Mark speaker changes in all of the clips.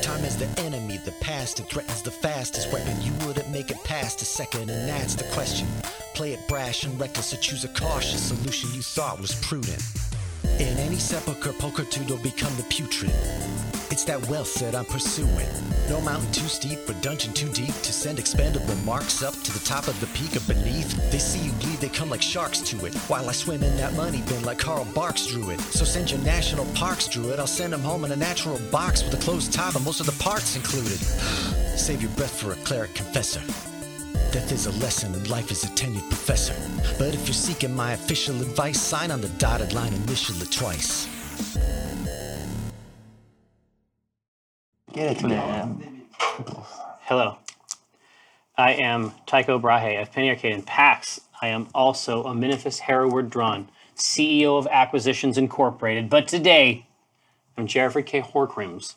Speaker 1: Time is the enemy, the past it threatens the fastest weapon. You wouldn't make it past a second, and that's the question. Play it brash and reckless, or choose a cautious solution you thought was prudent. In any sepulchre, pulchritude will become the putrid. It's that wealth that I'm pursuing. No mountain too steep or dungeon too deep to send expendable marks up to the top of the peak of beneath. They see you bleed, they come like sharks to it. While I swim in that money bin like Carl Barks drew it. So send your national parks drew it. I'll send them home in a natural box with a closed top and most of the parts included. Save your breath for a cleric confessor. Death is a lesson and life is a tenured professor. But if you're seeking my official advice, sign on the dotted line, initial it twice.
Speaker 2: Get it, man. Hello. I am Tycho Brahe of Penny Arcade and PAX. I am also a Minifus Harroward Drawn, CEO of Acquisitions Incorporated. But today, I'm Jeffrey K. Horcrims,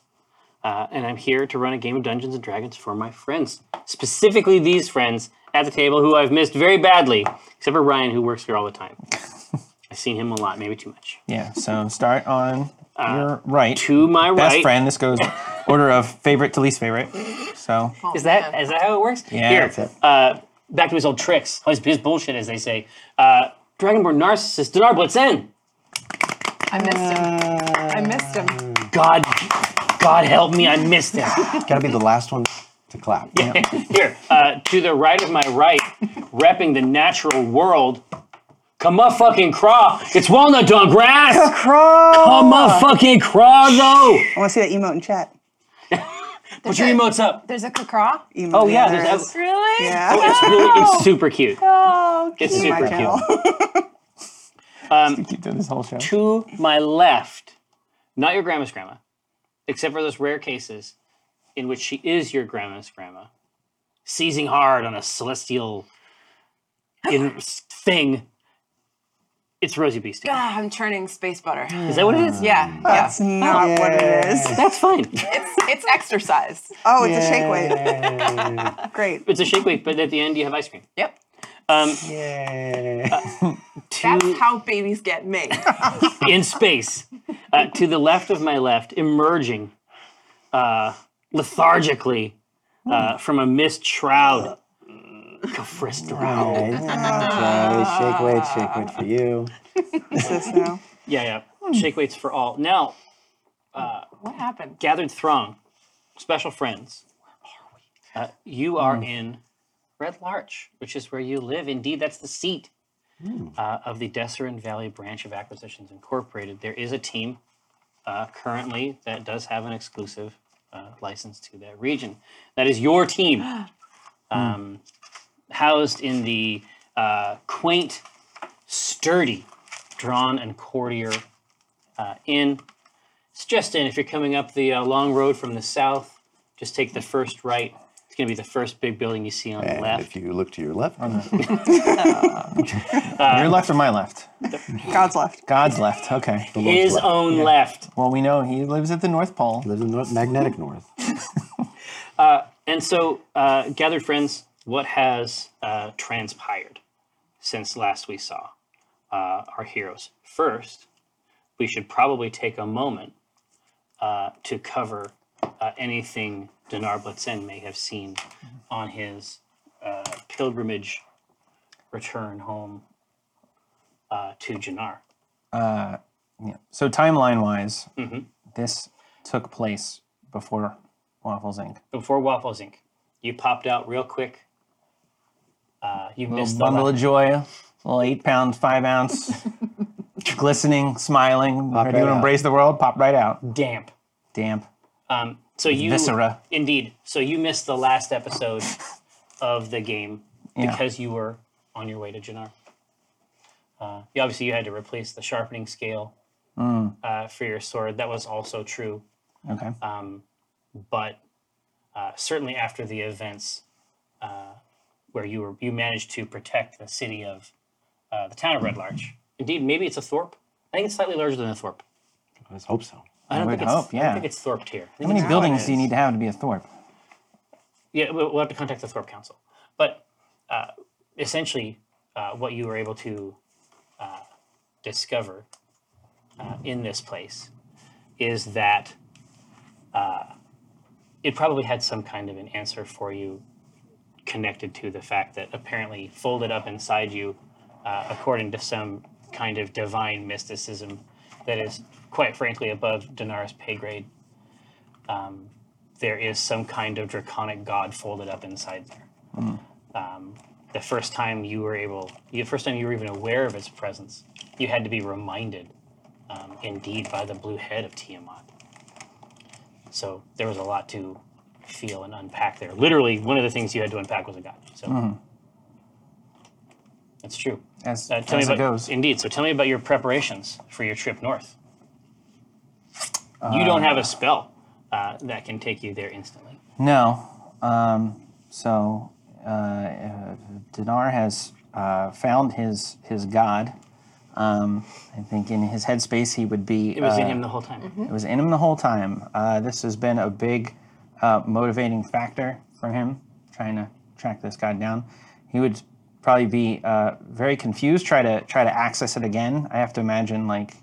Speaker 2: uh, and I'm here to run a game of Dungeons and Dragons for my friends, specifically these friends at the table who I've missed very badly, except for Ryan, who works here all the time. I've seen him a lot, maybe too much.
Speaker 3: Yeah, so start on your right.
Speaker 2: To my
Speaker 3: Best
Speaker 2: Uh, right,
Speaker 3: friend. This goes order of favorite to least favorite. So
Speaker 2: is that is that how it works? Oh,
Speaker 3: yeah,
Speaker 2: Here, Uh,
Speaker 3: that's it.
Speaker 2: back to his old tricks, his, his bullshit, as they say. Uh, Dragonborn narcissist Dinar Blitzen.
Speaker 4: I missed him. I missed him.
Speaker 2: God, God help me, I missed him.
Speaker 5: Gotta be the last one to clap. Yeah.
Speaker 2: Here, uh, to the right of my right, repping the natural world. Come up, fucking craw. It's walnut on grass.
Speaker 6: Crow!
Speaker 2: Come up, fucking craw, though.
Speaker 6: I want to see that emote in chat.
Speaker 2: Put your emotes up.
Speaker 4: There's a cacra.
Speaker 6: Emote,
Speaker 2: Oh yeah,
Speaker 6: there
Speaker 2: there's
Speaker 6: is.
Speaker 2: that.
Speaker 4: Really?
Speaker 6: Yeah.
Speaker 2: It's really, it's super cute.
Speaker 6: Oh,
Speaker 2: It's
Speaker 6: cute.
Speaker 2: super
Speaker 6: My
Speaker 2: cute.
Speaker 6: channel.
Speaker 3: Keep doing this whole show.
Speaker 2: to my left, not your grandma's grandma, except for those rare cases in which she is your grandma's grandma, seizing hard on a celestial in- thing. It's Rosie Beastie.
Speaker 4: Ah, I'm churning space butter.
Speaker 2: Is that what it is?
Speaker 4: Yeah, yeah.
Speaker 6: That's not what it is.
Speaker 2: That's fine.
Speaker 4: It's it's exercise.
Speaker 6: Oh, it's a shake weight. Great.
Speaker 2: It's a shake weight, but at the end you have ice cream.
Speaker 4: Yep.
Speaker 2: Um,
Speaker 4: That's how babies get made.
Speaker 2: in space. Uh, to the left of my left, emerging uh, lethargically uh, from a mist shroud. Cafristral.
Speaker 5: shake weight, shake weight for you.
Speaker 6: What's this now?
Speaker 2: Yeah, yeah. Shake weights for all. Now,
Speaker 4: what happened?
Speaker 2: gathered throng, special friends. Where are we? Uh, you are in Red Larch, which is where you live. Indeed, that's the seat uh, of the Deseret Valley branch of Acquisitions Incorporated. There is a team uh, currently that does have an exclusive uh, license to that region. That is your team, um, housed in the uh, quaint, sturdy, drawn and courtier uh, inn it's just in. If you're coming up the uh, long road from the south, just take the first right. It's going to be the first big building you see on the
Speaker 5: And
Speaker 2: left.
Speaker 5: if you look to your left,
Speaker 3: Oh,
Speaker 2: Uh,
Speaker 3: your left or my left?
Speaker 6: God's left.
Speaker 3: God's left. Okay.
Speaker 5: the Lord's
Speaker 2: His
Speaker 5: left.
Speaker 2: own left.
Speaker 3: Well, we know he lives at the North Pole.
Speaker 5: Lives in the north, magnetic north.
Speaker 2: And so, uh, gathered friends, what has uh, transpired since last we saw uh, our heroes? First, we should probably take a moment uh, to cover uh, anything Dinar Blitzen may have seen on his uh, pilgrimage return home uh, to Jannar.
Speaker 3: So timeline wise,
Speaker 2: Mm-hmm.
Speaker 3: this took place before Waffles Inc.
Speaker 2: Before Waffles Inc., you popped out real quick. Uh, you missed
Speaker 3: Little
Speaker 2: the
Speaker 3: bundle
Speaker 2: la-
Speaker 3: of joy, little eight pound, five ounce, glistening, smiling, ready
Speaker 5: right
Speaker 3: to
Speaker 5: out.
Speaker 3: embrace the world. Pop right out.
Speaker 2: damp.
Speaker 3: Damp.
Speaker 2: Um, so you
Speaker 3: Viscera.
Speaker 2: indeed. So you missed the last episode of the game
Speaker 3: Yeah.
Speaker 2: because you were on your way to Jannar. Uh, you obviously you had to replace the sharpening scale
Speaker 3: Mm.
Speaker 2: uh, for your sword. That was also true,
Speaker 3: Okay.
Speaker 2: but uh, certainly after the events uh, where you were, you managed to protect the city of uh, the town of Red Larch. Indeed, maybe it's a Thorpe. I think it's slightly larger than a Thorpe.
Speaker 5: Let's hope so.
Speaker 2: I don't
Speaker 3: would
Speaker 2: think it's.
Speaker 3: hope,
Speaker 2: I
Speaker 3: yeah.
Speaker 2: don't think it's Thorpe here.
Speaker 3: How many buildings do you need to have to be a Thorpe?
Speaker 2: yeah, we'll, we'll have to contact the Thorpe Council. But uh, essentially, uh, what you were able to uh, discover uh, in this place is that uh, it probably had some kind of an answer for you connected to the fact that apparently folded up inside you, uh, according to some kind of divine mysticism that is quite frankly above Dinar's pay grade, um, there is some kind of draconic god folded up inside there. Um, the first time you were able, the first time you were even aware of its presence, you had to be reminded, um, indeed, by the blue head of Tiamat. So there was a lot to feel and unpack there. Literally, one of the things you had to unpack was a god. So that's true.
Speaker 3: As,
Speaker 2: Uh, tell
Speaker 3: as
Speaker 2: me
Speaker 3: it
Speaker 2: about
Speaker 3: goes.
Speaker 2: indeed. So tell me about your preparations for your trip north. you don't have a spell uh, that can take you there instantly.
Speaker 3: No. Um, so uh, uh, Dinar has uh, found his his god. Um, I think in his headspace he would be. uh,
Speaker 2: It was in him the whole time.
Speaker 3: It was in him the whole time. Uh, this has been a big uh, motivating factor for him trying to track this guy down. He would probably be uh, very confused. Try to try to access it again. I have to imagine like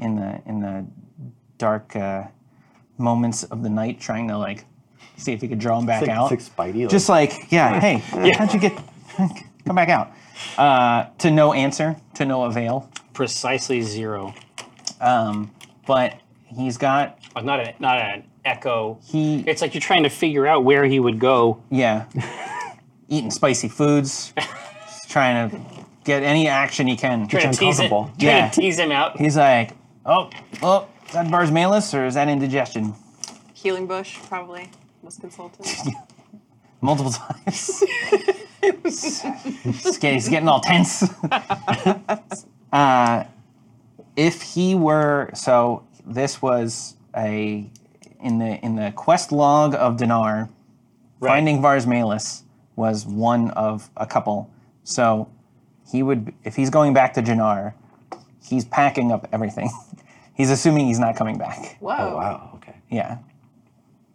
Speaker 3: in the in the dark uh, moments of the night, trying to like see if he could draw him back
Speaker 5: It's like-
Speaker 3: out.
Speaker 5: it's like Spidey, like-
Speaker 3: Just like yeah, hey, how'd you get? Come back out. Uh, to no answer, to no avail. Um,
Speaker 2: Precisely zero.
Speaker 3: But he's got
Speaker 2: Like, Not a, not an echo.
Speaker 3: he.
Speaker 2: It's like you're trying to figure out where he would go.
Speaker 3: Yeah. Eating spicy foods, just trying to get any action he can.
Speaker 2: Trying to tease him. Trying
Speaker 5: uncomfortable.
Speaker 3: Yeah.
Speaker 2: to tease him out.
Speaker 3: He's like, oh, oh, is that Barsmalus or is that indigestion?
Speaker 4: Healing Bush probably was consulted.
Speaker 3: Multiple times. He's get- he's getting all tense. uh, if he were so, this was a in the in the quest log of Dinar. Finding Vars Malus was one of a couple. So he would, if he's going back to Jannar, he's packing up everything. he's assuming he's not coming back.
Speaker 4: Whoa.
Speaker 5: Oh, wow. Okay.
Speaker 3: Yeah.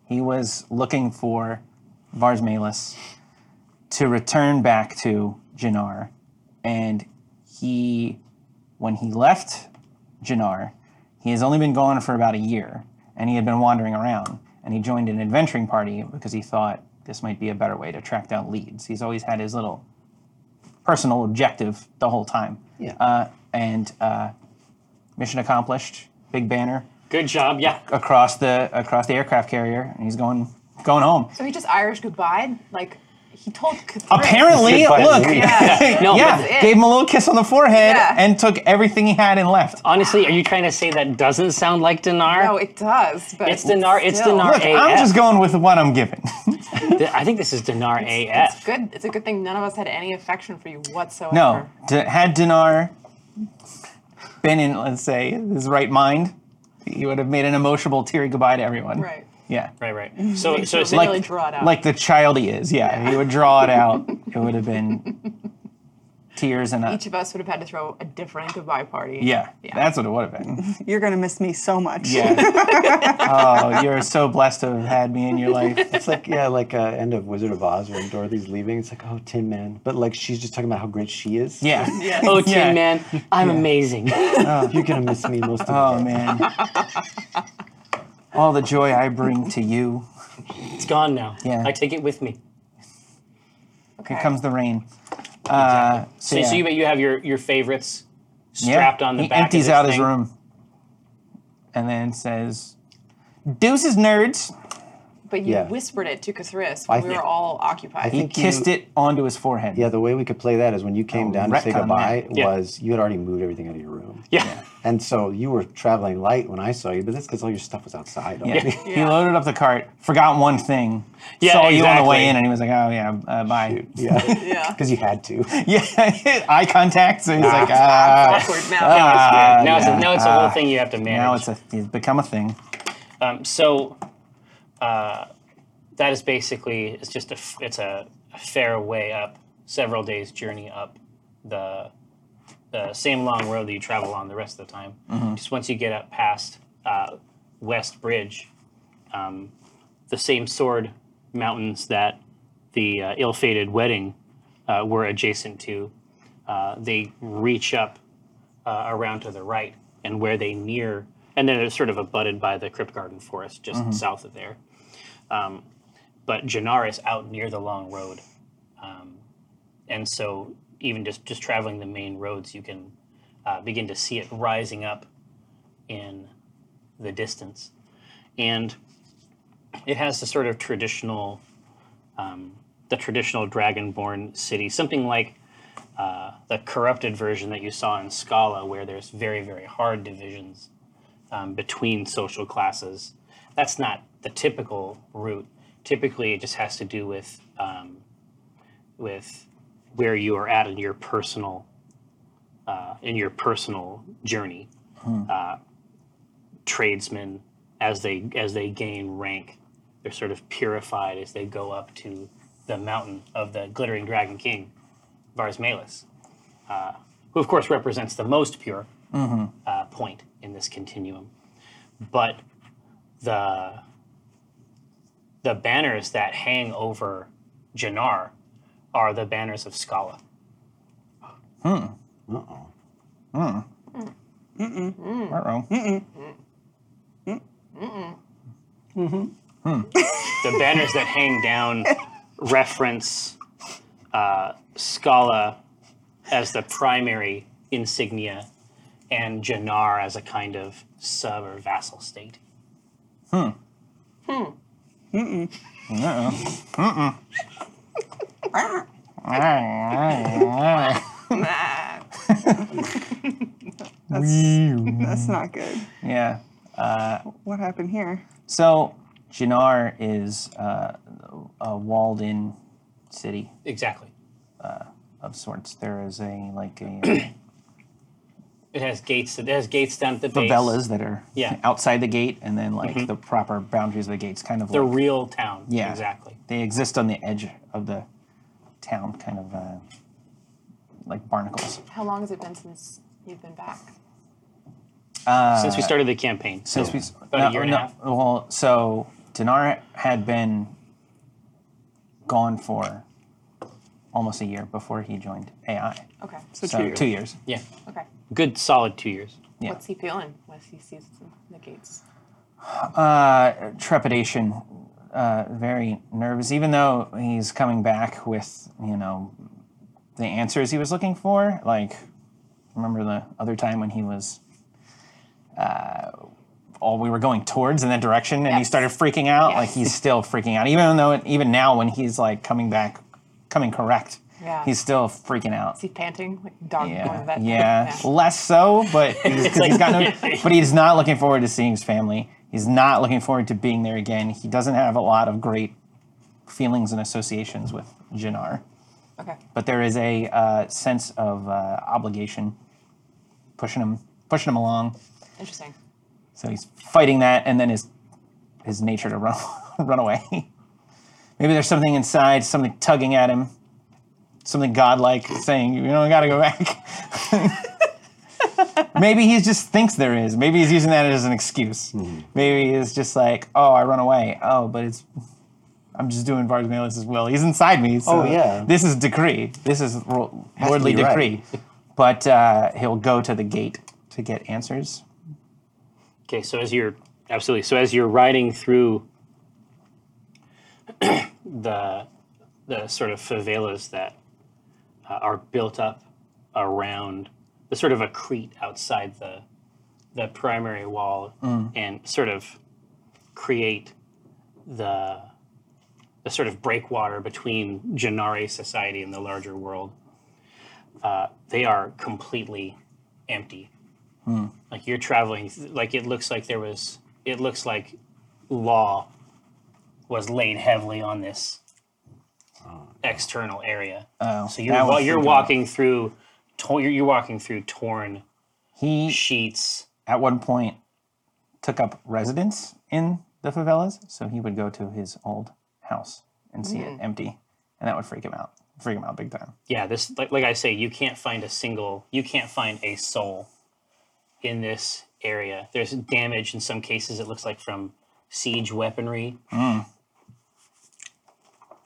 Speaker 3: He was looking for Vars Malus to return back to Jannar. And he, when he left Jannar, he has only been gone for about a year and he had been wandering around. And he joined an adventuring party because he thought this might be a better way to track down leads. He's always had his little personal objective the whole time.
Speaker 5: Yeah.
Speaker 3: Uh, and uh, mission accomplished, big banner
Speaker 2: Good job. Yeah.
Speaker 3: across the across the aircraft carrier, and he's going going home.
Speaker 4: So he just Irish goodbye? Like, he told Cathryn.
Speaker 3: Apparently,
Speaker 5: Goodbye,
Speaker 3: look,
Speaker 5: Louis.
Speaker 3: yeah,
Speaker 2: No,
Speaker 3: yeah,
Speaker 4: that's it.
Speaker 3: gave him a little kiss on the forehead
Speaker 4: Yeah.
Speaker 3: and took everything he had and left.
Speaker 2: Honestly, are you trying to say that doesn't sound like Dinar?
Speaker 4: No, it does, but.
Speaker 2: It's Dinar- it's
Speaker 4: still.
Speaker 2: Dinar-
Speaker 3: Look, I'm
Speaker 2: AF.
Speaker 3: just going with what I'm given.
Speaker 2: Th- I think this is Dinar AF.
Speaker 4: It's good. It's a good thing none of us had any affection for you whatsoever.
Speaker 3: no, d- had Dinar been in, let's say, his right mind, he would have made an emotional, teary goodbye to everyone.
Speaker 4: Right.
Speaker 3: Yeah.
Speaker 2: Right, right. So, so it's
Speaker 4: Really draw it out.
Speaker 3: Like the child he is, yeah. He would draw it out. It would have been tears and a,
Speaker 4: Each of us would have had to throw a different goodbye party.
Speaker 3: yeah, That's what it would have been.
Speaker 6: You're gonna miss me so much.
Speaker 3: Yeah. oh, you're so blessed to have had me in your life.
Speaker 5: It's like, yeah, like uh, end of Wizard of Oz when Dorothy's leaving. It's like, oh, Tin Man. But like, she's just talking about how great she is.
Speaker 3: Yeah.
Speaker 2: oh, Tin
Speaker 3: Yeah.
Speaker 2: Man, I'm amazing.
Speaker 5: You're going to miss me most of
Speaker 3: Oh man. All the joy I bring to you.
Speaker 2: It's gone now.
Speaker 3: Yeah.
Speaker 2: I take it with me.
Speaker 3: Here comes the rain. Uh,
Speaker 2: So, so you, you have your, your favorites
Speaker 3: yeah.
Speaker 2: strapped on the
Speaker 3: he
Speaker 2: back. of
Speaker 3: empties
Speaker 2: this
Speaker 3: out his
Speaker 2: thing.
Speaker 3: room, and then says, "Deuces, nerds."
Speaker 4: But you
Speaker 5: Yeah.
Speaker 4: whispered it to Cathris
Speaker 5: I
Speaker 4: when we
Speaker 5: think-
Speaker 4: were all occupied.
Speaker 5: I
Speaker 3: He
Speaker 5: think
Speaker 3: kissed
Speaker 5: you-
Speaker 3: it onto his forehead.
Speaker 5: Yeah, the way we could play that is when you came
Speaker 3: Oh,
Speaker 5: down to say
Speaker 3: retcon that.
Speaker 5: goodbye
Speaker 2: Yeah.
Speaker 5: was you had already moved everything out of your room.
Speaker 2: Yeah.
Speaker 5: And so you were traveling light when I saw you, but that's because all your stuff was outside.
Speaker 3: Yeah. He loaded up the cart, forgot one thing,
Speaker 2: Yeah,
Speaker 3: saw you on the way
Speaker 2: exactly.
Speaker 3: in, and he was like, "Oh yeah, uh, bye."
Speaker 5: Yeah.
Speaker 4: yeah.
Speaker 5: Because you had to.
Speaker 3: Yeah, eye contact. So he's like, "Ah."
Speaker 5: uh,
Speaker 4: Awkward now.
Speaker 2: Yeah, now, it's a, now it's a whole thing you have to manage.
Speaker 3: Now it's a, it's become a thing.
Speaker 2: Um, so uh, that is basically it's just a f- it's a, a fair way up, several days journey up the the same long road that you travel on the rest of the time. Just once you get up past uh, West Bridge, um, the same sword mountains that the uh, ill-fated wedding uh, were adjacent to, uh, they reach up uh, around to the right and where they near, and then it's sort of abutted by the Crypt Garden Forest just south of there. Um, but Jannar is out near the long road, um, and so even just just traveling the main roads, you can uh, begin to see it rising up in the distance, and it has the sort of traditional, um, the traditional Dragonborn city, something like uh, the corrupted version that you saw in Scala, where there's very, very hard divisions um, between social classes. That's not the typical route. Typically, it just has to do with um, with where you are at in your personal uh, in your personal journey. Uh, tradesmen, as they as they gain rank, they're sort of purified as they go up to the mountain of the glittering dragon king. Varsmalis, uh, who of course represents the most pure uh, point in this continuum. But the the banners that hang over Jannar are the banners of Scala.
Speaker 3: Uh-oh.
Speaker 2: The banners that hang down reference uh, Scala as the primary insignia and Jannar as a kind of sub or vassal state.
Speaker 6: That's not good.
Speaker 3: yeah.
Speaker 6: What happened here?
Speaker 3: So Jannar is uh, a walled-in city
Speaker 2: Exactly.
Speaker 3: of sorts. There is a like a
Speaker 2: It has gates. It has gates down at the base.
Speaker 3: favelas that are
Speaker 2: Yeah. Mm-hmm.
Speaker 3: outside the gate, and then like the proper boundaries of the gates, kind of
Speaker 2: the
Speaker 3: like,
Speaker 2: real town.
Speaker 3: Yeah.
Speaker 2: exactly.
Speaker 3: they exist on the edge of the town, kind of uh, like barnacles.
Speaker 5: uh,
Speaker 4: How long has it been since you've been back?
Speaker 2: Since we started the campaign, so
Speaker 3: Uh, Since we s-
Speaker 2: about a year and a half.
Speaker 3: Well, so Dinar had been gone for almost a year before he joined AI.
Speaker 4: Okay.
Speaker 6: So,
Speaker 3: so
Speaker 6: two years.
Speaker 3: two years.
Speaker 2: Yeah,
Speaker 4: Okay.
Speaker 2: good solid two years.
Speaker 3: Yeah.
Speaker 4: What's he feeling when he sees the gates?
Speaker 3: uh, trepidation, uh, very nervous, even though he's coming back with, you know, the answers he was looking for. Like, remember the other time when he was, uh, all we were going towards in that direction and he
Speaker 4: Yes.
Speaker 3: started freaking out?
Speaker 4: Yes.
Speaker 3: Like, he's still freaking out. Even though, even now when he's like coming back, coming correct,
Speaker 4: Yeah.
Speaker 3: he's still freaking out.
Speaker 4: Is he panting like a dog going to
Speaker 3: Yeah,
Speaker 4: that?
Speaker 3: yeah. less so, but he's, 'cause he's got no, but he's not looking forward to seeing his family. He's not looking forward to being there again. He doesn't have a lot of great feelings and associations with Jannar,
Speaker 4: Okay.
Speaker 3: but there is a uh, sense of uh, obligation pushing him, pushing him along.
Speaker 4: Interesting.
Speaker 3: So he's fighting that, and then his his nature to run run away. Maybe there's something inside, something tugging at him, something godlike saying, "You know, I gotta go back." Maybe he just thinks there is. Maybe he's using that as an excuse.
Speaker 5: Mm-hmm.
Speaker 3: Maybe he's just like, "Oh, I run away. Oh, but it's." I'm just doing Varsmalius' will. He's inside me. So
Speaker 5: Oh, yeah.
Speaker 3: This is decree. This is ro-
Speaker 5: to
Speaker 3: lordly
Speaker 5: be right.
Speaker 3: decree. But uh, he'll go to the gate to get answers.
Speaker 2: Okay, so as you're absolutely so as you're riding through the the sort of favelas that uh, are built up around the sort of a crete outside the the primary wall
Speaker 3: Mm.
Speaker 2: and sort of create the the sort of breakwater between Janari society and the larger world. Uh, they are completely empty
Speaker 3: Mm.
Speaker 2: like you're traveling like it looks like there was it looks like law was laid heavily on this external area
Speaker 3: Oh,
Speaker 2: so you're,
Speaker 3: that
Speaker 2: wa-
Speaker 3: would
Speaker 2: you're
Speaker 3: freak
Speaker 2: walking through to- you're, you're walking through torn
Speaker 3: He
Speaker 2: sheets
Speaker 3: at one point took up residence in the favelas, so he would go to his old house and see it empty, and that would freak him out. Freak him out big time.
Speaker 2: yeah this like, like i say you can't find a single you can't find a soul in this area there's damage in some cases it looks like from siege weaponry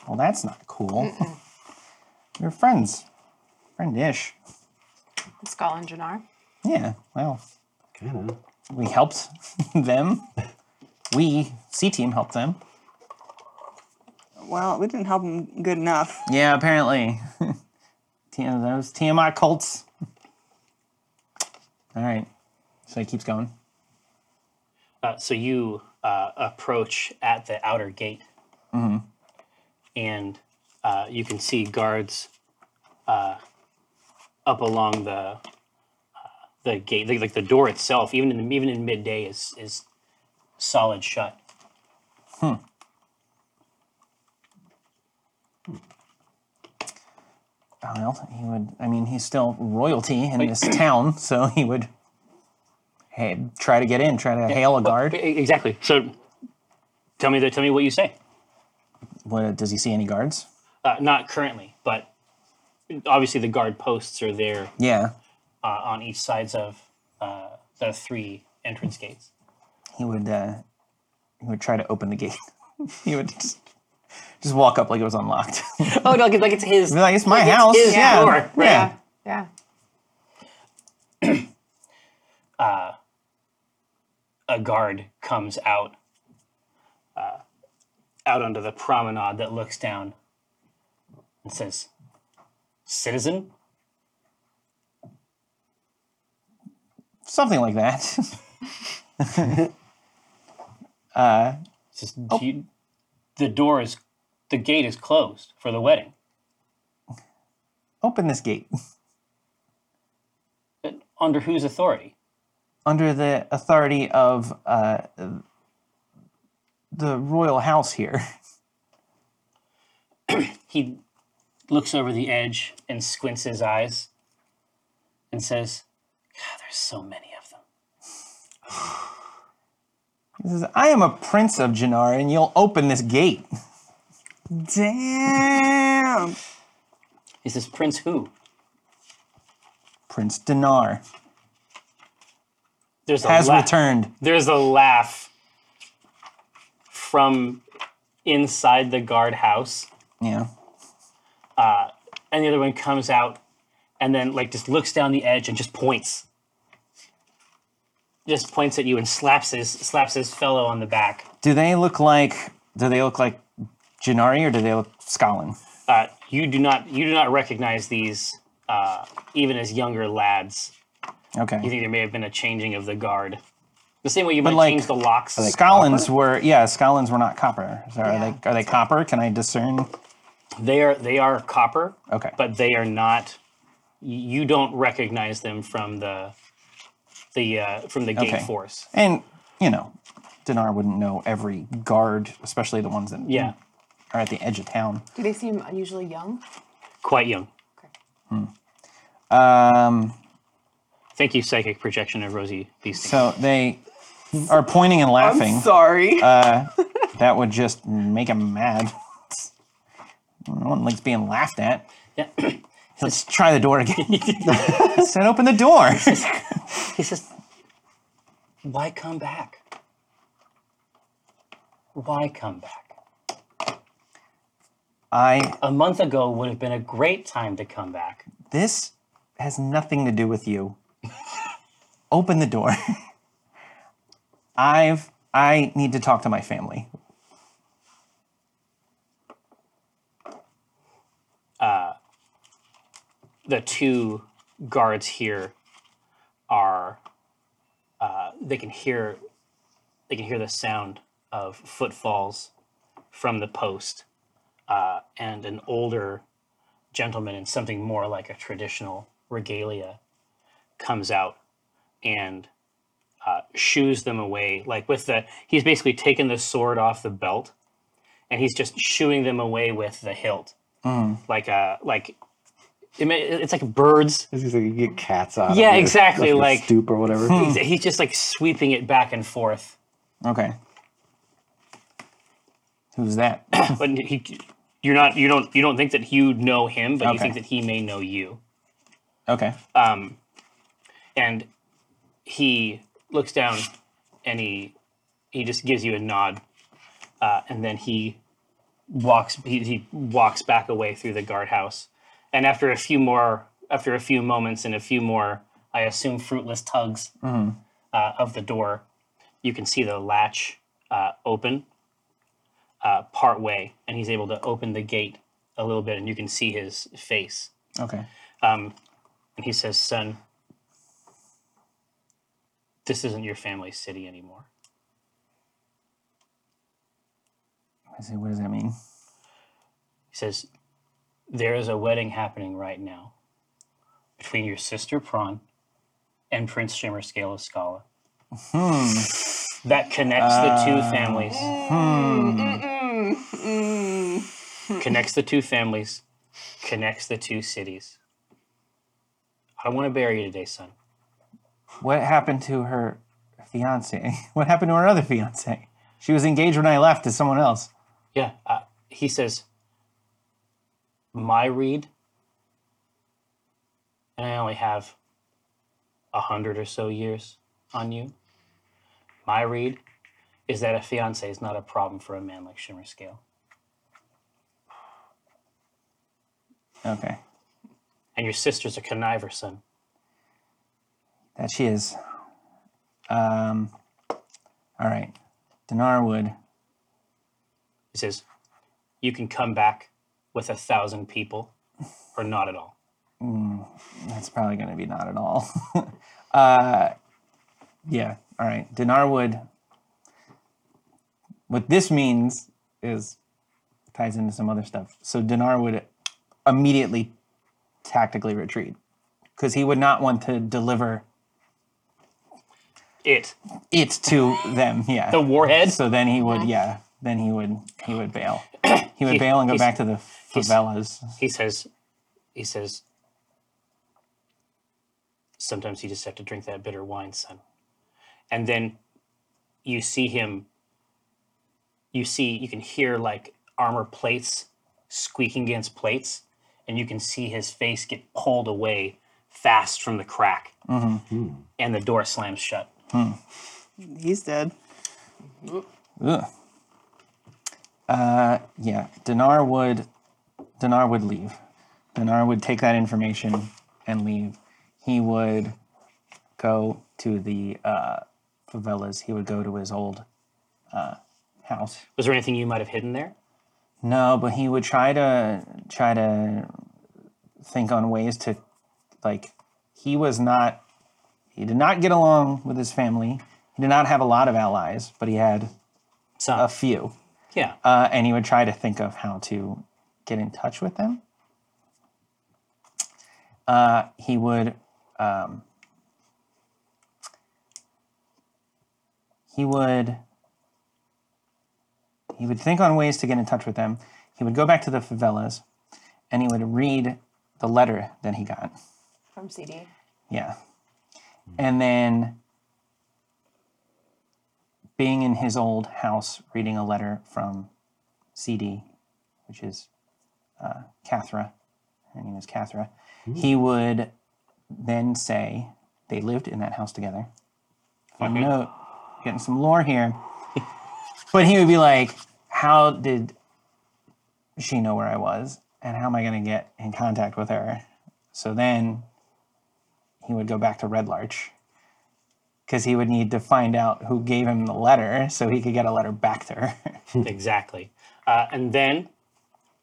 Speaker 3: Well, that's not cool. You're friends, friend-ish.
Speaker 4: Skull and Jannar.
Speaker 3: Yeah. Well,
Speaker 5: Kind of.
Speaker 3: we helped them. we C team helped them.
Speaker 6: Well, we didn't help him good enough.
Speaker 3: Yeah, apparently. T- those TMI cults. All right. So he keeps going.
Speaker 2: Uh, so you uh, approach at the outer gate, and uh, you can see guards uh, up along the uh, the gate, like, like the door itself. Even in even in midday is is solid shut.
Speaker 3: Well, he would. I mean, he's still royalty in this town, so he would. Hey, try to get in. Try to hail a guard.
Speaker 2: E- Exactly. So tell me the, tell me what you say.
Speaker 3: What does he see? Any guards?
Speaker 2: Uh, not currently, but obviously the guard posts are there
Speaker 3: Yeah,
Speaker 2: uh, on each sides of uh, the three entrance gates.
Speaker 3: he would. Uh, he would try to open the gate. he would just, just walk up like it was unlocked.
Speaker 2: Oh, no, like, like it's his.
Speaker 3: Be like it's my house.
Speaker 2: his
Speaker 3: yeah,
Speaker 2: door,
Speaker 3: yeah.
Speaker 2: right.
Speaker 4: Yeah. Yeah.
Speaker 2: a guard comes out uh, out onto the promenade that looks down and says, "Citizen,
Speaker 3: something like that.
Speaker 2: says, Do you, the door is the gate is closed for the wedding."
Speaker 3: open this gate
Speaker 2: But under whose authority?
Speaker 3: under the authority of uh, the royal house here.
Speaker 2: He looks over the edge and squints his eyes and says, "God, there's so many of them."
Speaker 3: He says, "I am a prince of Jannar, and you'll open this gate."
Speaker 6: Damn.
Speaker 2: He says, "Prince who?"
Speaker 3: Prince Dinar
Speaker 2: There's a
Speaker 3: has
Speaker 2: la-
Speaker 3: returned.
Speaker 2: There's a laugh from inside the guardhouse,
Speaker 3: Yeah.
Speaker 2: and the other one comes out and then like just looks down the edge and just points. Just points at you and slaps his slaps his fellow on the back.
Speaker 3: Do they look like do they look like Janari or do they look Scotland?
Speaker 2: Uh, you do not you do not recognize these uh, even as younger lads. You
Speaker 3: Okay.
Speaker 2: think there may have been a changing of the guard. The same way you might
Speaker 3: like-
Speaker 2: change the locks.
Speaker 3: Scollins were yeah, Scollins were not copper. So Are
Speaker 4: Yeah.
Speaker 3: they are they copper? Can I discern?
Speaker 2: They are they are copper,
Speaker 3: Okay.
Speaker 2: but they are not. You don't recognize them from the the uh, from the gate
Speaker 3: Okay.
Speaker 2: force.
Speaker 3: and you know, Dinar wouldn't know every guard, especially the ones that
Speaker 2: Yeah,
Speaker 3: are at the edge of town.
Speaker 4: Do they seem unusually young?
Speaker 2: quite young. Hmm.
Speaker 3: Um,
Speaker 2: Thank you, psychic projection of Rosie Beastie.
Speaker 3: so they are pointing and laughing.
Speaker 6: Sorry.
Speaker 2: Uh,
Speaker 3: That would just make him mad. No one likes being laughed at.
Speaker 2: Yeah.
Speaker 3: Let's try the door again. Said open the door.
Speaker 2: he says, "Why come back? Why come back?
Speaker 3: I
Speaker 2: A month ago would have been a great time to come back.
Speaker 3: this has nothing to do with you. open the door. I've I need to talk to my family.
Speaker 2: The two guards here are uh, they can hear they can hear the sound of footfalls from the post, uh, and an older gentleman in something more like a traditional regalia comes out and uh, shoos them away. Like with the, he's basically taken the sword off the belt, and he's just shooing them away with the hilt, like a like. it may- It's like birds
Speaker 5: It's just like you get cats out.
Speaker 2: Yeah,
Speaker 5: of your-
Speaker 2: exactly,
Speaker 5: your
Speaker 2: like-
Speaker 5: stoop or whatever. Hmm.
Speaker 2: He's- he's just like sweeping it back and forth.
Speaker 3: Okay. Who's that?
Speaker 2: But he, you're not, you don't, you don't think that you know him, but you
Speaker 3: Okay.
Speaker 2: think that he may know you.
Speaker 3: okay.
Speaker 2: And he looks down, and he, he just gives you a nod, uh, and then he walks, he, he walks back away through the guardhouse. And after a few more, after a few moments and a few more, I assume fruitless tugs uh, of the door, you can see the latch uh, open. Uh, part way, and he's able to open the gate a little bit, and you can see his face.
Speaker 3: Okay.
Speaker 2: Um, and he says, "Son, this isn't your family's city anymore.
Speaker 3: I say, what does that mean?
Speaker 2: He says, There is a wedding happening right now between your sister Prawn and Prince Shimmer Scale of Scala. That connects the two families. Connects the two families, connects the two cities. I want to bury you today, son.
Speaker 3: What happened to her fiance? What happened to her other fiance? She was engaged when I left to someone else.
Speaker 2: Yeah, uh, he says, my read, and I only have a hundred or so years on you. My read is that a fiance is not a problem for a man like Shimmer Scale.
Speaker 3: Okay.
Speaker 2: And your sister's a conniver, son.
Speaker 3: That she is. Um, all right. Dinar would.
Speaker 2: He says, you can come back with a thousand people or not at all.
Speaker 3: That's probably going to be not at all. uh, yeah. All right. Dinar would. What this means is ties into some other stuff. So Dinar would immediately tactically retreat because he would not want to deliver
Speaker 2: It.
Speaker 3: it to them. Yeah.
Speaker 2: The warhead.
Speaker 3: So then he would, yeah. Then he would, he would bail. He would bail and go
Speaker 2: he's-
Speaker 3: back to the favelas.
Speaker 2: he says he says sometimes you just have to drink that bitter wine son and then you see him you see you can hear like armor plates squeaking against plates and you can see his face get pulled away fast from the crack and the door slams shut
Speaker 6: He's dead.
Speaker 3: Ugh. Uh, yeah, Dinar would, Dinar would leave. Dinar would take that information and leave. He would go to the uh, favelas. He would go to his old uh, house.
Speaker 2: was there anything you might have hidden there
Speaker 3: No, but he would try to try to think on ways to like he was not he did not get along with his family. He did not have a lot of allies, but he had
Speaker 2: son
Speaker 3: a few.
Speaker 2: yeah
Speaker 3: uh, and he would try to think of how to get in touch with them. Uh, he would. Um, he would. He would think on ways to get in touch with them. He would go back to the favelas, and he would read the letter that he got.
Speaker 4: From CD.
Speaker 3: Yeah. And then being in his old house, reading a letter from CD, which is uh, Cathra. Her name is Cathra. He would then say they lived in that house together. Fun note, getting some lore here. but he would be like, How did she know where I was? And how am I going to get in contact with her? So then he would go back to Red Larch because he would need to find out who gave him the letter so he could get a letter back to her.
Speaker 2: exactly uh, and then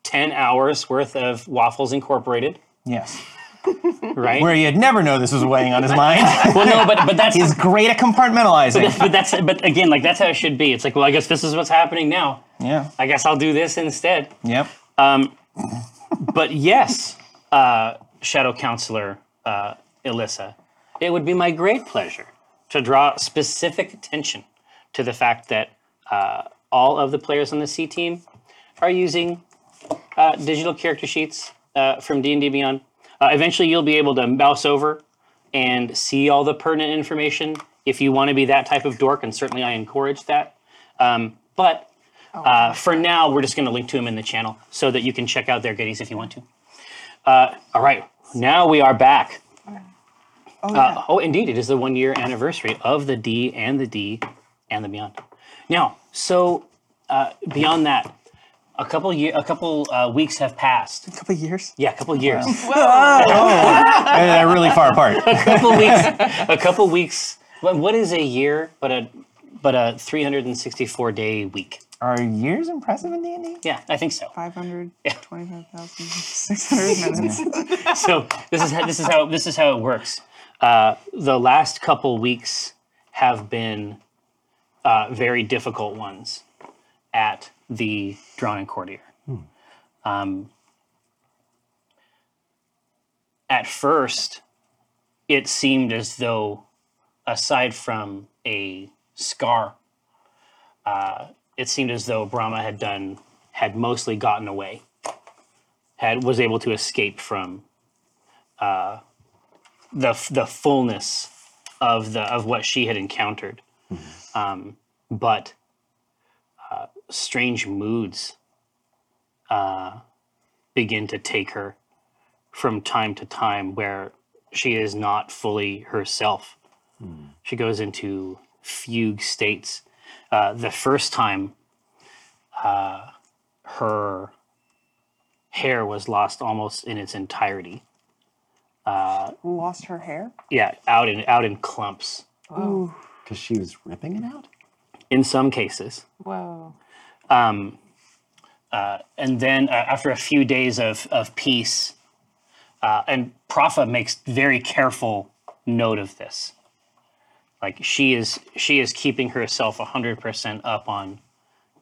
Speaker 2: 10 hours worth of waffles incorporated
Speaker 3: yes.
Speaker 2: right
Speaker 3: Where you'd never know this was weighing on his mind.
Speaker 2: well no but but that's
Speaker 3: He's great at compartmentalizing.
Speaker 2: but that's but again like that's how it should be it's like well i guess this is what's happening now
Speaker 3: Yeah.
Speaker 2: i guess i'll do this instead
Speaker 3: Yep.
Speaker 2: but yes uh, shadow counselor uh, Elissa, it would be my great pleasure to draw specific attention to the fact that uh, all of the players on the c team are using uh, digital character sheets uh, from d&d beyond uh, eventually you'll be able to mouse over and see all the pertinent information if you want to be that type of dork and certainly i encourage that um, but uh, for now, we're just going to link to them in the channel so that you can check out their goodies if you want to. Uh, all right, now we are back.
Speaker 6: Oh,
Speaker 2: Uh, oh, indeed, it is the one year anniversary of the D and the D and the Beyond. Now, so uh, beyond that, a couple year, a couple uh, weeks have passed.
Speaker 6: yeah. couple years.
Speaker 2: Yeah, a couple years.
Speaker 3: And they're really far apart.
Speaker 2: couple weeks. A couple weeks. What, what is a year? But a but a 364 day week.
Speaker 3: Are years impressive in D and D?
Speaker 2: Yeah, I think so.
Speaker 6: 500, 25,600 minutes.
Speaker 2: so this is how, this is how this is how it works. Uh, the last couple weeks have been uh, very difficult ones at the Drawn and Courtier. Um, at first, it seemed as though, aside from a scar, uh, it seemed as though Brahma had done had mostly gotten away had was able to escape from uh, the f- the fullness of the of what she had encountered. Um, but uh, strange moods uh, begin to take her from time to time, where she is not fully herself. She goes into fugue states. Uh, the first time, uh, her hair was lost almost in its entirety.
Speaker 6: Lost her hair?
Speaker 2: Yeah, out in out in clumps
Speaker 5: Because she was ripping it out?
Speaker 2: in some cases.
Speaker 4: Whoa.
Speaker 2: And then uh, after a few days of of peace, uh, and Propha makes very careful note of this. Like she is she is keeping herself hundred percent up on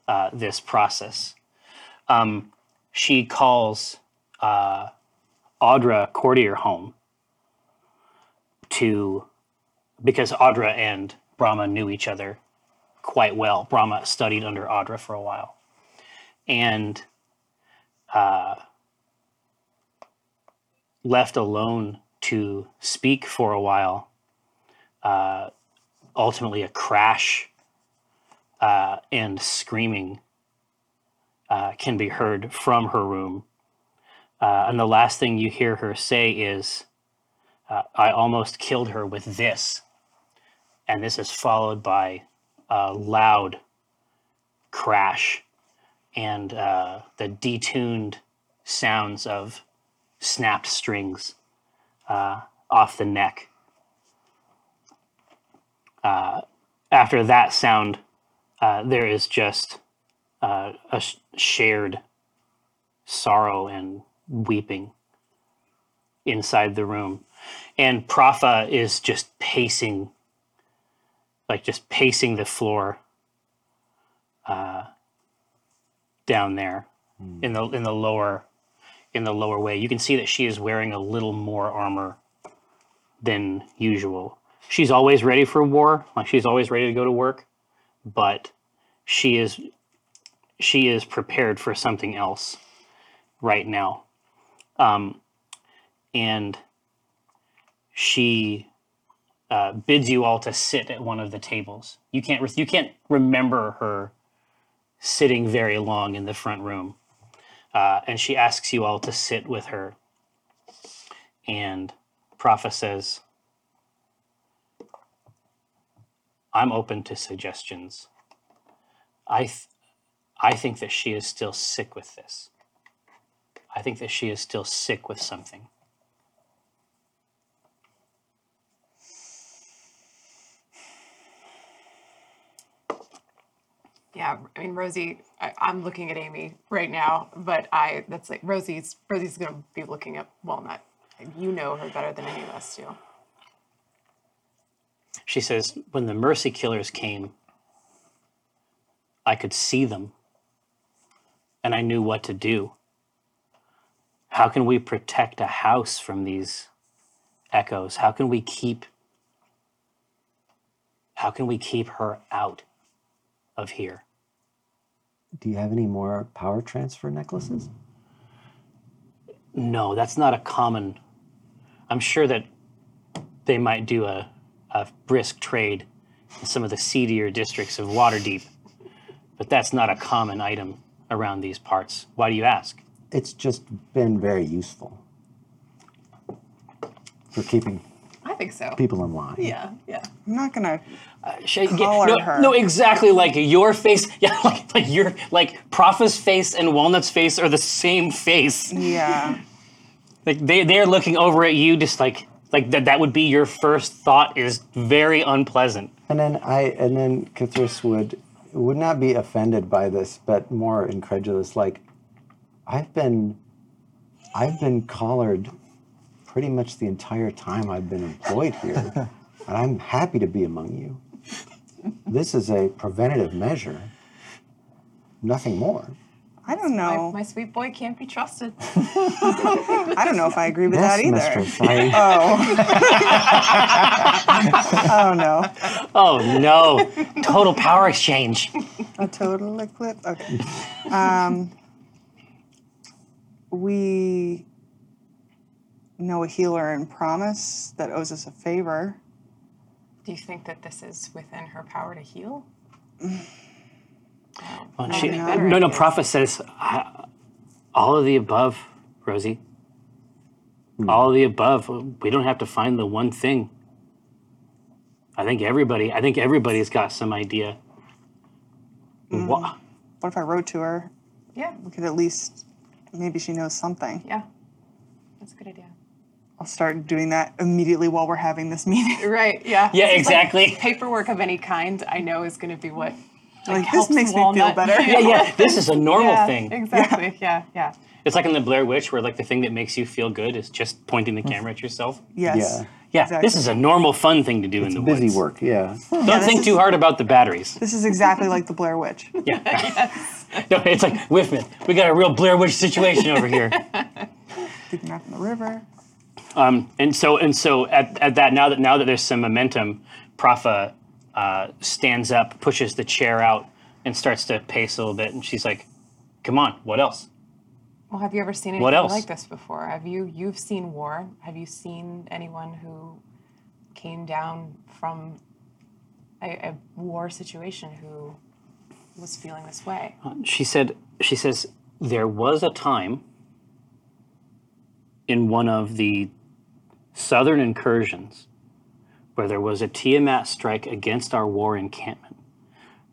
Speaker 2: uh, this process. Um, she calls uh, Audra Courtier home to because Audra and Brahma knew each other quite well. Brahma studied under Audra for a while. And uh, left alone to speak for a while, uh, ultimately, a crash uh, and screaming uh, can be heard from her room. Uh, and the last thing you hear her say is, uh, I almost killed her with this. And this is followed by a loud crash and uh, the detuned sounds of snapped strings uh, off the neck. Uh, after that sound, uh, there is just uh, a sh- shared sorrow and weeping inside the room. And Propha is just pacing, like just pacing the floor uh, down there in the in the lower in the lower way. You can see that she is wearing a little more armor than usual. She's always ready for war, like she's always ready to go to work, but she is she is prepared for something else right now. Um, and she uh, bids you all to sit at one of the tables. You can't re- you can't remember her sitting very long in the front room, uh, and she asks you all to sit with her. And Prophet says, "I'm open to suggestions. I th- I think that she is still sick with this. I think that she is still sick with something."
Speaker 4: Yeah, I mean Rosie. I, I'm looking at Amy right now, but I that's like Rosie's. Rosie's gonna be looking at Walnut. You know her better than any of us do.
Speaker 2: She says, When the mercy killers came, I could see them and I knew what to do. How can we protect a house from these echoes? How can we keep how can we keep her out of here?
Speaker 5: Do you have any more power transfer necklaces?
Speaker 2: No, that's not a common. I'm sure that they might do a, a brisk trade in some of the seedier districts of Waterdeep, but that's not a common item around these parts. Why do you ask?
Speaker 5: It's just been very useful for keeping
Speaker 4: I think so.
Speaker 5: people in line.
Speaker 4: Yeah, yeah.
Speaker 6: I'm not going to.
Speaker 2: Sh- yeah,
Speaker 6: Collar
Speaker 2: no,
Speaker 6: her.
Speaker 2: no, exactly like your face. Yeah, like, like your like Prophet's face and Walnut's face are the same face.
Speaker 6: Yeah.
Speaker 2: Like they they're looking over at you, just like like that. That would be your first thought. Is very unpleasant.
Speaker 5: And then I and then Cthulhu would would not be offended by this, but more incredulous. Like, I've been, I've been collared pretty much the entire time I've been employed here, and I'm happy to be among you. This is a preventative measure, nothing more.
Speaker 6: I don't know.
Speaker 4: My, my sweet boy can't be trusted.
Speaker 6: I don't know if I agree with that either.
Speaker 5: mistress. I,
Speaker 6: Oh. oh no.
Speaker 2: Oh no! Total power exchange.
Speaker 6: A total eclipse. Okay. Um, we know a healer in promise that owes us a favor.
Speaker 4: Do you think that this is within her power to heal?
Speaker 2: Well, she-
Speaker 6: no.
Speaker 2: no, no. Prophet says "I- all of the above, Rosie.
Speaker 5: Hmm.
Speaker 2: All of the above. We don't have to find the one thing. I think everybody. I think everybody's got some idea. Wha-
Speaker 6: What if I wrote to her?
Speaker 4: Yeah,
Speaker 6: We could at least, maybe she knows something.
Speaker 4: yeah. That's a good idea.
Speaker 6: I'll start doing that immediately while we're having this meeting.
Speaker 4: Right, yeah.
Speaker 2: Yeah,
Speaker 4: It's like
Speaker 2: exactly.
Speaker 4: paperwork of any kind, I know, is going to be what.
Speaker 6: Like, this
Speaker 4: helps
Speaker 6: makes me feel
Speaker 4: Walnut.
Speaker 6: better.
Speaker 2: yeah, yeah. This is a normal
Speaker 4: Yeah,
Speaker 2: thing.
Speaker 4: Exactly, yeah, yeah.
Speaker 2: It's like in the Blair Witch, where like the thing that makes you feel good is just pointing the camera at yourself.
Speaker 6: Yes.
Speaker 5: yeah,
Speaker 2: Yeah, this
Speaker 6: Exactly.
Speaker 2: is a normal, fun thing to do in the
Speaker 5: uh, busy
Speaker 2: woods.
Speaker 5: work. Yeah,
Speaker 2: Don't think too hard about the batteries.
Speaker 6: This is exactly like the Blair Witch.
Speaker 2: Yeah. no, it's like Whiffman. We got a real Blair Witch situation over here.
Speaker 6: Keep them out from the river.
Speaker 2: And so and so at, at that now that now that there's some momentum, Profa uh, stands up, pushes the chair out, and starts to pace a little bit. And she's like, "Come on, what else?"
Speaker 4: Well, have you ever seen anything
Speaker 2: What else?
Speaker 4: like this before? Have you you've seen war? Have you seen anyone who came down from a, a war situation who was feeling this way?
Speaker 2: She said. She says there was a time in one of the southern incursions where there was a Tiamat strike against our war encampment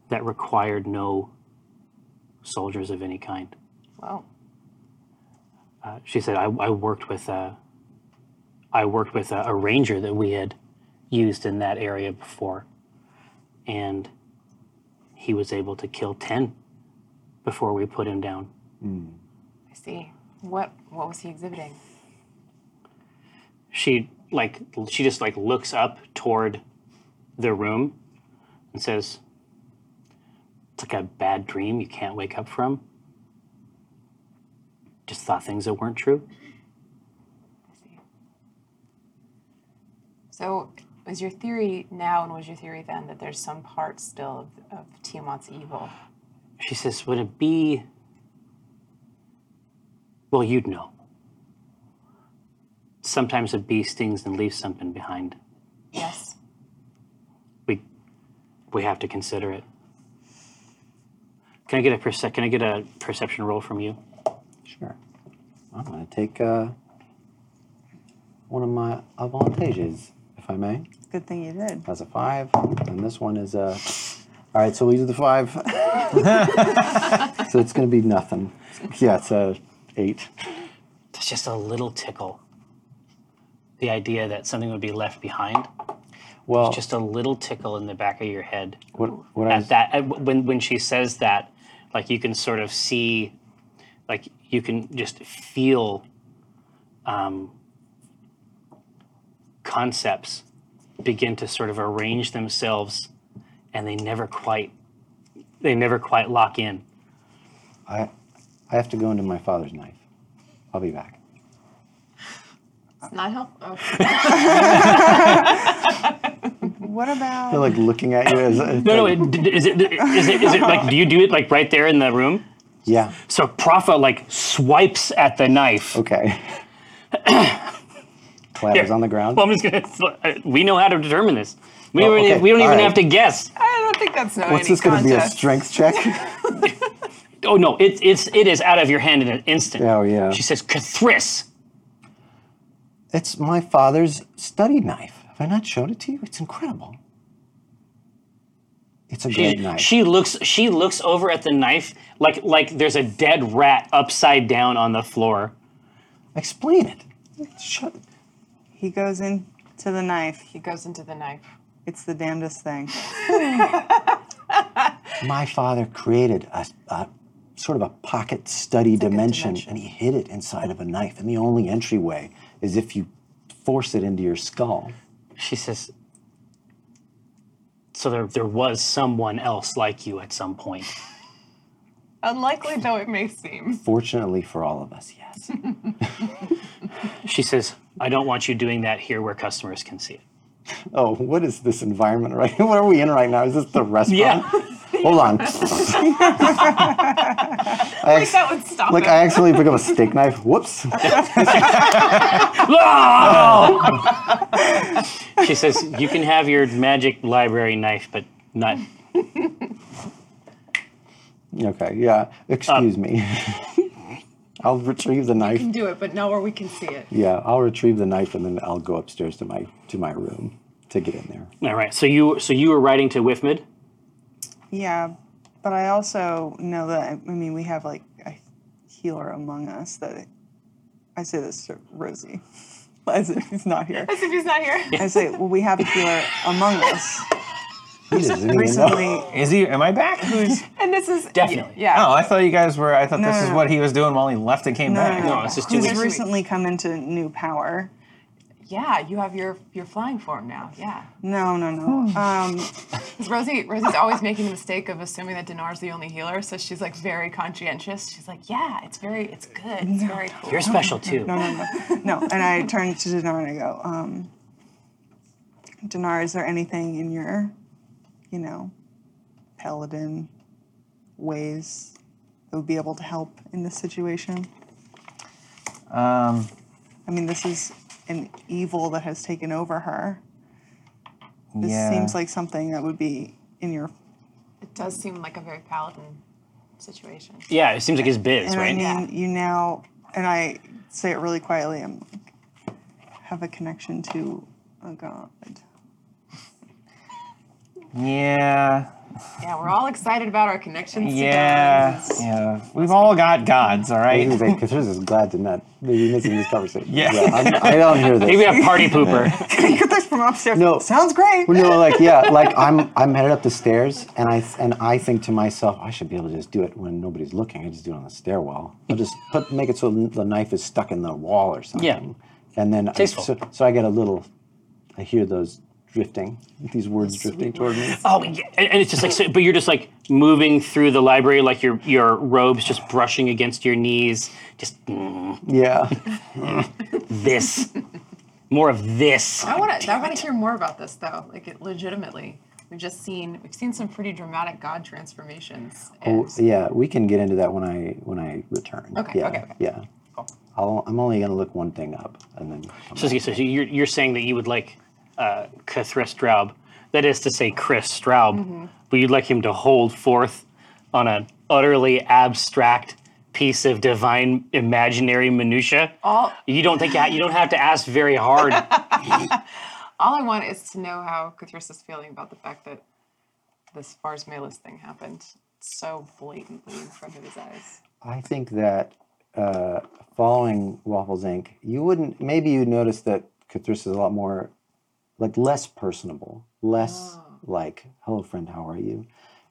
Speaker 2: that required no soldiers of any kind.
Speaker 4: Well,
Speaker 2: she said I, I worked with a, I worked with a, a ranger that we had used in that area before, and he was able to kill ten before we put him down.
Speaker 4: I see. What what was he exhibiting?
Speaker 2: She like she just like looks up toward the room and says, "It's like a bad dream you can't wake up from." Just thought things that weren't true.
Speaker 4: I see. So, is your theory now, and was your theory then, that there's some part still of, of Tiamat's evil?
Speaker 2: She says, Would it be. Well, you'd know. Sometimes a bee stings and leaves something behind.
Speaker 4: Yes.
Speaker 2: We, we have to consider it. Can I get a perce- Can I get a perception roll from you?
Speaker 5: sure. I'm gonna take uh, one of my avantages, if I may.
Speaker 6: Good thing you did.
Speaker 5: That's a five, and this one is a. All right, so these are the five. so it's gonna be nothing. Yeah, it's a eight.
Speaker 2: That's just a little tickle. The idea that something would be left behind,
Speaker 5: Well,
Speaker 2: just a little tickle in the back of your head.
Speaker 5: what, what I
Speaker 2: at
Speaker 5: was,
Speaker 2: that at- when when she says that like you can sort of see like you can just feel um, concepts begin to sort of arrange themselves and they never quite they never quite lock in
Speaker 5: I, I have to go into my father's knife. I'll be back.
Speaker 4: It's not oh. helpful.
Speaker 6: What
Speaker 5: They're
Speaker 6: about
Speaker 5: like looking at you as. as
Speaker 2: no no it- d- d- is it is it, is it like do you do it like right there in the room
Speaker 5: yeah.
Speaker 2: so Profa like swipes at the knife
Speaker 5: Okay. Clatters
Speaker 2: Here.
Speaker 5: on the ground.
Speaker 2: well, I'm just gonna we know how to determine this we
Speaker 5: Oh,
Speaker 2: don't really-
Speaker 5: okay.
Speaker 2: we don't
Speaker 5: All
Speaker 2: even
Speaker 5: right.
Speaker 2: have to guess
Speaker 4: I don't think that's no.
Speaker 5: What's this going to be? A
Speaker 6: contest.
Speaker 5: strength check?
Speaker 2: Oh no, it, it's it is out of your hand in an instant.
Speaker 5: Oh, yeah.
Speaker 2: She says, Cathris.
Speaker 5: it's my father's study knife. Have I not showed it to you? It's incredible. It's a great
Speaker 2: She,
Speaker 5: knife.
Speaker 2: she looks she looks over at the knife like like there's a dead rat upside down on the floor.
Speaker 5: Explain it. Shut.
Speaker 6: he goes in to the knife.
Speaker 4: He goes into the knife.
Speaker 6: It's the damnedest thing.
Speaker 5: my father created a, a sort of a pocket study dimension,
Speaker 4: dimension.
Speaker 5: and he hid it inside of a knife. And the only entryway is if you force it into your skull.
Speaker 2: She says, So there, there was someone else like you at some point.
Speaker 4: Unlikely though it may seem.
Speaker 5: Fortunately for all of us, yes.
Speaker 2: She says, I don't want you doing that here where customers can see it.
Speaker 5: oh, what is this environment right? What are we in right now? Is this the restaurant?
Speaker 2: Yeah.
Speaker 5: Hold on. I
Speaker 4: Like that would stop
Speaker 5: Like
Speaker 4: it.
Speaker 5: I accidentally pick up a steak knife. Whoops.
Speaker 2: She says, You can have your magic library knife, but not.
Speaker 5: okay, yeah. Excuse me. I'll retrieve the knife.
Speaker 4: can do it, but not where we can see it.
Speaker 5: Yeah, I'll retrieve the knife and then I'll go upstairs to my to my room to get in there.
Speaker 2: All right. So you so you were writing to Whiffmid?
Speaker 6: Yeah, but I also know that I mean we have like a healer among us that I say this to Rosie as if he's not here.
Speaker 4: As if he's not here.
Speaker 6: I say, well, we have a healer among us
Speaker 5: He doesn't even know.
Speaker 6: recently.
Speaker 3: Is he? Am I back? Who's?
Speaker 4: And this is
Speaker 2: Definitely.
Speaker 4: Yeah.
Speaker 3: Oh, I thought you guys were. I thought this is
Speaker 6: no,
Speaker 3: what he was doing while he left and came back.
Speaker 2: No, it's just two
Speaker 6: Who's
Speaker 2: weeks.
Speaker 6: recently come into new power.
Speaker 4: Yeah, you have your your flying form now. Yeah.
Speaker 6: No, no, no. Um,
Speaker 4: Because Rosie Rosie's always making the mistake of assuming that Dinar's the only healer, so she's like very conscientious. She's like, Yeah, it's very it's good. It's very cool.
Speaker 2: You're special too.
Speaker 6: no, no, no, no. And I turn to Dinar and I go, um, Dinar, is there anything in your, you know, paladin ways that would be able to help in this situation?
Speaker 3: Um,
Speaker 6: I mean, this is an evil that has taken over her. This
Speaker 3: yeah.
Speaker 6: seems like something that would be in your.
Speaker 4: It does seem like a very paladin situation.
Speaker 2: Yeah, it seems like his biz,
Speaker 6: And I
Speaker 2: right?
Speaker 6: mean,
Speaker 4: Yeah.
Speaker 6: you now, and I say it really quietly. I'm like, have a connection to a god.
Speaker 3: yeah.
Speaker 4: Yeah, we're all excited about our connections
Speaker 3: Yeah.
Speaker 4: to gods.
Speaker 3: Yeah. We've all got gods, all right?
Speaker 5: Maybe Catrice is glad to not be missing this conversation.
Speaker 3: Yeah.
Speaker 5: I'm, I do not hear this.
Speaker 2: Maybe a party pooper.
Speaker 6: Get this from upstairs.
Speaker 5: No.
Speaker 6: sounds great.
Speaker 5: Well, no, like yeah, like I'm I'm headed up the stairs, and I and I think to myself, I should be able to just do it when nobody's looking. I just do it on the stairwell. I'll just put make it so the knife is stuck in the wall or something. and then I,
Speaker 2: Tasteful.
Speaker 5: so, so I get a little. I hear those drifting, these words drifting toward me.
Speaker 2: Oh, yeah. and, and it's just like, so, but you're just like moving through the library, like your your robes just brushing against your knees. Just mm,
Speaker 5: Yeah,
Speaker 2: this, more of this.
Speaker 4: I wanna I wanna hear more about this though. Like it legitimately. We've just seen we've seen some pretty dramatic god transformations. And
Speaker 5: Oh, yeah. We can get into that when I when I return.
Speaker 4: Okay,
Speaker 5: Yeah.
Speaker 4: okay, okay.
Speaker 5: Yeah. I'll, I'm only gonna look one thing up, and then come
Speaker 2: So, so you're, you're saying that you would like uh, Kathris Straub, that is to say, Chris Straub,
Speaker 6: Mm-hmm.
Speaker 2: but you'd like him to hold forth on an utterly abstract piece of divine imaginary minutia.
Speaker 4: all
Speaker 2: you don't think you don't have to ask very hard.
Speaker 4: All I want is to know how Cathris is feeling about the fact that this Fars Malus thing happened so blatantly in front of his eyes.
Speaker 5: I think that uh, following Waffles Inc., you wouldn't. Maybe you notice that Catrice is a lot more, like less personable,
Speaker 4: Oh.
Speaker 5: less like "Hello, friend, how are you,"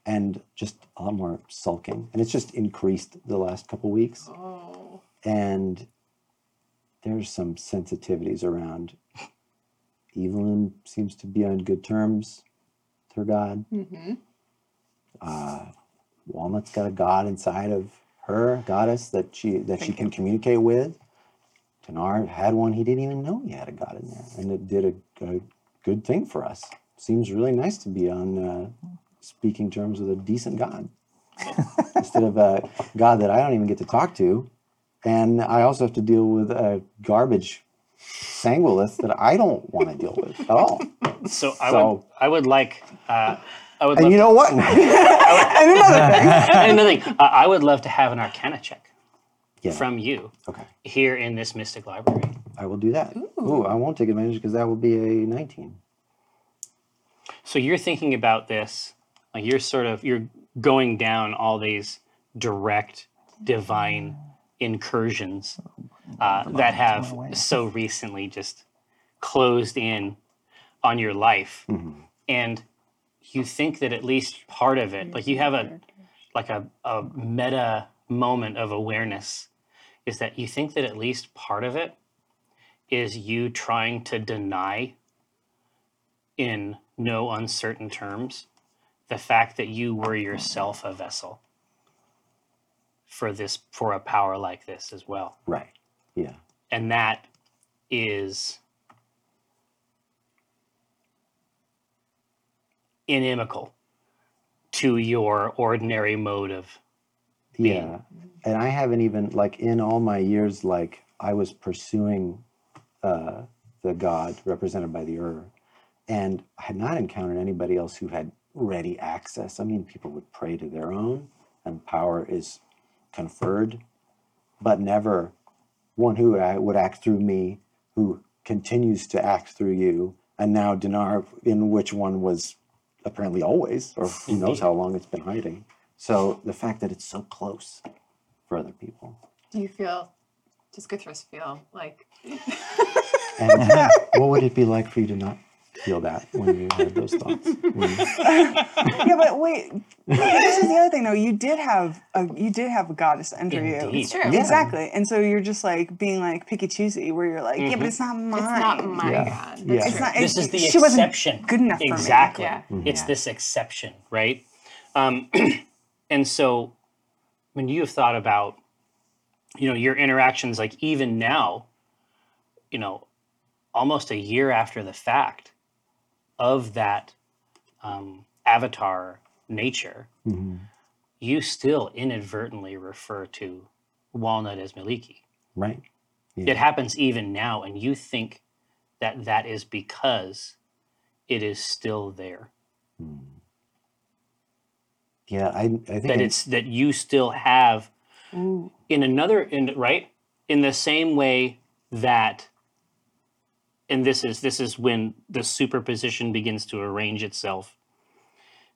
Speaker 5: and just a lot more sulking. And it's just increased the last couple weeks.
Speaker 4: Oh.
Speaker 5: And there's some sensitivities around. Evelyn seems to be on good terms with her god.
Speaker 4: Mm-hmm.
Speaker 5: Uh, Walnut's got a god inside of her, goddess that she that she can communicate with. Tanar had one he didn't even know he had a god in there, and it did a, a good thing for us. Seems really nice to be on uh, speaking terms with a decent god instead of a god that I don't even get to talk to, and I also have to deal with a garbage sanguilith that I don't want to deal with at all.
Speaker 2: So I would
Speaker 5: So-
Speaker 2: I would like uh, I would
Speaker 5: And
Speaker 2: love
Speaker 5: you know what?
Speaker 2: and another thing, I I would love to have an Arcana check
Speaker 5: Yeah.
Speaker 2: from you
Speaker 5: okay.
Speaker 2: here in this Mystic Library.
Speaker 5: I will do that. Ooh, I won't take advantage because that will be a 19.
Speaker 2: So you're thinking about this, like you're sort of you're going down all these direct divine incursions uh, that have so recently just closed in on your life, and you think that at least part of it, like you have a like a, a meta moment of awareness, is that you think that at least part of it is you trying to deny in no uncertain terms the fact that you were yourself a vessel for this for a power like this as well
Speaker 5: Right. Yeah.
Speaker 2: and that is inimical to your ordinary mode of
Speaker 5: Yeah. And I haven't even like in all my years like I was pursuing uh the god represented by the Ur and I had not encountered anybody else who had ready access. I mean people would pray to their own and power is conferred, but never one who a- would act through me, who continues to act through you, and now Dinar in which one was apparently always, or who knows how long it's been hiding. So the fact that it's so close for other people.
Speaker 4: Do you feel, does Githris feel like,
Speaker 5: And what would it be like for you to not feel that when you had those thoughts? When-
Speaker 6: yeah, but wait. this is the other thing, though. You did have a you did have a goddess under you.
Speaker 2: indeed.
Speaker 4: it's true.
Speaker 5: Yeah.
Speaker 6: Exactly, and so you're just like being like picky choosy, where you're like, yeah, but it's not mine.
Speaker 4: It's not my
Speaker 5: Yeah.
Speaker 4: God.
Speaker 5: Yeah.
Speaker 4: That's
Speaker 6: It's
Speaker 4: true.
Speaker 6: not.
Speaker 2: This is
Speaker 6: it's-
Speaker 2: the
Speaker 6: she
Speaker 2: exception.
Speaker 6: wasn't good enough for me.
Speaker 2: Exactly.
Speaker 4: Yeah.
Speaker 2: It's
Speaker 4: Yeah.
Speaker 2: this exception, right? Um, and so when you have thought about, you know, your interactions, like even now, you know, almost a year after the fact of that um, avatar nature,
Speaker 5: Mhm.
Speaker 2: you still inadvertently refer to Walnut as Maliki.
Speaker 5: Right.
Speaker 2: It happens even now, and you think that that is because it is still there.
Speaker 5: Hmm. Yeah, I, I think
Speaker 2: that
Speaker 5: I-
Speaker 2: it's that you still have in another in right in the same way that and this is this is when the superposition begins to arrange itself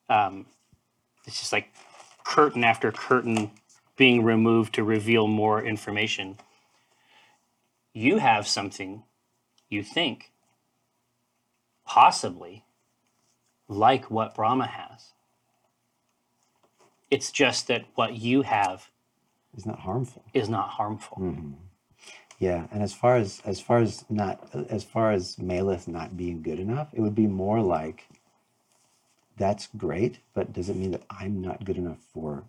Speaker 2: um it's just like curtain after curtain being removed to reveal more information you have something you think possibly like what brahma has it's just that what you have
Speaker 5: it's not harmful. Mm-hmm.
Speaker 2: is not harmful.
Speaker 5: Yeah, and as far as as far as not as far as Malith not being good enough, it would be more like that's great, but does it mean that I'm not good enough for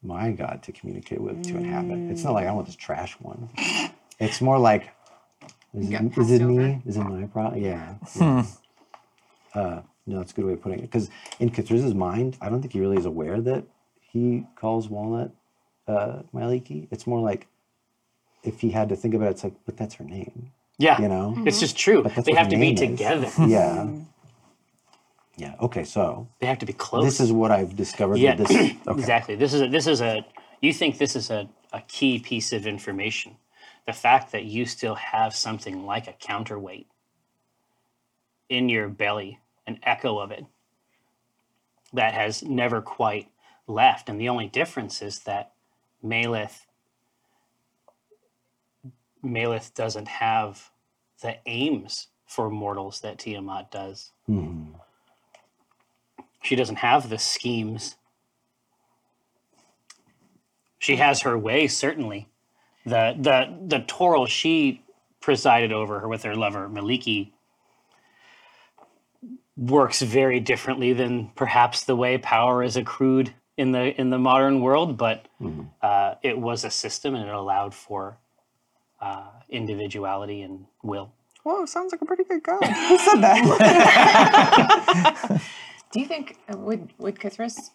Speaker 5: my God to communicate with to inhabit? It's not like I want this trash one. It's more like is
Speaker 4: got
Speaker 5: it, is
Speaker 4: passed
Speaker 5: it
Speaker 4: over.
Speaker 5: me? Is it my problem? Yeah. yeah. uh, no, that's a good way of putting it. Because in Kathriz's mind, I don't think he really is aware that he calls Walnut uh, Maliki. It's more like if he had to think about it, it's like, but that's her name,
Speaker 2: Yeah.
Speaker 5: you know?
Speaker 2: It's just true.
Speaker 5: But that's
Speaker 2: They
Speaker 5: what
Speaker 2: have to be
Speaker 5: name is.
Speaker 2: together.
Speaker 5: Yeah. Yeah. Okay. So
Speaker 2: they have to be close.
Speaker 5: this is what I've discovered.
Speaker 2: yeah,
Speaker 5: With this. Okay.
Speaker 2: exactly. This is a, this is a you think this is a, a key piece of information. The fact that you still have something like a counterweight in your belly, an echo of it that has never quite left. And the only difference is that Malith Malith doesn't have the aims for mortals that Tiamat does.
Speaker 5: Mhm.
Speaker 2: She doesn't have the schemes. She has her way, certainly. The the the toral she presided over with her lover Maliki works very differently than perhaps the way power is accrued in the in the modern world, but uh, it was a system and it allowed for uh, individuality and will.
Speaker 6: Whoa, sounds like a pretty good god. Who said that?
Speaker 4: Do you think, uh, would, would Kithris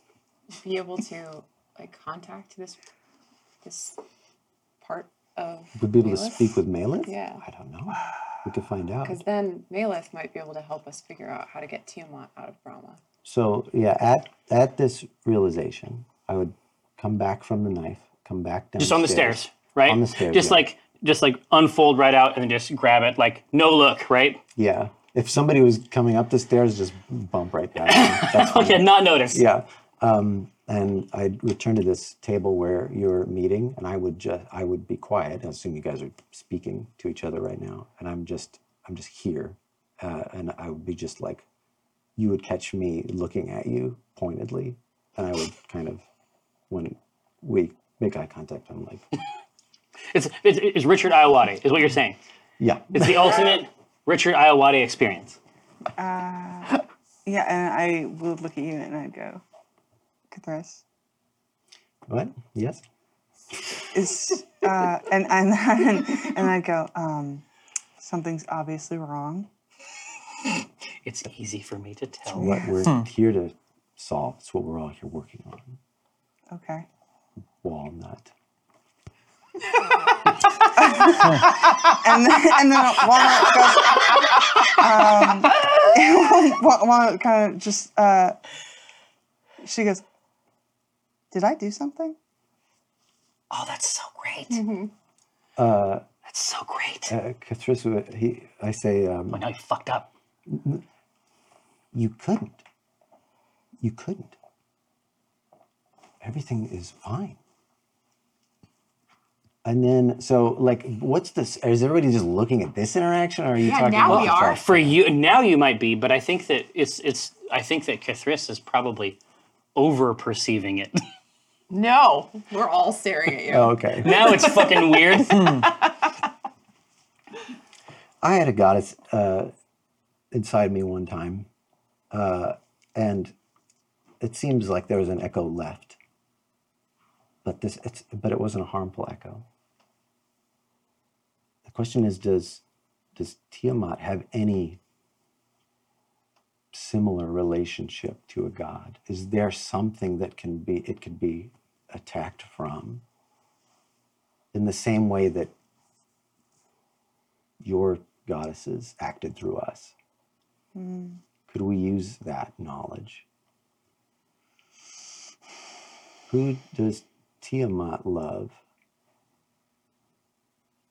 Speaker 4: be able to like contact this, this part of
Speaker 5: Would be able to
Speaker 4: Malith?
Speaker 5: speak with Malith?
Speaker 4: Yeah.
Speaker 5: I don't know. We could find out.
Speaker 4: Because then Malith might be able to help us figure out how to get Tiamat out of Brahma.
Speaker 5: So yeah, at at this realization, I would come back from the knife, come back down.
Speaker 2: just on the stairs, right?
Speaker 5: On the stairs,
Speaker 2: Just
Speaker 5: yeah.
Speaker 2: like just like unfold right out and then just grab it, like no look, right?
Speaker 5: Yeah. If somebody was coming up the stairs, just bump right past them. That's fine.
Speaker 2: Okay, not notice.
Speaker 5: Yeah. Um, and I'd return to this table where you're meeting, and I would just I would be quiet. I assume you guys are speaking to each other right now, and I'm just I'm just here, uh, and I would be just like you would catch me looking at you pointedly, and I would kind of when we make eye contact, I'm like,
Speaker 2: It's, it's, it's Richard Iowati, is what you're saying.
Speaker 5: yeah,
Speaker 2: It's the ultimate Richard Iowati experience.
Speaker 6: Yeah, and I would look at you and I'd go, Cathars.
Speaker 5: what? Yes.
Speaker 6: Is uh, and and then and I'd go, um, something's obviously wrong.
Speaker 2: It's easy for me to tell.
Speaker 5: What we're here to solve. It's what we're all here working on.
Speaker 6: Okay.
Speaker 5: Walnut.
Speaker 6: and then, and then Walnut goes, um, Wa- Walnut kind of just, uh, she goes, did I do something?
Speaker 2: Oh, that's so great. that's so great.
Speaker 5: Uh, Cathriss, he, I say, um,
Speaker 2: Well, now you fucked up.
Speaker 5: you couldn't. You couldn't. Everything is fine. And then, so like, what's this? Is everybody just looking at this interaction, or are you
Speaker 7: Yeah,
Speaker 5: talking
Speaker 7: now
Speaker 5: about
Speaker 7: we
Speaker 5: the
Speaker 7: are.
Speaker 5: fact-
Speaker 2: For you now, you might be, but I think that it's it's. I think that Kathris is probably over perceiving it.
Speaker 7: No, we're all staring at you.
Speaker 5: Oh, okay.
Speaker 2: now it's fucking weird.
Speaker 5: I had a goddess uh, inside me one time, uh, and it seems like there was an echo left, but this it's, but it wasn't a harmful echo. The question is, does does Tiamat have any similar relationship to a god? Is there something that can be it could be attacked from? In the same way that your goddesses acted through us. Could we use that knowledge? Who does Tiamat love?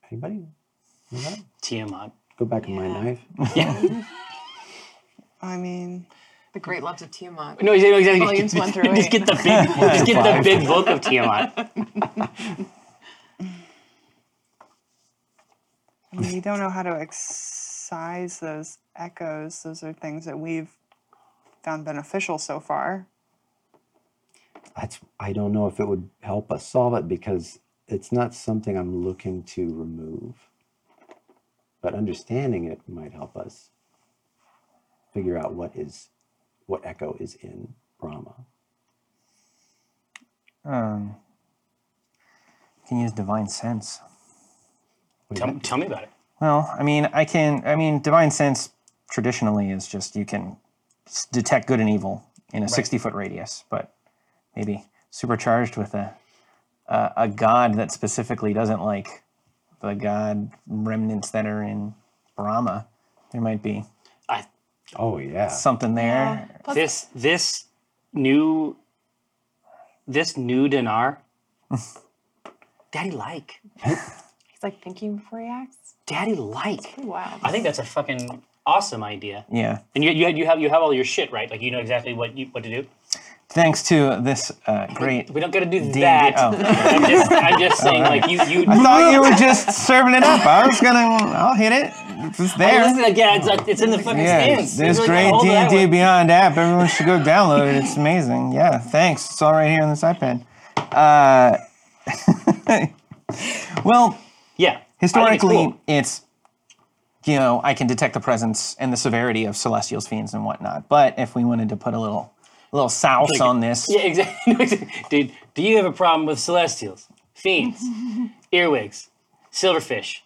Speaker 5: Anybody? Anybody?
Speaker 2: Tiamat.
Speaker 5: Go back in my knife.
Speaker 6: I mean,
Speaker 7: The great loves of Tiamat.
Speaker 2: No, exactly. exactly.
Speaker 7: Volumes
Speaker 2: Just,
Speaker 7: one through
Speaker 2: just get the big, just get the big book of Tiamat.
Speaker 6: I mean, we don't know how to excise those echoes. Those are things that we've found beneficial so far.
Speaker 5: That's, I don't know if it would help us solve it because it's not something I'm looking to remove. But understanding it might help us figure out what is what echo is in Brahma.
Speaker 3: Um, you can use divine sense.
Speaker 2: Tell, tell me about it.
Speaker 3: Well, I mean, I can. I mean, divine sense traditionally is just you can s- detect good and evil in a sixty-foot radius, but maybe supercharged with a a, a god that specifically doesn't like the god remnants that are in Brahma. There might be
Speaker 2: I,
Speaker 5: Oh yeah.
Speaker 3: something there.
Speaker 2: this this new this new dinar. Daddy like.
Speaker 4: He's like, thank you for your acts.
Speaker 2: Daddy like.
Speaker 4: Wow.
Speaker 2: I think that's a fucking awesome idea.
Speaker 3: Yeah.
Speaker 2: And you, you, you have you have all your shit right. Like you know exactly what you what to do.
Speaker 3: Thanks to this uh, great.
Speaker 2: We don't got to do
Speaker 3: D&D
Speaker 2: that.
Speaker 3: oh.
Speaker 2: I'm just I'm just saying like you you.
Speaker 3: I thought you were just serving it up. I was gonna. I'll hit it. It's just there.
Speaker 2: Listen again. It's, like- it's in the fucking
Speaker 3: Yeah,
Speaker 2: stands.
Speaker 3: this
Speaker 2: You really
Speaker 3: great
Speaker 2: gotta hold
Speaker 3: D
Speaker 2: it that
Speaker 3: and D
Speaker 2: way.
Speaker 3: Beyond app. Everyone should go download it. It's amazing. Yeah, thanks. It's all right here on this iPad. Uh, well,
Speaker 2: Yeah.
Speaker 3: historically,
Speaker 2: I think
Speaker 3: it's you know I can detect the presence and the severity of celestials, fiends, and whatnot. But if we wanted to put a little little sauce on this,
Speaker 2: it's cool. Yeah, exactly. Dude, do you have a problem with celestials, fiends, earwigs, silverfish,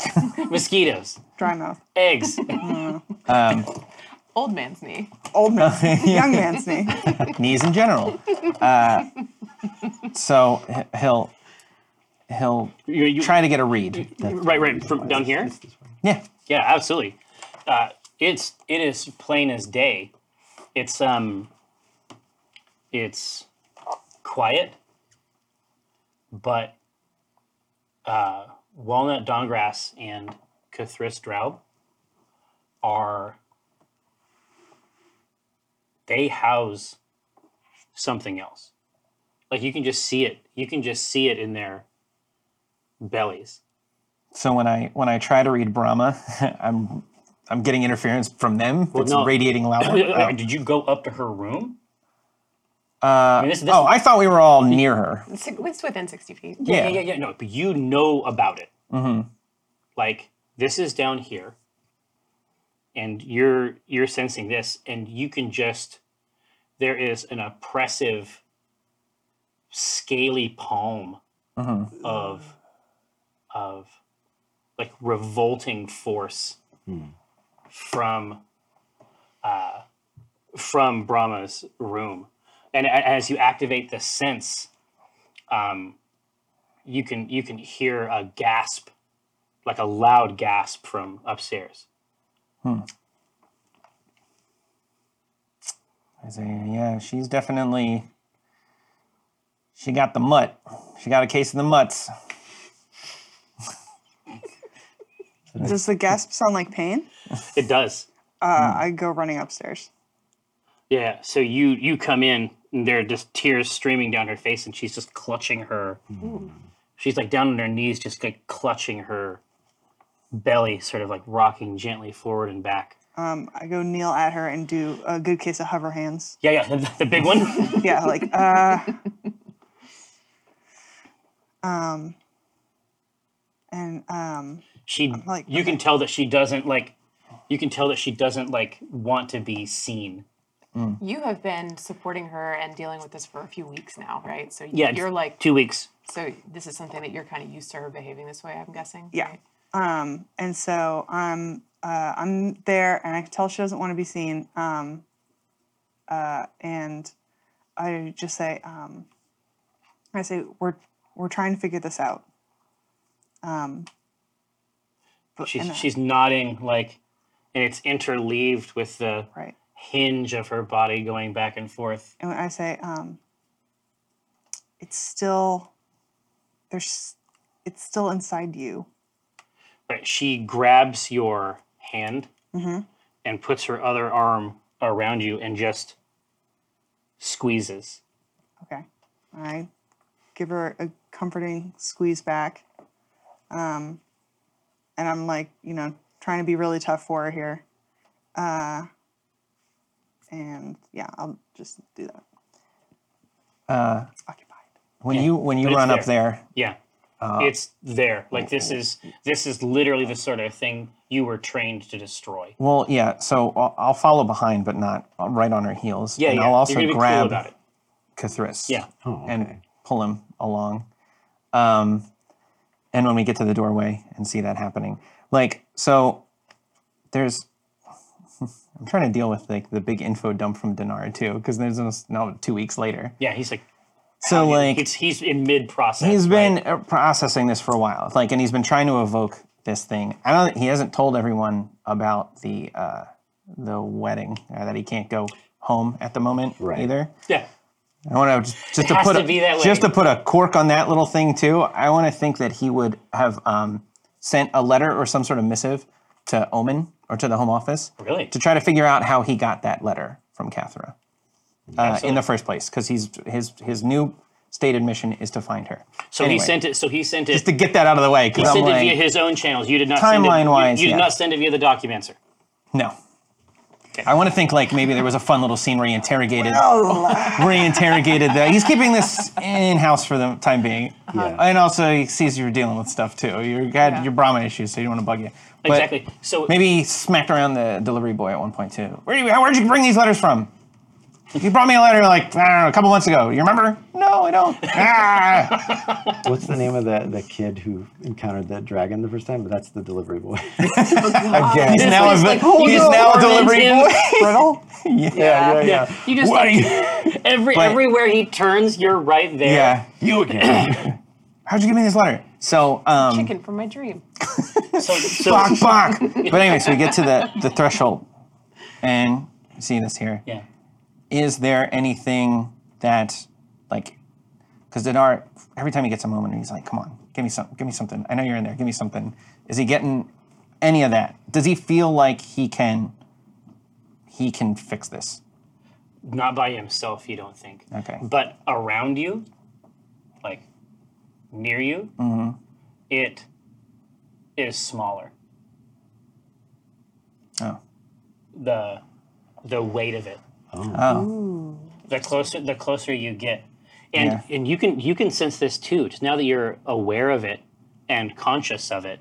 Speaker 2: mosquitoes,
Speaker 6: Dry mouth.
Speaker 2: eggs?
Speaker 7: Old man's knee.
Speaker 6: Old man. young man's knee.
Speaker 3: knees in general. Uh, so he- he'll he'll
Speaker 2: You, you,
Speaker 3: try to get a read.
Speaker 2: right, right from down here.
Speaker 3: Yeah.
Speaker 2: Yeah, absolutely. Uh, it's it is plain as day. It's um, it's quiet, but uh, walnut dongrass and Cathris draub are they house something else. Like you can just see it. You can just see it in their bellies.
Speaker 3: So when I when I try to read Brahma, I'm I'm getting interference from them. It's
Speaker 2: no.
Speaker 3: radiating louder. Oh.
Speaker 2: Did you go up to her room?
Speaker 3: Uh,
Speaker 2: mean, this- this-
Speaker 3: oh, I thought we were all near her.
Speaker 4: It's, it's within 60 feet.
Speaker 2: Yeah, yeah, yeah. No, but you know about it. Like this is down here, and you're you're sensing this, and you can just there is an oppressive, scaly palm of of like revolting force from uh, from Brahma's room, and a- as you activate the sense um, you can you can hear a gasp, like a loud gasp from upstairs.
Speaker 3: I say, yeah, she's definitely. She got the mutt. She got a case of the mutts.
Speaker 6: Does the gasp sound like pain?
Speaker 2: It does.
Speaker 6: Uh, I go running upstairs.
Speaker 2: Yeah. So you you come in and there are just tears streaming down her face, and she's just clutching her.
Speaker 4: Hmm.
Speaker 2: She's like down on her knees, just like clutching her belly, sort of like rocking gently forward and back.
Speaker 6: Um, I go kneel at her and do a good case of hover hands.
Speaker 2: Yeah, yeah, the, the big one.
Speaker 6: Yeah, like uh, um, and um,
Speaker 2: she
Speaker 6: like,
Speaker 2: you can tell that she doesn't like. You can tell that she doesn't like want to be seen.
Speaker 4: You have been supporting her and dealing with this for a few weeks now, right? So
Speaker 2: Yeah,
Speaker 4: you're like,
Speaker 2: two weeks.
Speaker 4: so this is something that you're kind of used to her behaving this way, I'm guessing?
Speaker 6: Yeah.
Speaker 4: right?
Speaker 6: Um, and so I'm uh, I'm there, and I can tell she doesn't want to be seen. Um, uh, and I just say, um, I say we're we're trying to figure this out. Um, but,
Speaker 2: She's
Speaker 6: and, uh,
Speaker 2: she's nodding like, and it's interleaved with the
Speaker 6: right.
Speaker 2: hinge of her body going back and forth.
Speaker 6: And when I say, um, it's still there's it's still inside you.
Speaker 2: But she grabs your hand
Speaker 3: Mm-hmm.
Speaker 2: and puts her other arm around you and just squeezes.
Speaker 6: Okay. I give her a comforting squeeze back. Um, and I'm like, you know, trying to be really tough for her here. Uh, and yeah, I'll just do that.
Speaker 3: Uh,
Speaker 6: Occupied.
Speaker 3: when you when you
Speaker 2: but it's
Speaker 3: run up
Speaker 2: there.
Speaker 3: there,
Speaker 2: Yeah.
Speaker 3: Uh,
Speaker 2: it's there. Like this
Speaker 3: oh.
Speaker 2: is this is literally the sort of thing you were trained to destroy.
Speaker 3: well, yeah. So I'll, I'll follow behind, but not uh, right on her heels.
Speaker 2: Yeah,
Speaker 3: and
Speaker 2: yeah.
Speaker 3: I'll also
Speaker 2: You're gonna be cool
Speaker 3: grab
Speaker 2: about it.
Speaker 3: Kathris.
Speaker 2: Yeah.
Speaker 3: and pull him along. Um, and when we get to the doorway and see that happening, like so, there's. I'm trying to deal with like the big info dump from Dinar too, because there's almost no two weeks later.
Speaker 2: Yeah, he's like
Speaker 3: So like
Speaker 2: it's he's in mid process.
Speaker 3: he's been uh, processing this for a while, like, and he's been trying to evoke this thing. I don't. He hasn't told everyone about the uh, the wedding uh, that he can't go home at the moment
Speaker 5: Right.
Speaker 3: either.
Speaker 2: Yeah.
Speaker 3: I want to just, just to
Speaker 2: has
Speaker 3: put
Speaker 2: to
Speaker 3: a,
Speaker 2: be that way.
Speaker 3: just to put a cork on that little thing too. I want to think that he would have um, sent a letter or some sort of missive to Omen or to the Home Office
Speaker 2: Really?
Speaker 3: to try to figure out how he got that letter from Cathra uh, in the first place, because he's his his new stated mission is to find her.
Speaker 2: So
Speaker 3: Anyway,
Speaker 2: he sent it. So he sent it.
Speaker 3: to get that out of the way.
Speaker 2: He
Speaker 3: Because I'm
Speaker 2: sent
Speaker 3: like,
Speaker 2: it via his own channels. You did not send it-
Speaker 3: Timeline-wise,
Speaker 2: You, you did
Speaker 3: yeah.
Speaker 2: not send it via the documenter.
Speaker 3: No. I want to think like maybe there was a fun little scene where he interrogated, where he interrogated the. He's keeping this in house for the time being, and also he sees you're dealing with stuff too. You had your Brahma issues, so you don't want to bug you. But
Speaker 2: Exactly. So
Speaker 3: Maybe he smacked around the delivery boy at one point too. Where do you, where'd you bring these letters from? You brought me a letter like I don't know, a couple months ago. You remember? No, I don't. Ah.
Speaker 5: What's the name of the, the kid who encountered the dragon the first time? But that's the delivery boy.
Speaker 3: Oh,
Speaker 5: Again.
Speaker 3: He's now a,
Speaker 2: like,
Speaker 3: he's
Speaker 2: you
Speaker 3: now
Speaker 2: torment
Speaker 3: a delivery
Speaker 2: him.
Speaker 3: boy.
Speaker 5: Brittle?
Speaker 4: Yeah.
Speaker 5: yeah.
Speaker 2: you just
Speaker 3: What are you?
Speaker 2: every
Speaker 3: But-
Speaker 2: everywhere he turns, you're right there.
Speaker 3: Yeah, you again. How'd you give me this letter? So, um,
Speaker 4: Chicken from my dream.
Speaker 2: So, so
Speaker 3: bok bok. But anyway, so we get to the the threshold, and you see this here. Is
Speaker 2: yeah.
Speaker 3: there anything that, like, because Dinar, every time he gets a moment, he's like, "Come on, give me some, give me something. I know you're in there. Give me something." Is he getting any of that? Does he feel like he can? He can fix this.
Speaker 2: Not by himself, you don't think.
Speaker 3: Okay.
Speaker 2: But around you, like near you,
Speaker 3: Mm-hmm.
Speaker 2: it is smaller.
Speaker 3: Oh.
Speaker 2: the the weight of it.
Speaker 3: Oh.
Speaker 2: The closer the closer you get, and
Speaker 3: Yeah.
Speaker 2: and you can you can sense this too. Just now that you're aware of it and conscious of it,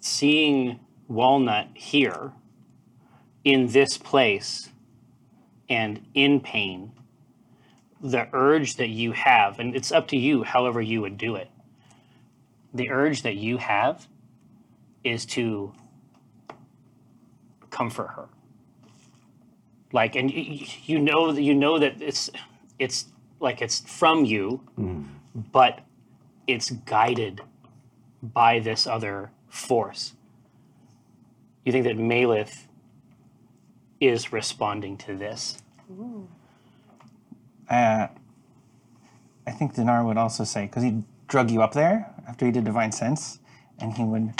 Speaker 2: seeing Walnut here in this place and in pain, the urge that you have, and it's up to you however you would do it. The urge that you have is to comfort her. Like, and y- y- you know that you know that it's it's like it's from you,
Speaker 3: Mm.
Speaker 2: but it's guided by this other force. You think that Malith is responding to this.
Speaker 3: Uh, I think Dinar would also say, because he drug you up there after he did Divine Sense, and he would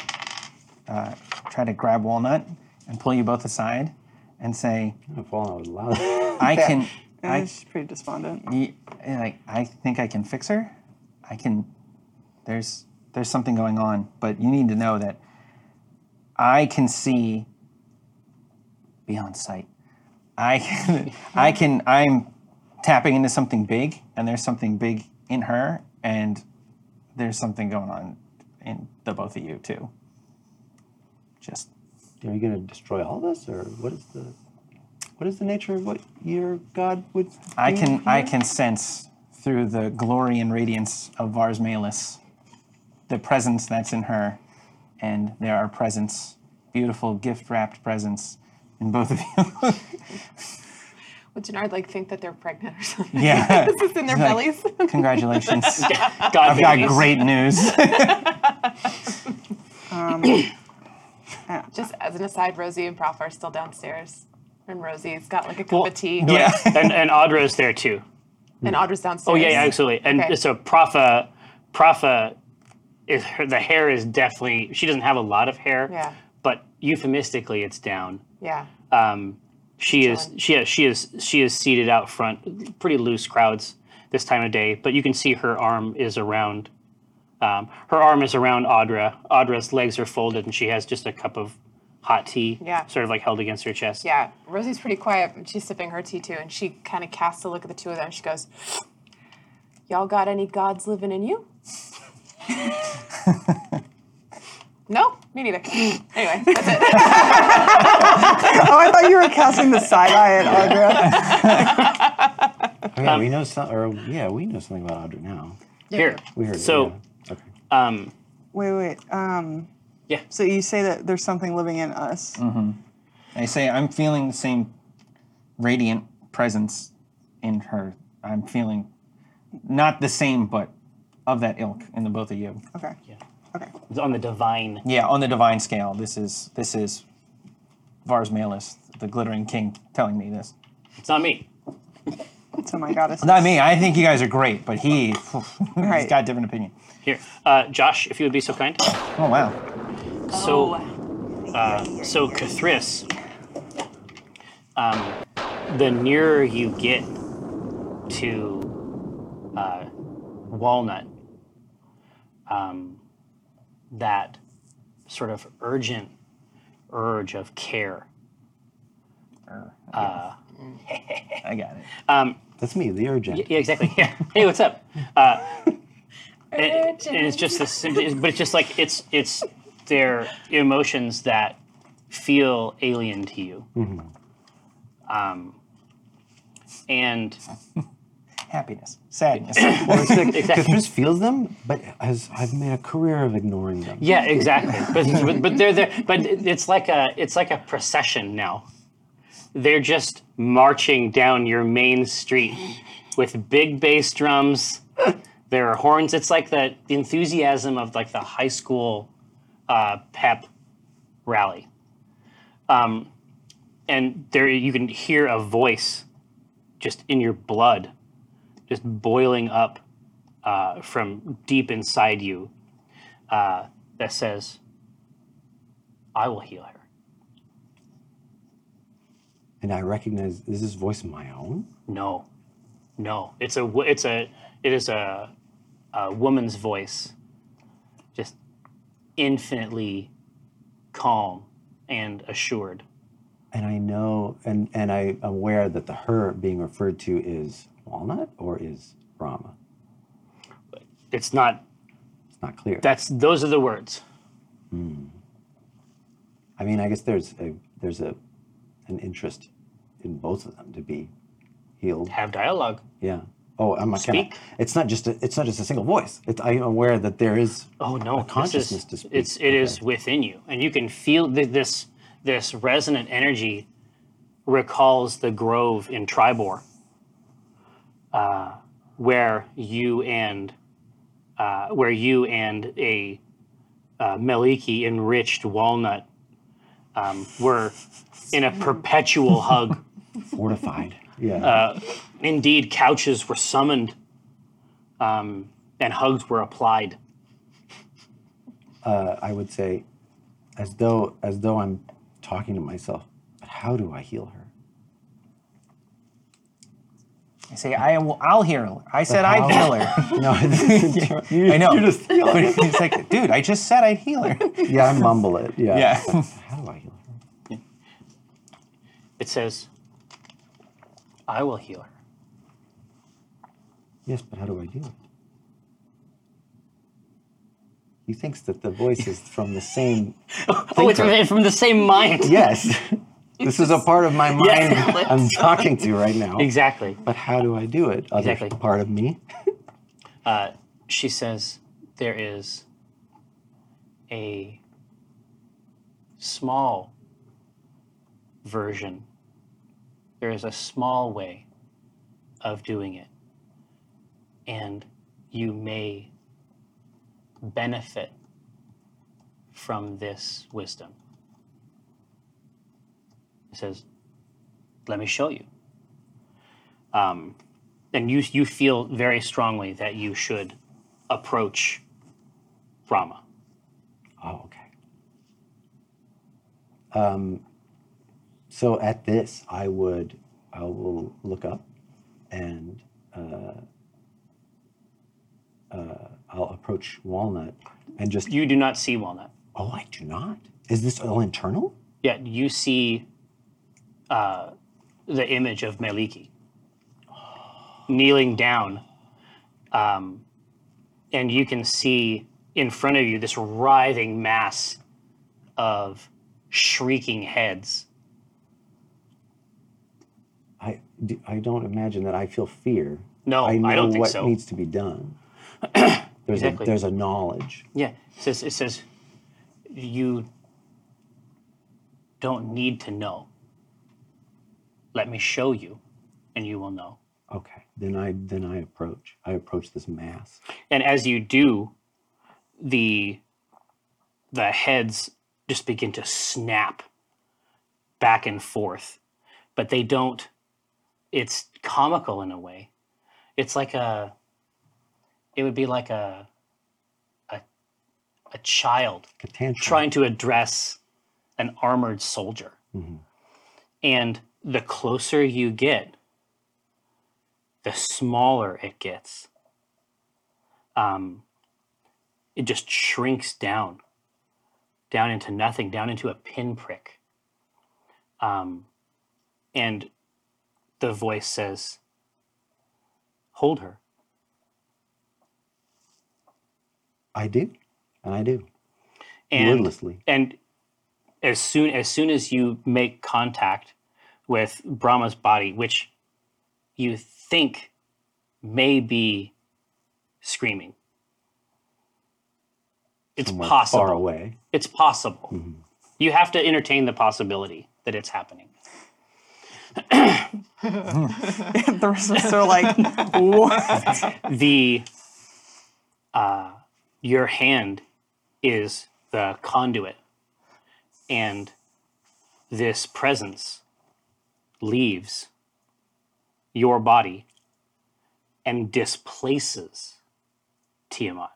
Speaker 3: uh, try to grab Walnut and pull you both aside and say,
Speaker 5: If all I was loud.
Speaker 3: I can.
Speaker 6: I
Speaker 3: I
Speaker 6: was pretty despondent.
Speaker 3: Ye- and eh, like I think I can fix her. I can. There's there's something going on, but you need to know that I can see beyond sight. I can, I can I'm tapping into something big, and there's something big in her, and there's something going on in the both of you too. Just
Speaker 5: Are you going to destroy all this, or what is the what is the nature of what your god would?
Speaker 3: I
Speaker 5: do
Speaker 3: can I
Speaker 5: here?
Speaker 3: can sense through the glory and radiance of Vars Malus the presence that's in her, and there are presents, beautiful gift wrapped presents in both of you.
Speaker 4: Would Denard like think that they're pregnant or something?
Speaker 3: yeah,
Speaker 4: It's in their
Speaker 3: Like,
Speaker 4: bellies.
Speaker 3: congratulations!
Speaker 2: God,
Speaker 3: I've got
Speaker 2: babies.
Speaker 3: great news.
Speaker 4: Just as an aside, Rosie and Prof are still downstairs, and Rosie's got like a cup
Speaker 2: Well,
Speaker 4: of tea,
Speaker 3: yeah,
Speaker 2: and, and Audra is there too.
Speaker 4: and Audra's downstairs.
Speaker 2: Oh yeah, yeah, absolutely. And
Speaker 4: Okay.
Speaker 2: so Profa, Profa, is her, the hair is definitely. She doesn't have a lot of hair.
Speaker 4: Yeah.
Speaker 2: But euphemistically, it's down.
Speaker 4: yeah.
Speaker 2: Um, she is. She is. She is. She is seated out front. Pretty loose crowds this time of day. But you can see her arm is around. Um, her arm is around Audra. Audra's legs are folded, and she has just a cup of hot tea,
Speaker 4: Yeah.
Speaker 2: sort of like held against her chest.
Speaker 4: Yeah, Rosie's pretty quiet. and She's sipping her tea too, and she kind of casts a look at the two of them. She goes, "Y'all got any gods living in you?" no, me neither. anyway, that's it.
Speaker 6: oh, I thought you were casting the side eye at Audra.
Speaker 5: Oh, yeah, we know some, or yeah, we know something about Audra now.
Speaker 2: Here.
Speaker 5: We heard. it,
Speaker 2: So.
Speaker 5: yeah. okay.
Speaker 2: Um,
Speaker 6: Wait, wait. Um,
Speaker 2: Yeah.
Speaker 6: So you say that there's something living in us.
Speaker 3: I say I'm feeling the same radiant presence in her. I'm feeling not the same, but of that ilk in the both of you.
Speaker 6: Okay. Okay.
Speaker 2: on the divine
Speaker 3: Yeah, on the divine scale, this is this is Vars Malus, the glittering king, telling me this.
Speaker 2: It's not me.
Speaker 6: So my goddess.
Speaker 3: Not me. I think you guys are great, but he he's
Speaker 6: Right.
Speaker 3: got a different opinion.
Speaker 2: Here, uh, Josh, if you would be so kind.
Speaker 3: Oh wow.
Speaker 2: So, uh, so Cathris, um, the nearer you get to uh, Walnut, um, that sort of urgent urge of care.
Speaker 3: I got it.
Speaker 5: That's me, the urgent.
Speaker 2: Yeah, exactly. Yeah. Hey, what's up? Uh, and, and it's just this, but it's just like it's it's their emotions that feel alien to you. Um, and
Speaker 3: Happiness. Sadness.
Speaker 5: Well, it's like,
Speaker 2: Exactly.
Speaker 5: Cthulhu feels them, but has, I've made a career of ignoring them.
Speaker 2: yeah, exactly. But, but but they're there. But it's like a it's like a procession now. They're just marching down your main street with big bass drums. There are horns. It's like the, the enthusiasm of like the high school uh, pep rally. Um, and there you can hear a voice just in your blood, just boiling up uh, from deep inside you uh, that says, I will heal her.
Speaker 5: And I recognize is this voice my own?
Speaker 2: No, no. It's a wo- it's a it is a, a woman's voice, just infinitely calm and assured.
Speaker 5: And I know, and and I'm aware that the her being referred to is Walnut or is Rama.
Speaker 2: It's not.
Speaker 5: It's not clear.
Speaker 2: That's those are the words.
Speaker 5: I mean, I guess there's a there's a an interest in both of them to be healed.
Speaker 2: Have dialogue.
Speaker 5: Yeah. Oh, I'm not gonna-
Speaker 2: Speak.
Speaker 5: It's not just a, it's not just a single voice. It's I'm aware that there is.
Speaker 2: Oh no, this is-
Speaker 5: consciousness to speak.
Speaker 2: It's it is within you, and you can feel th- this this resonant energy recalls the grove in Tribor, uh, where you and uh, where you and a uh, Maliki enriched walnut um, were in a perpetual hug.
Speaker 5: fortified.
Speaker 2: Uh,
Speaker 5: Yeah.
Speaker 2: Indeed, couches were summoned, um, and hugs were applied.
Speaker 5: uh, I would say, as though as though I'm talking to myself. But how do I heal her?
Speaker 3: I say, I will, I'll heal her. I said I'd heal
Speaker 5: how?
Speaker 3: her.
Speaker 5: No, it's, you,
Speaker 3: I know.
Speaker 5: You just heal
Speaker 3: But
Speaker 5: her.
Speaker 3: it's like, dude, I just said I'd heal her.
Speaker 5: Yeah, I mumble it. Yeah.
Speaker 3: Yeah.
Speaker 5: How do I heal her?
Speaker 2: It says, "I will heal her."
Speaker 5: Yes, but how do I heal her? He thinks that the voice is from the same.
Speaker 2: Oh, it's
Speaker 5: thinker.
Speaker 2: from, from the same mind.
Speaker 5: Yes. This is a part of my mind I'm talking to right now.
Speaker 2: Exactly.
Speaker 5: But how do I do it? Other
Speaker 2: Exactly.
Speaker 5: part of me.
Speaker 2: Uh, She says there is a small version. There is a small way of doing it. And you may benefit from this wisdom. It says, let me show you. Um, and you you feel very strongly that you should approach Rama.
Speaker 5: Oh, okay. Um, so at this, I would, I will look up, and uh, uh, I'll approach Walnut, and just.
Speaker 2: You do not see Walnut.
Speaker 5: Oh, I do not. Is this all internal?
Speaker 2: Yet you see uh, the image of Meliki kneeling down, um, and you can see in front of you this writhing mass of shrieking heads.
Speaker 5: I, d- I don't imagine that I feel fear.
Speaker 2: No, I
Speaker 5: know
Speaker 2: don't think
Speaker 5: what
Speaker 2: so.
Speaker 5: needs to be done. There's
Speaker 2: Exactly.
Speaker 5: a there's a knowledge.
Speaker 2: Yeah, it says it says you don't need to know. Let me show you, and you will know.
Speaker 5: Okay, then I then I approach. I approach this mass.
Speaker 2: And as you do, the the heads just begin to snap back and forth, but they don't. It's comical in a way. It's like a. It would be like a. A, a child
Speaker 5: A tantrum.
Speaker 2: trying to address an armored soldier. And the closer you get, the smaller it gets. Um, it just shrinks down, down into nothing, down into a pinprick. Um, and the voice says, Hold her.
Speaker 5: I do, and I do.
Speaker 2: and
Speaker 5: Wordlessly.
Speaker 2: and as soon as soon as you make contact with Brahma's body, which you think may be screaming, it's
Speaker 5: somewhere
Speaker 2: possible.
Speaker 5: far away. Mm-hmm.
Speaker 2: It's possible. You have to entertain the possibility that it's happening.
Speaker 6: the rest of us are like, what?
Speaker 2: the uh, your hand is the conduit and this presence leaves your body and displaces Tiamat.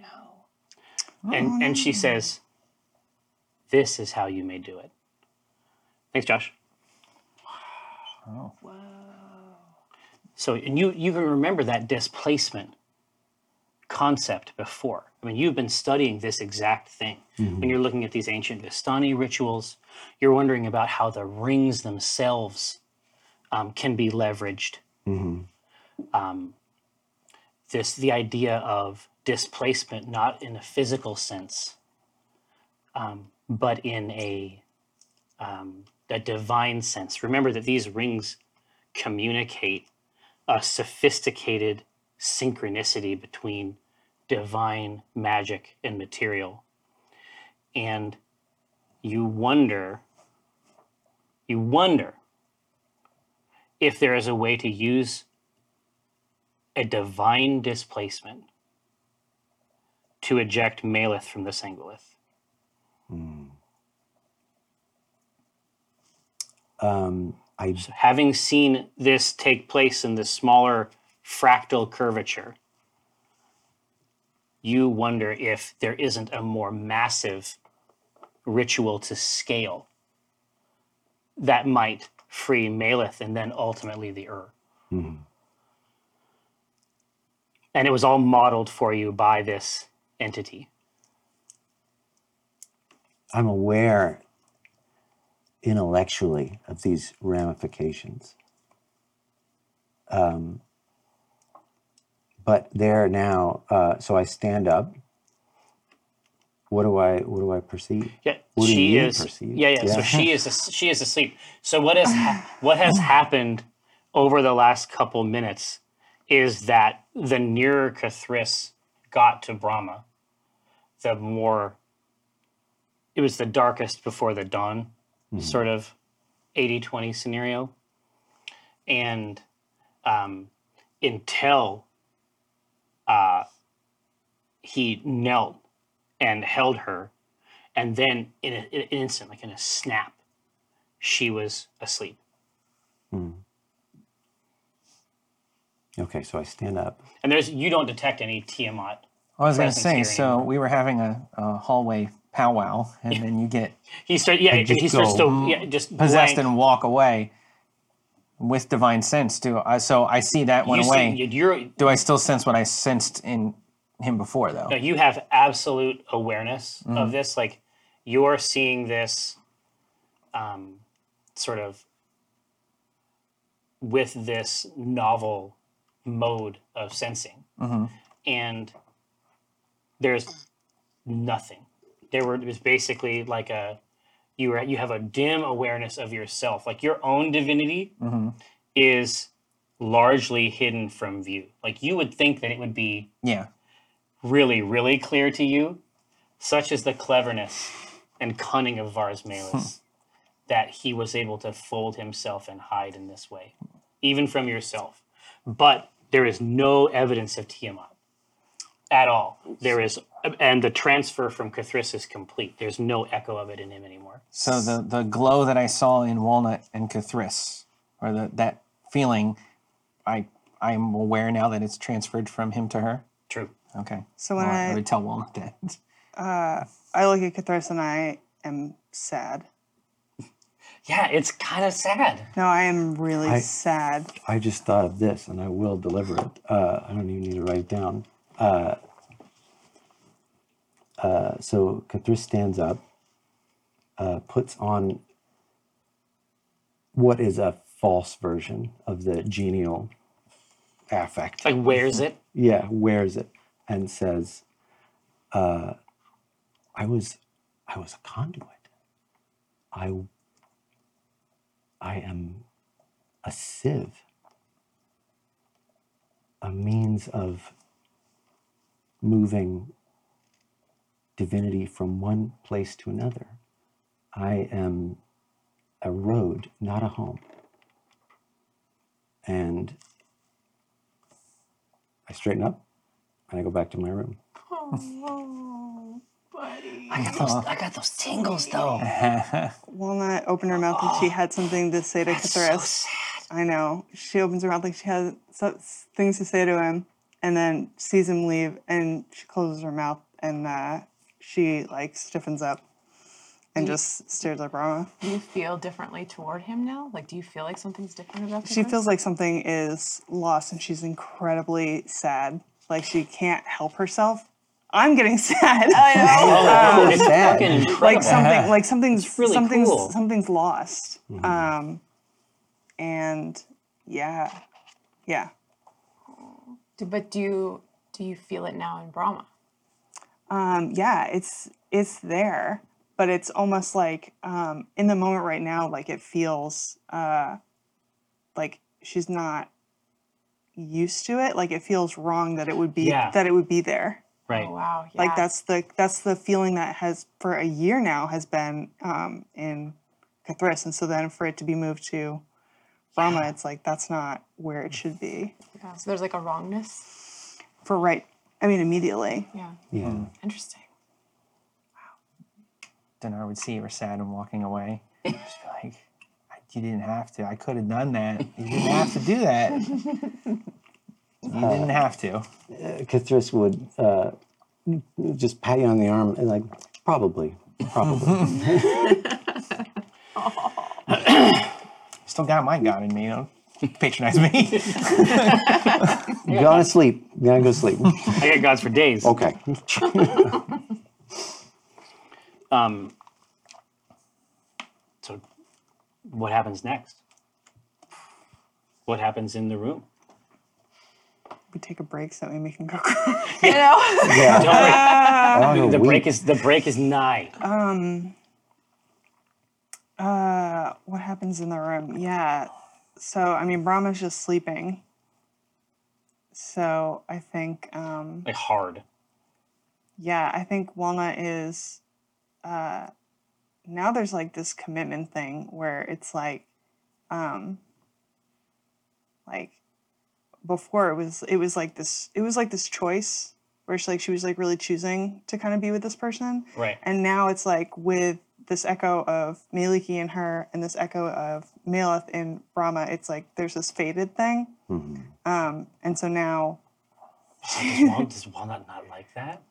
Speaker 2: No. And and she says, This is how you may do it. Thanks, Josh. So and you you can remember that displacement concept before. I mean, you've been studying this exact thing. When you're looking at these ancient Vistani rituals, you're wondering about how the rings themselves um, can be leveraged. Um, this the idea of displacement, not in a physical sense, um, but in a um, a divine sense. Remember that these rings communicate a sophisticated synchronicity between divine magic and material. And you wonder, you wonder if there is a way to use a divine displacement to eject Malith from the Sangolith.
Speaker 5: Um, I
Speaker 2: having seen this take place in this smaller fractal curvature, you wonder if there isn't a more massive ritual to scale that might free Malith and then ultimately the Ur. And it was all modeled for you by this entity.
Speaker 5: I'm aware intellectually of these ramifications. Um, but there now, uh, so I stand up. What do I? What do I perceive?
Speaker 2: Yeah,
Speaker 5: What do
Speaker 2: she
Speaker 5: you
Speaker 2: is.
Speaker 5: perceive?
Speaker 2: Yeah, yeah,
Speaker 5: Yeah.
Speaker 2: So she is. as- She is asleep. So what has ha- what has happened over the last couple minutes is that the nearer Cathris got to Brahma, the more it was the darkest before the dawn,
Speaker 5: Mm-hmm.
Speaker 2: sort of 80-20 scenario, and um, until uh, he knelt and held her and then in, a, in an instant, like in a snap, she was asleep.
Speaker 5: Okay, so I stand up.
Speaker 2: And there's you don't detect any Tiamat.
Speaker 3: I was going to
Speaker 2: presence
Speaker 3: say,
Speaker 2: here
Speaker 3: so we were having a, a hallway powwow, and then you get
Speaker 2: He starts, yeah,
Speaker 5: just
Speaker 2: he starts
Speaker 5: go,
Speaker 2: to yeah, just
Speaker 3: possessed
Speaker 2: blank.
Speaker 3: and walk away with divine sense too. I, so I see that one
Speaker 2: you
Speaker 3: away.
Speaker 2: See, you're,
Speaker 3: Do I still sense what I sensed in him before though?
Speaker 2: no, you have absolute awareness of this. Like you're seeing this, um, sort of with this novel mode of sensing, and there's nothing. There were it was basically like a you were you have a dim awareness of yourself, like your own divinity is largely hidden from view. Like you would think that it would be
Speaker 3: Yeah.
Speaker 2: really, really clear to you, such is the cleverness and cunning of Vars Malus that he was able to fold himself and hide in this way, even from yourself. But there is no evidence of Tiamat at all. There is, and the transfer from Cathris is complete. There's no echo of it in him anymore.
Speaker 3: So the the glow that I saw in Walnut and Cathris, or the, that feeling, I I'm aware now that it's transferred from him to her.
Speaker 2: True.
Speaker 3: Okay.
Speaker 6: So
Speaker 3: Well,
Speaker 6: when
Speaker 3: I,
Speaker 6: I-
Speaker 3: would tell Walnut that.
Speaker 6: Uh, I look at Cathars and I am sad.
Speaker 2: Yeah, it's kind of sad.
Speaker 6: No, I am really
Speaker 5: I-
Speaker 6: sad.
Speaker 5: I just thought of this, and I will deliver it. Uh, I don't even need to write it down. Uh, uh, so Cathris stands up, uh, puts on what is a false version of the genial affect.
Speaker 2: Like, where's it?
Speaker 5: yeah, wears it and says, uh, "I was, I was a conduit. I, I am a sieve, a means of moving divinity from one place to another. I am a road, not a home." And I straighten up and I go back to my room.
Speaker 2: I got those, I got those tingles though.
Speaker 6: Walnut opened her mouth and she had something to say to Cathars. I know. She opens her mouth like she has so- things to say to him, and then sees him leave, and she closes her mouth, and uh, she like stiffens up, and just stares at Brahma.
Speaker 4: Do you feel differently toward him now? Like, do you feel like
Speaker 2: Uh-huh.
Speaker 4: something's different about
Speaker 6: She
Speaker 4: Cathris?
Speaker 6: feels like something is lost, and she's incredibly sad. like she can't help herself. I'm getting sad.
Speaker 2: Oh,
Speaker 5: Um,
Speaker 2: it's
Speaker 5: sad.
Speaker 2: fucking
Speaker 5: Like
Speaker 2: incredible.
Speaker 6: like something like something's
Speaker 2: It's really
Speaker 6: something's
Speaker 2: cool.
Speaker 6: something's lost.
Speaker 2: Mm-hmm.
Speaker 6: Um, and yeah, yeah.
Speaker 7: Do- But do you do you feel it now in Brahma?
Speaker 6: um, yeah, it's it's there, but it's almost like um, in the moment right now, like it feels uh, like she's not used to it. Like it feels wrong that it would be
Speaker 2: Yeah.
Speaker 6: that it would be there.
Speaker 2: right.
Speaker 7: Oh, wow. Yeah.
Speaker 6: Like that's the that's the feeling that has for a year now has been um, in Cathris, and so then for it to be moved to Brahma, it's like that's not where it should be
Speaker 7: Yeah, So there's like a wrongness.
Speaker 6: for right. I mean, immediately.
Speaker 7: Yeah.
Speaker 5: Yeah.
Speaker 7: Interesting.
Speaker 3: Dinar would see her sad and walking away. She'd be like, "You didn't have to. I could have done that. You didn't have to do that. You didn't have to."
Speaker 5: Cthulhu would uh, just pat you on the arm and like, probably, probably.
Speaker 3: Still got my god in me. Don't patronize me.
Speaker 5: Gone to sleep. Gonna go sleep.
Speaker 2: I got gods for days.
Speaker 5: Okay.
Speaker 2: Um, so, what happens next? What happens in the room?
Speaker 6: We take a break so that we can go. cry.
Speaker 7: You know?
Speaker 5: Yeah.
Speaker 2: Don't worry,
Speaker 5: I don't
Speaker 2: the
Speaker 5: know,
Speaker 2: break
Speaker 5: we-
Speaker 2: is the break is nigh.
Speaker 6: Uh, what happens in the room? Yeah. So I mean, Brahma's just sleeping. So I think, um,
Speaker 2: Like hard.
Speaker 6: yeah, I think Walnut is. Uh, now there's like this commitment thing where it's like, um, like before it was it was like this it was like this choice where she like she was like really choosing to kind of be with this person
Speaker 2: Right.
Speaker 6: and now it's like with this echo of Maliki in her and this echo of Maleth in Brahma, it's like there's this faded thing. Um, and so now,
Speaker 2: Does, Wal- does Walnut not like that?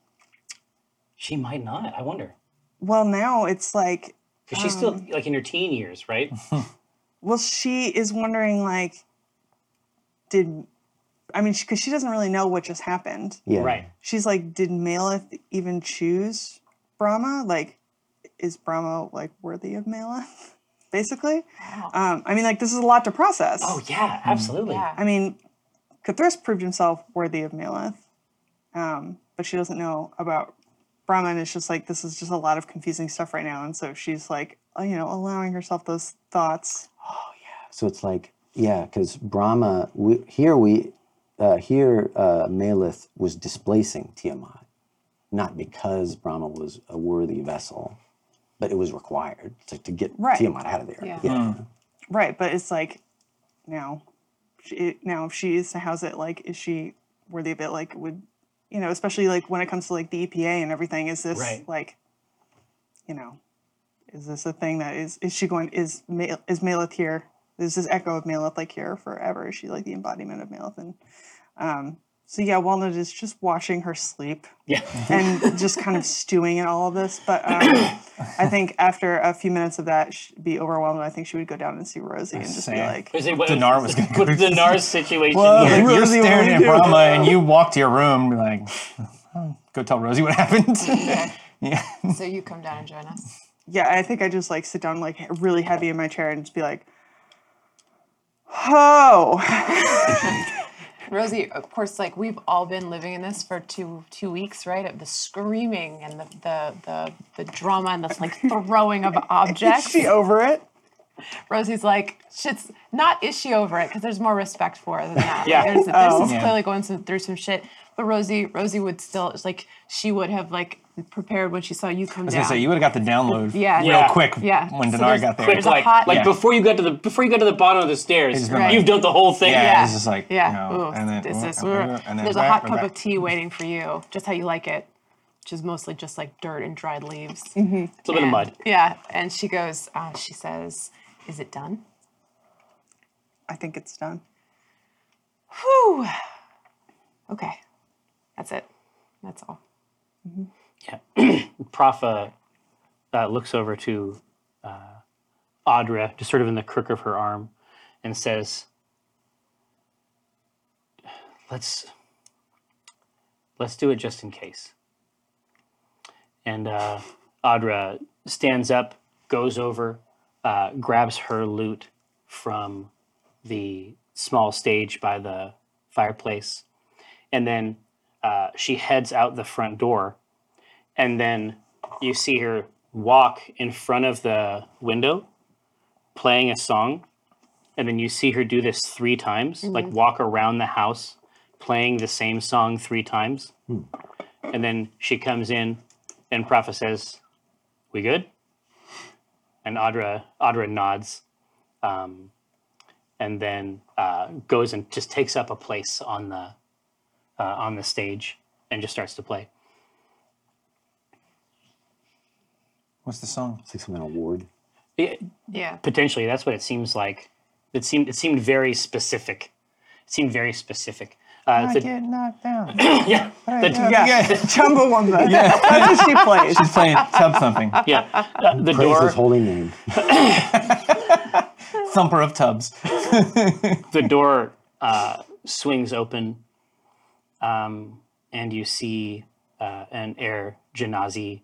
Speaker 2: She might not. I wonder.
Speaker 6: well, now it's like,
Speaker 2: Because she's still like in her teen years, right?
Speaker 6: well, she is wondering, like, did, I mean, because she doesn't really know what just happened.
Speaker 5: yeah.
Speaker 2: Right.
Speaker 6: She's like, did Maleth even choose Brahma? Like, is Brahma like worthy of Maleth? Basically. Um, I mean, like, this is a lot to process.
Speaker 2: Oh yeah, absolutely.
Speaker 7: Yeah.
Speaker 6: I mean, Cthulhu proved himself worthy of Maleth, um, but she doesn't know about Brahman. It's just like this is just a lot of confusing stuff right now, and so she's like, uh, you know, allowing herself those thoughts.
Speaker 5: So it's like, yeah, because Brahma, we, here we, uh, here uh, Malith was displacing Tiamat, not because Brahma was a worthy vessel, but it was required to, to get
Speaker 6: Right.
Speaker 5: Tiamat out of there.
Speaker 8: Yeah.
Speaker 2: Hmm.
Speaker 6: Right, but it's like now, she, it, now if she is to house it, like, is she worthy of it? Like, would you know, especially like when it comes to like the EPA and everything, is this
Speaker 2: Right.
Speaker 6: like, you know, is this a thing that is is she going is Ma- is Maleth here? Is this echo of Maleth like here forever? Is she like the embodiment of Maleth? And um, so yeah, Walnut is just watching her sleep
Speaker 2: Yeah.
Speaker 6: and just kind of stewing in all of this. But um, I think after a few minutes of that, she'd be overwhelmed. and I think she would go down and see Rosie and just be
Speaker 3: Same.
Speaker 6: like,
Speaker 2: Is it what-
Speaker 3: Dinar was gonna go-
Speaker 2: with Dinar's situation.
Speaker 3: Whoa,
Speaker 2: yeah.
Speaker 3: like, you're
Speaker 6: Rosie, what
Speaker 3: staring
Speaker 6: do we
Speaker 3: at
Speaker 6: do?
Speaker 3: Brahma and you walk to your room, you're like, "Oh, go tell Rosie what happened. yeah.
Speaker 7: So you come down and join us.
Speaker 6: yeah, I think I just like sit down like really heavy in my chair and just be like, oh,
Speaker 7: Rosie, of course, like we've all been living in this for two two weeks, right? Of the screaming and the the the, the drama and the like throwing of
Speaker 6: is
Speaker 7: objects.
Speaker 6: she over it?
Speaker 7: Rosie's like, shit's not is she over it because there's more respect for her than that. Like,
Speaker 2: Yeah.
Speaker 7: there's, there's just
Speaker 3: Yeah.
Speaker 7: clearly going some, through some shit. But Rosie, Rosie would still it's like she would have like prepared when she saw you come
Speaker 3: I was
Speaker 7: down.
Speaker 3: gonna say you would have got the download
Speaker 7: Yeah.
Speaker 3: real
Speaker 2: Yeah.
Speaker 3: quick
Speaker 7: Yeah.
Speaker 3: when
Speaker 7: So
Speaker 3: Dinar
Speaker 7: there's
Speaker 3: got there.
Speaker 7: quick,
Speaker 2: It's
Speaker 7: a
Speaker 2: like,
Speaker 7: hot-
Speaker 2: like
Speaker 7: Yeah.
Speaker 2: before you got to the before you got to the bottom of the stairs,
Speaker 3: been like-
Speaker 2: you've done the whole thing.
Speaker 3: yeah,
Speaker 7: Yeah.
Speaker 3: it's just like
Speaker 7: yeah,
Speaker 3: you know,
Speaker 7: ooh,
Speaker 3: and then oh,
Speaker 7: this is-
Speaker 3: and then
Speaker 7: there's a hot
Speaker 3: back,
Speaker 7: cup
Speaker 3: back.
Speaker 7: of tea waiting for you, just how you like it, which is mostly just like dirt and dried leaves.
Speaker 2: It's a little bit of mud.
Speaker 7: And- Yeah, and she goes, uh, she says, "Is it done?"
Speaker 6: I think it's done.
Speaker 7: Whew. Okay, that's it. That's all.
Speaker 2: Profa uh, looks over to uh, Audra, just sort of in the crook of her arm, and says, "Let's Let's do it just in case. And uh, Audra stands up, goes over, uh, grabs her loot from the small stage by the fireplace, and then uh, she heads out the front door. And then you see her walk in front of the window, playing a song. And then you see her do this three times, like walk around the house, playing the same song three times. And then she comes in, and Prophet says, "We good?" And Audra Audra nods, um, and then uh, goes and just takes up a place on the uh, on the stage and just starts to play.
Speaker 3: What's the song?
Speaker 5: It's like some kind of ward.
Speaker 2: It-
Speaker 9: Yeah.
Speaker 2: potentially, that's what it seems like. It seemed it seemed very specific. It seemed very specific. Uh,
Speaker 3: Oh, I
Speaker 2: the-
Speaker 3: get knocked down.
Speaker 2: yeah, the-
Speaker 6: Yeah, Chumbawamba. That's what she plays.
Speaker 3: She's playing tub thumping.
Speaker 2: yeah. Uh, the
Speaker 5: Praise
Speaker 2: door
Speaker 5: his holy name.
Speaker 3: Thumper of tubs.
Speaker 2: the door uh, swings open, um, and you see uh, an air Janazi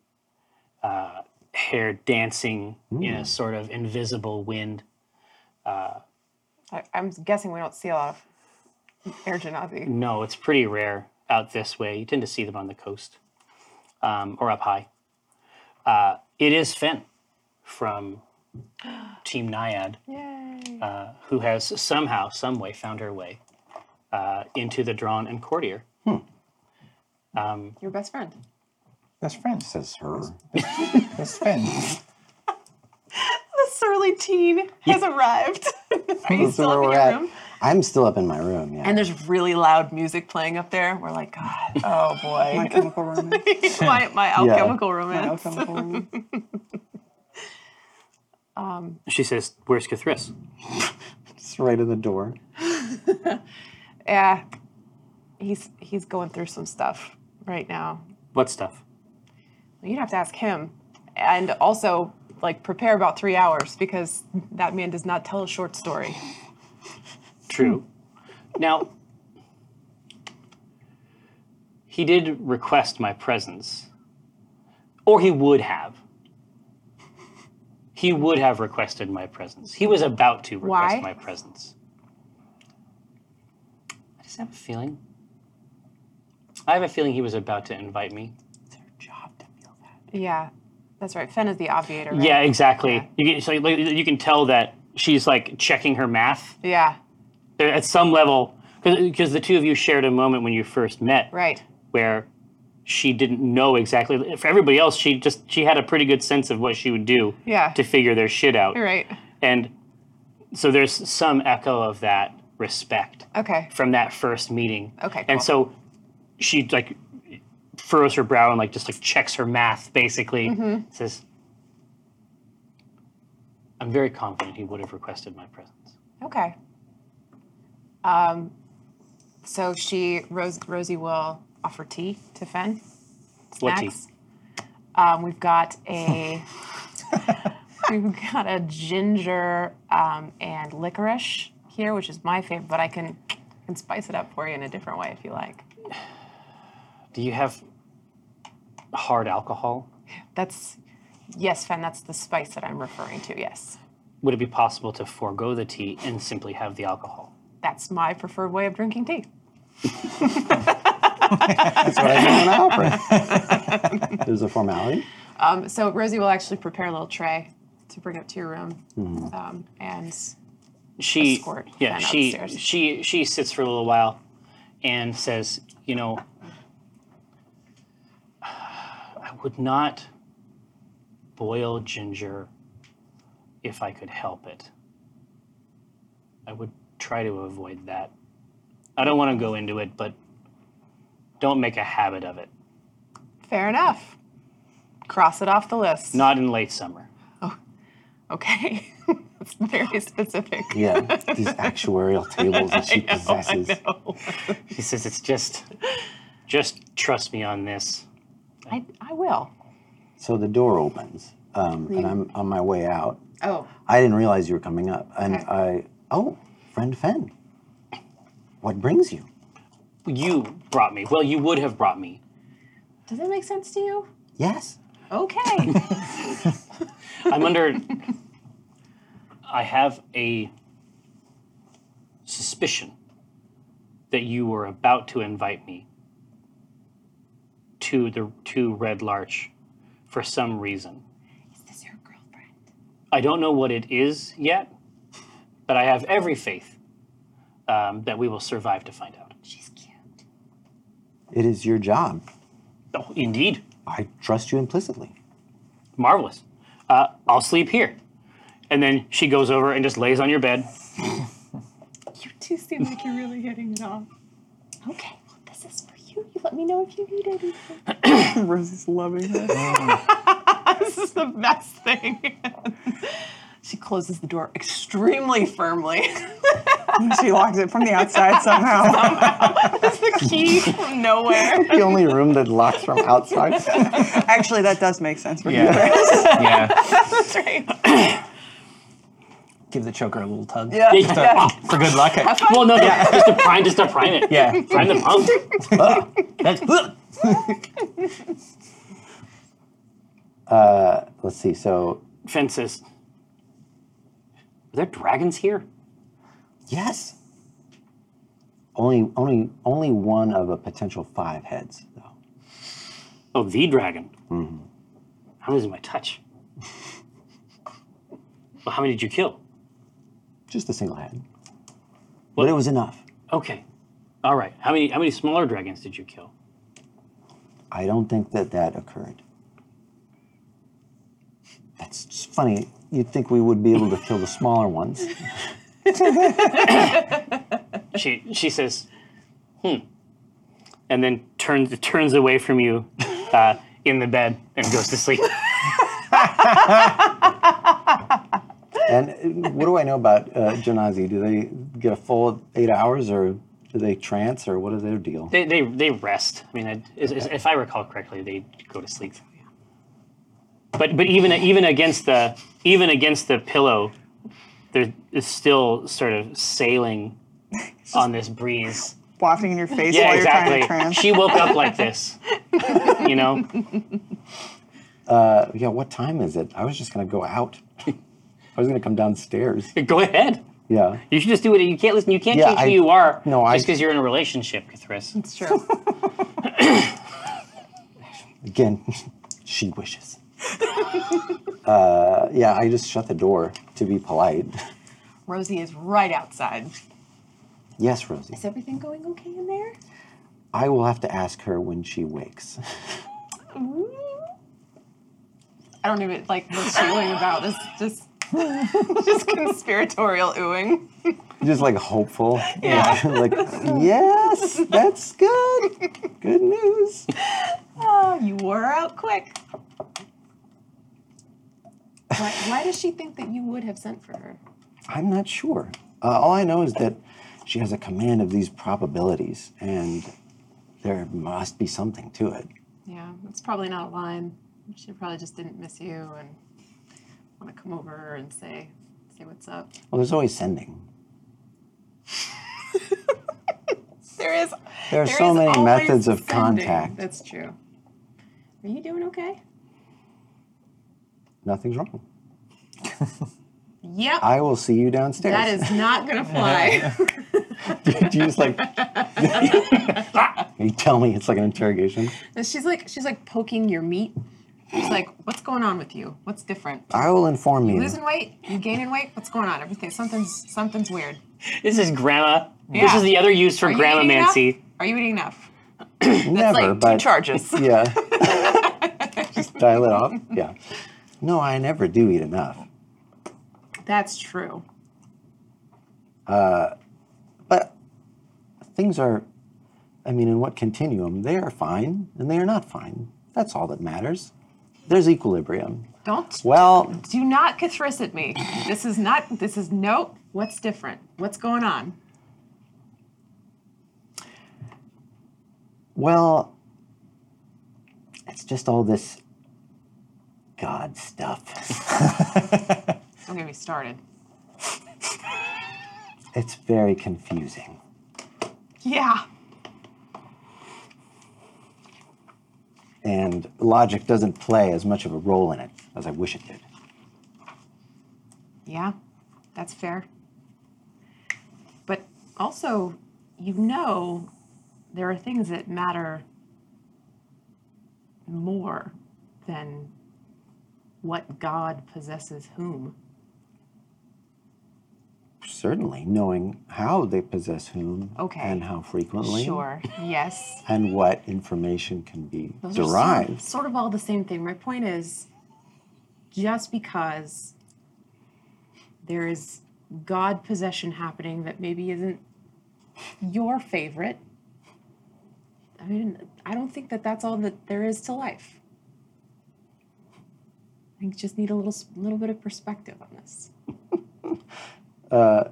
Speaker 2: uh, hair dancing in a sort of invisible wind.
Speaker 7: I, I'm guessing we don't see a lot of air Janazi.
Speaker 2: No, it's pretty rare out this way. You tend to see them on the coast um, or up high. Uh, it is Finn from Team Naiad, uh, who has somehow, some way, found her way uh, into the Drawn and Courtier.
Speaker 9: Your best friend.
Speaker 3: That's friends.
Speaker 5: Says her.
Speaker 3: That's Finn.
Speaker 9: The surly teen has arrived. Are you
Speaker 5: That's
Speaker 9: still
Speaker 5: where
Speaker 9: up in
Speaker 5: we're
Speaker 9: your
Speaker 5: at.
Speaker 9: room?
Speaker 5: I'm still up in my room. Yeah.
Speaker 9: And there's really loud music playing up there. We're like, God, oh
Speaker 6: My
Speaker 9: boy.
Speaker 6: chemical romance.
Speaker 9: my, my alchemical romance.
Speaker 6: My chemical romance.
Speaker 2: She says, Where's Cathris?
Speaker 5: it's right in the door.
Speaker 7: Yeah, he's he's going through some stuff right now.
Speaker 2: What stuff?
Speaker 7: You'd have to ask him, and also like prepare about three hours because that man does not tell a short story.
Speaker 2: True. Now, he did request my presence, or he would have. He would have requested my presence. He was about to request
Speaker 7: Why?
Speaker 2: my presence. I just have a feeling. I have a feeling he was about to invite me.
Speaker 7: Yeah, that's right. Fen is the obviator. Right?
Speaker 2: Yeah, exactly. You can, so like, you can tell that she's like checking her math
Speaker 7: Yeah.
Speaker 2: there, at some level, because the two of you shared a moment when you first met,
Speaker 7: Right.
Speaker 2: where she didn't know exactly for everybody else she just she had a pretty good sense of what she would do
Speaker 7: Yeah.
Speaker 2: to figure their shit out
Speaker 7: You're right.
Speaker 2: and so there's some echo of that respect
Speaker 7: Okay.
Speaker 2: from that first meeting
Speaker 7: Okay, cool.
Speaker 2: and so she like furrows her brow and like just like checks her math basically
Speaker 7: Mm-hmm.
Speaker 2: says i'm very confident he would have requested my presence
Speaker 7: Okay. Um, so she Rose, Rosie will offer tea to Fen.
Speaker 2: What tea?
Speaker 7: Snacks. Um, we've got a we've got a ginger um, and licorice here, which is my favorite, but I can can spice it up for you in a different way if you like.
Speaker 2: do you have hard alcohol
Speaker 7: That's yes, Fen. That's the spice that I'm referring to. Yes,
Speaker 2: would it be possible to forego the tea and simply have the alcohol
Speaker 7: that's my preferred way of drinking tea.
Speaker 5: That's what I do when I operate. There's a formality.
Speaker 7: Um, so Rosie will actually prepare a little tray to bring up to your room,
Speaker 3: Mm-hmm.
Speaker 7: um, and
Speaker 2: she
Speaker 7: escort
Speaker 2: yeah
Speaker 7: Fen
Speaker 2: she
Speaker 7: upstairs.
Speaker 2: she she sits for a little while and says you know i would not boil ginger if i could help it i would try to avoid that i don't want to go into it but don't make a habit of it
Speaker 7: fair enough. Cross it off the list.
Speaker 2: not in late summer
Speaker 7: okay. that's very specific.
Speaker 5: Yeah. These actuarial tables that she possesses.
Speaker 2: he says it's just just trust me on this
Speaker 7: I, I will.
Speaker 5: So the door opens, um,
Speaker 9: Mm.
Speaker 5: and I'm on my way out.
Speaker 9: Oh,
Speaker 5: I didn't realize you were coming up, and
Speaker 9: Okay.
Speaker 5: I oh, friend Fenn, what brings you?
Speaker 2: you brought me. Well, you would have brought me.
Speaker 4: Does that make sense to you?
Speaker 5: Yes.
Speaker 4: Okay.
Speaker 2: I'm under. I have a suspicion that you were about to invite me to the to Red Larch for some reason.
Speaker 4: Is your girlfriend?
Speaker 2: I don't know what it is yet, but I have every faith um, that we will survive to find out.
Speaker 4: She's cute.
Speaker 5: It is your job.
Speaker 2: Oh, indeed,
Speaker 5: I trust you implicitly.
Speaker 2: marvelous. Uh, I'll sleep here, and then she goes over and just lays on your bed.
Speaker 4: You two seem like you're really hitting it off. Okay, well, this is for you. You let me know if you need anything.
Speaker 6: Rosie's loving this.
Speaker 7: This is the best thing. she closes the door extremely firmly.
Speaker 6: she locked it from the outside somehow.
Speaker 7: the key from nowhere.
Speaker 5: the only room that locks from outside.
Speaker 6: Actually, that does make sense. We're
Speaker 3: Yeah. yeah.
Speaker 7: That's right.
Speaker 3: Give the choker a little tug.
Speaker 7: Yeah.
Speaker 2: Just a-
Speaker 3: For good luck.
Speaker 2: Well, no, no, just to prime, just to prime it.
Speaker 3: Yeah.
Speaker 2: prime the pump.
Speaker 3: That's-
Speaker 5: Let's see. So,
Speaker 2: Fences. Are there dragons here?
Speaker 5: yes. Only, only, only one of a potential five heads, though.
Speaker 2: Oh, the dragon.
Speaker 3: Mm-hmm.
Speaker 2: I'm losing my touch. well, how many did you kill?
Speaker 5: Just a single head. But it was enough.
Speaker 2: Okay. All right. How many? How many smaller dragons did you kill?
Speaker 5: I don't think that that occurred. That's just funny. You'd think we would be able to kill the smaller ones.
Speaker 2: She she says, hmm, and then turns turns away from you uh, in the bed and goes to sleep.
Speaker 5: And what do I know about uh, Janazi? Do they get a full eight hours, or do they trance, or what is their deal?
Speaker 2: They they, they rest. I mean, I, is, is- if I recall correctly, they go to sleep. But but even even against the even against the pillow, there is still sort of sailing on this breeze.
Speaker 6: wafting in your face
Speaker 2: Yeah,
Speaker 6: while
Speaker 2: exactly.
Speaker 6: you're trying to trance.
Speaker 2: She woke up like this, you know.
Speaker 5: Uh, yeah, what time is it? I was just gonna go out. I was gonna come downstairs.
Speaker 2: Go ahead.
Speaker 5: Yeah.
Speaker 2: You should just do it. You can't listen. You can't
Speaker 5: Yeah,
Speaker 2: change who
Speaker 5: I-
Speaker 2: you are
Speaker 5: no, I-
Speaker 2: just because you're in a relationship, Cthulhu.
Speaker 4: It's true.
Speaker 5: Again, she wishes. uh, yeah, I just shut the door to be polite.
Speaker 7: Rosie is right outside.
Speaker 5: Yes, Rosie.
Speaker 4: Is everything going okay in there?
Speaker 5: I will have to ask her when she wakes.
Speaker 7: I don't even like what's she oohing about. This just just conspiratorial oohing.
Speaker 5: just like hopeful. Yeah. like, yes, that's good. Good news.
Speaker 7: Oh, you wore her out quick.
Speaker 4: Why, why does she think that you would have sent for her?
Speaker 5: I'm not sure. Uh, all I know is that she has a command of these probabilities, and there must be something to it.
Speaker 4: Yeah, it's probably not a line. She probably just didn't miss you and want to come over and say, say what's up.
Speaker 5: Well, there's always sending.
Speaker 7: There is
Speaker 5: There are
Speaker 7: There
Speaker 5: so
Speaker 7: is
Speaker 5: many
Speaker 7: always
Speaker 5: methods of
Speaker 4: Sending.
Speaker 5: contact.
Speaker 4: That's true. Are you doing okay?
Speaker 5: Nothing's wrong.
Speaker 4: Yep.
Speaker 5: I will see you downstairs.
Speaker 4: that is not gonna fly.
Speaker 5: Do you just like. you tell me it's like an interrogation.
Speaker 4: And she's like, she's like poking your meat. She's like, what's going on with you? What's different?
Speaker 5: I will inform you.
Speaker 4: Losing weight? You gaining weight? What's going on? Everything? Something's something's weird.
Speaker 2: This is grandma. This
Speaker 4: Yeah.
Speaker 2: is the other use for
Speaker 4: Are you
Speaker 2: grandma
Speaker 4: eating
Speaker 2: Mancy.
Speaker 4: Enough? Are you eating enough?
Speaker 5: Never,
Speaker 7: like two
Speaker 5: but.
Speaker 7: charges.
Speaker 5: Yeah. Just dial it off. Yeah. No, I never do eat enough.
Speaker 4: That's true.
Speaker 5: But things are, I mean, in what continuum? They are fine and they are not fine. That's all that matters. There's equilibrium.
Speaker 4: Don't
Speaker 5: Well,
Speaker 4: do not cathrist at me. This is not. This is nope. What's different? What's going on?
Speaker 5: well, it's just all this God stuff.
Speaker 4: Don't get me started.
Speaker 5: It's very confusing.
Speaker 7: Yeah.
Speaker 5: and logic doesn't play as much of a role in it as I wish it did.
Speaker 7: Yeah, that's fair. But also, you know, there are things that matter more than what God possesses whom.
Speaker 5: Certainly, knowing how they possess whom
Speaker 7: Okay.
Speaker 5: and how frequently,
Speaker 7: Sure. Yes.
Speaker 5: and what information can be
Speaker 7: Those are sort-
Speaker 5: derived.
Speaker 7: sort of all the same thing. My point is just because there is God possession happening that maybe isn't your favorite, I mean, I don't think that that's all that there is to life. I think you just need a little, s- little bit of perspective on this.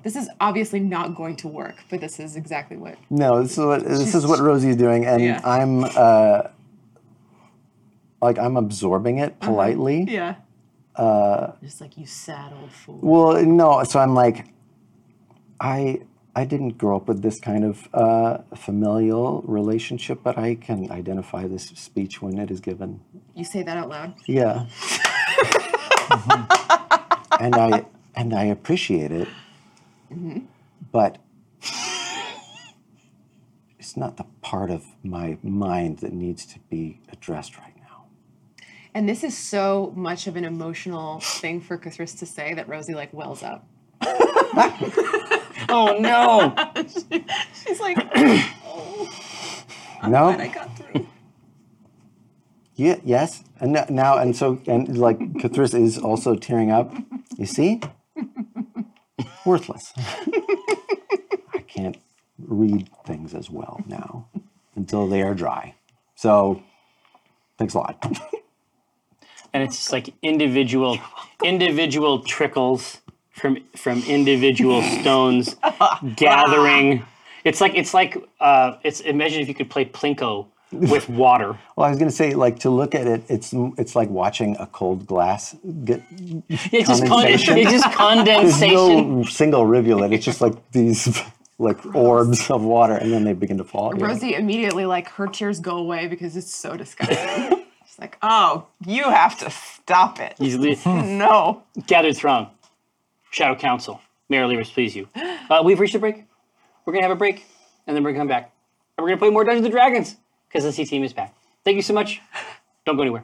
Speaker 7: this is obviously not going to work, but this is exactly what
Speaker 5: No, this is what this is what Rosie's doing, and
Speaker 7: Yeah.
Speaker 5: I'm uh, like I'm absorbing it
Speaker 7: Uh-huh.
Speaker 5: politely.
Speaker 4: Yeah.
Speaker 7: just like you sad old fool.
Speaker 5: Well, no. So I'm like, I I didn't grow up with this kind of uh, familial relationship, but I can identify this speech when it is given.
Speaker 7: You say that out loud.
Speaker 5: Yeah. and I and I appreciate it, but it's not the part of my mind that needs to be addressed right now.
Speaker 7: And this is so much of an emotional thing for Cathris to say that Rosie like wells up.
Speaker 2: Oh no!
Speaker 4: She's like, "Oh,
Speaker 5: no.
Speaker 4: I got through.
Speaker 5: Yeah, yes. And n- now, and so, and like, Cathris is also tearing up. You see? Worthless. I can't read things as well now until they are dry. So, thanks a lot.
Speaker 2: and it's just like individual individual trickles from from individual stones gathering. It's like it's like uh, it's imagine if you could play plinko with water.
Speaker 5: well, I was going to say, like, to look at it, it's it's like watching a cold glass get
Speaker 2: It's just con- it's
Speaker 5: Condensation.
Speaker 2: just condensation.
Speaker 5: no single rivulet. It's just like these like orbs of water, and then they begin to fall. Yeah.
Speaker 7: Rosie immediately like her tears go away because it's so disgusting.
Speaker 4: She's like, oh, you have to stop it.
Speaker 2: He's li-
Speaker 4: No.
Speaker 2: gathered throng, shadow council, merrily leaders, please you. Uh, we've reached a break. We're gonna have a break, and then we're gonna come back, and we're gonna play more Dungeons and Dragons because the C team is back. Thank you so much. Don't go anywhere.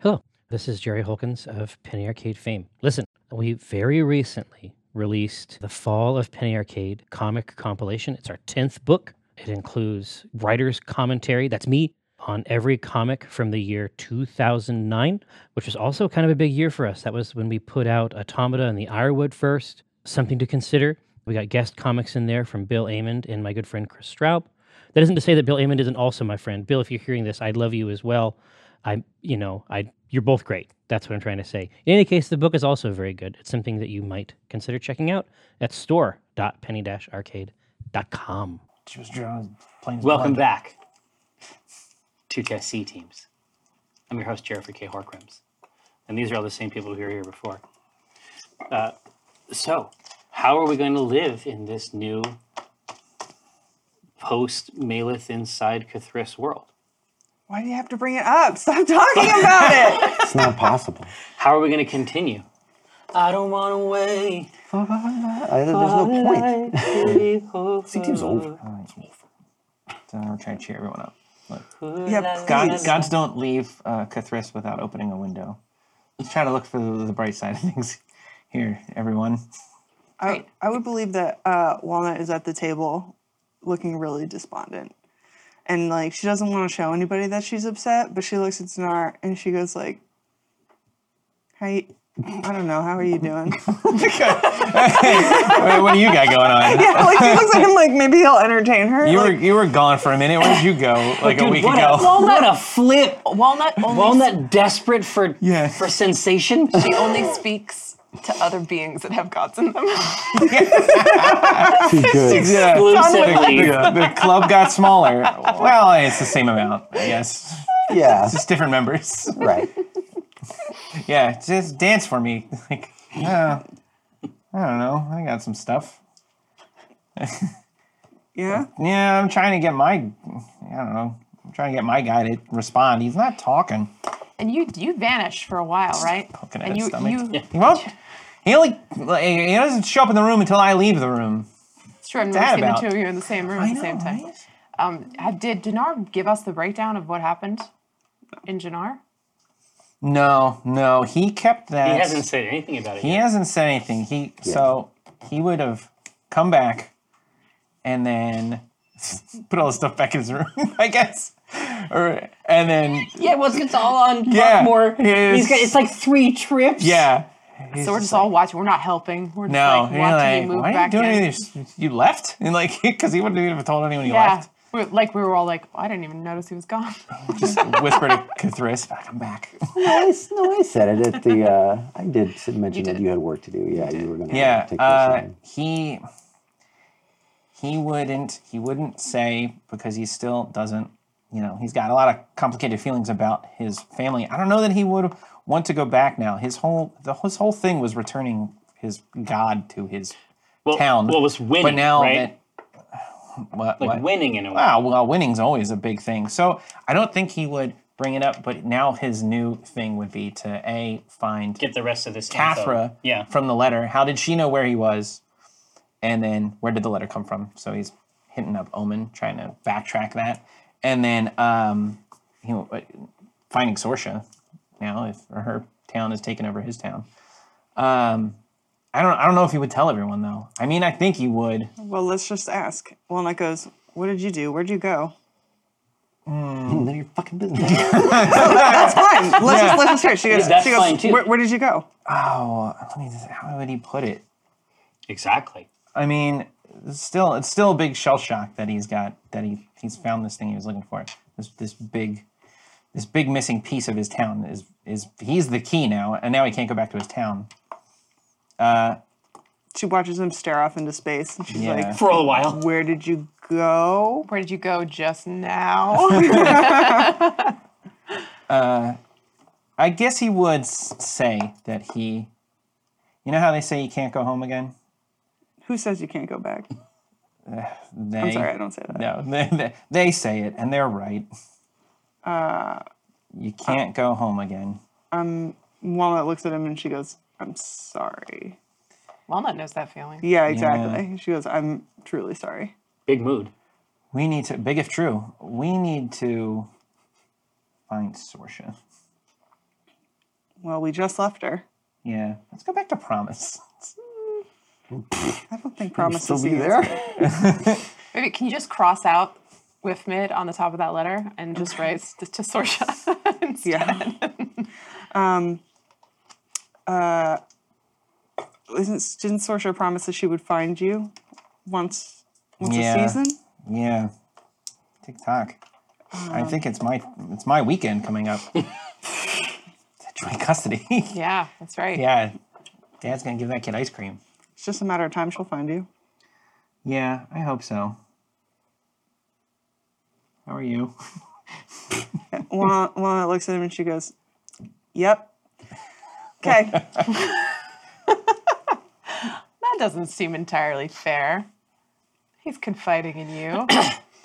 Speaker 10: Hello, this is Jerry Holkins of Penny Arcade fame. Listen, we very recently released the Fall of Penny Arcade comic compilation. It's our 10th book. It includes writer's commentary, that's me, on every comic from the year 2009, which was also kind of a big year for us. That was when we put out Automata and the Ironwood first, something to consider. We got guest comics in there from Bill Amond and my good friend Chris Straub. That isn't to say that Bill Amond isn't also my friend. Bill, if you're hearing this, I love you as well. I, you know, I, you're both great. That's what I'm trying to say. In any case, the book is also very good. It's something that you might consider checking out at store.penny-arcade.com.
Speaker 3: She was drawing plain as
Speaker 2: Welcome
Speaker 3: blood.
Speaker 2: back to Test C Teams. I'm your host, Jeffrey K. Horcrims. And these are all the same people who were here before. Uh, so, how are we going to live in this new post Malith inside Cathris world?
Speaker 6: Why do you have to bring it up? Stop talking about it.
Speaker 5: It's not possible.
Speaker 2: How are we going to continue? I don't want to wait.
Speaker 5: I- there's no point.
Speaker 2: point.
Speaker 3: Team's over. All right. So now we're trying to cheer everyone up.
Speaker 6: Yeah,
Speaker 3: God,
Speaker 6: please.
Speaker 3: gods don't leave uh, Cathris without opening a window. Let's try to look for the, the bright side of things here, everyone.
Speaker 6: I, I would believe that uh, Walnut is at the table looking really despondent. And like she doesn't want to show anybody that she's upset, but she looks at Dinar and she goes like, "How you, I don't know, how are you doing?"
Speaker 3: Wait, what do you got going on?
Speaker 6: yeah, like she looks at him like maybe he'll entertain her.
Speaker 3: You were
Speaker 6: like,
Speaker 3: you were gone for a minute. Where'd you go? Like a
Speaker 2: Dude,
Speaker 3: week
Speaker 2: what
Speaker 3: ago.
Speaker 2: a, what a flip.
Speaker 4: Walnut only,
Speaker 2: Walnut desperate for,
Speaker 3: Yeah.
Speaker 2: for sensation?
Speaker 4: she only speaks to other beings that have gods in them.
Speaker 5: Too good.
Speaker 3: Yeah.
Speaker 2: Exclusively.
Speaker 3: The, the club got smaller. Well, it's the same amount, I guess.
Speaker 5: Yeah.
Speaker 3: Just different members.
Speaker 5: Right.
Speaker 3: Yeah, just dance for me. Like, uh, I don't know. I got some stuff.
Speaker 6: yeah,
Speaker 3: Yeah, I'm trying to get my, I don't know, trying to get my guy to respond. He's not talking.
Speaker 4: And you you vanished for a while, right?
Speaker 3: Poking at
Speaker 4: and
Speaker 3: his
Speaker 4: you
Speaker 3: stomach.
Speaker 4: you
Speaker 3: He won't. He only he doesn't show up in the room until I leave the room.
Speaker 4: it's true. I
Speaker 3: that
Speaker 4: remember seeing
Speaker 3: about?
Speaker 4: the two of you in the same room at the same time. Um, I- did Dinar give us the breakdown of what happened in Dinar?
Speaker 3: No, no, he kept that.
Speaker 2: He hasn't said anything about it
Speaker 3: He
Speaker 2: yet.
Speaker 3: hasn't said anything. He so he would have come back and then put all the stuff back in his room, I guess. Or and then
Speaker 7: Yeah, well, it's all on
Speaker 3: Yeah,
Speaker 7: Buckmore.
Speaker 3: it is.
Speaker 7: He's got, it's like three trips.
Speaker 3: yeah.
Speaker 4: So we're just all watching. We're not helping. We're just
Speaker 3: No,
Speaker 4: like
Speaker 3: you're
Speaker 4: watching you
Speaker 3: like,
Speaker 4: move
Speaker 3: why are you
Speaker 4: back
Speaker 3: doing
Speaker 4: in.
Speaker 3: any of this? You left, and like, because he wouldn't even have told anyone he
Speaker 4: Yeah,
Speaker 3: left.
Speaker 4: we like we were all like, "Oh, I didn't even notice he was gone.
Speaker 3: Just whispered to Cthulhu, "Fuck, "I'm back."
Speaker 5: I s- no, I said it at the. Uh, I did s- mention that
Speaker 4: did.
Speaker 5: you had work to do. Yeah, you were going to
Speaker 3: Yeah,
Speaker 5: take this
Speaker 3: uh,
Speaker 5: on.
Speaker 3: he he wouldn't he wouldn't say because he still doesn't. You know, he's got a lot of complicated feelings about his family. I don't know that he would want to go back now. His whole the his whole thing was returning his god to his
Speaker 2: Well,
Speaker 3: town.
Speaker 2: Well, was winning,
Speaker 3: but now
Speaker 2: right?
Speaker 3: that what,
Speaker 2: like
Speaker 3: what?
Speaker 2: winning in a way.
Speaker 3: Wow, well, winning's always a big thing. So I don't think he would bring it up, but now his new thing would be to A, find
Speaker 2: Get the rest of this. info.
Speaker 3: Cathra
Speaker 2: Yeah.
Speaker 3: from the letter. How did she know where he was? And then where did the letter come from? So he's hitting up Omen, trying to backtrack that. And then, um, you know, uh, finding Sorsha now, if or her town is taking over his town. Um, I don't, I don't know if he would tell everyone though. I mean, I think he would.
Speaker 6: Well, let's just ask. Walnut goes, What did you do? Where'd you go?
Speaker 5: None of your fucking business.
Speaker 6: That's fine. Let's, just, let's just hear it. She goes,
Speaker 2: that's
Speaker 6: she goes
Speaker 2: fine, too.
Speaker 6: Where, where did you go?
Speaker 3: Oh, let me. How would he put it?
Speaker 2: Exactly.
Speaker 3: I mean, it's still, it's still a big shell shock that he's got that he he's found this thing he was looking for. This this big, this big missing piece of his town is is he's the key now, and now he can't go back to his town.
Speaker 6: She watches him stare off into space and she's
Speaker 3: Yeah.
Speaker 2: For a little while.
Speaker 6: like, Where did you go?
Speaker 4: Where did you go just now?
Speaker 3: I guess he would s- say that he, you know how they say you can't go home again.
Speaker 6: Who says you can't go back?
Speaker 3: They,
Speaker 6: I'm sorry, I don't say that.
Speaker 3: No, they, they, they say it, and they're right. Uh, you can't go home again.
Speaker 6: Walnut looks at him and she goes, I'm sorry.
Speaker 4: Walnut knows that feeling.
Speaker 6: Yeah, exactly. She goes, I'm truly sorry.
Speaker 2: Big mood.
Speaker 3: We need to, big if true, we need to find Sorsha.
Speaker 6: Well, we just left her.
Speaker 3: Yeah, let's go back to Promise.
Speaker 6: I don't think promises
Speaker 5: Still be
Speaker 6: you
Speaker 5: there?
Speaker 4: Maybe can you just cross out with mid on the top of that letter and just write s- to, to Sorsha? instead?
Speaker 6: Yeah. um, uh, isn't didn't Sorsha promise that she would find you once once
Speaker 3: Yeah.
Speaker 6: a season?
Speaker 3: Yeah, TikTok. I
Speaker 2: Um.
Speaker 3: think it's my it's my weekend coming up. Joint custody.
Speaker 4: yeah, that's right.
Speaker 3: yeah, Dad's gonna give that kid ice cream.
Speaker 6: It's just a matter of time she'll find you.
Speaker 3: Yeah, I hope so. How are you?
Speaker 6: Lana Lana looks at him and she goes, "Yep." Okay.
Speaker 4: That doesn't seem entirely fair. He's confiding in you.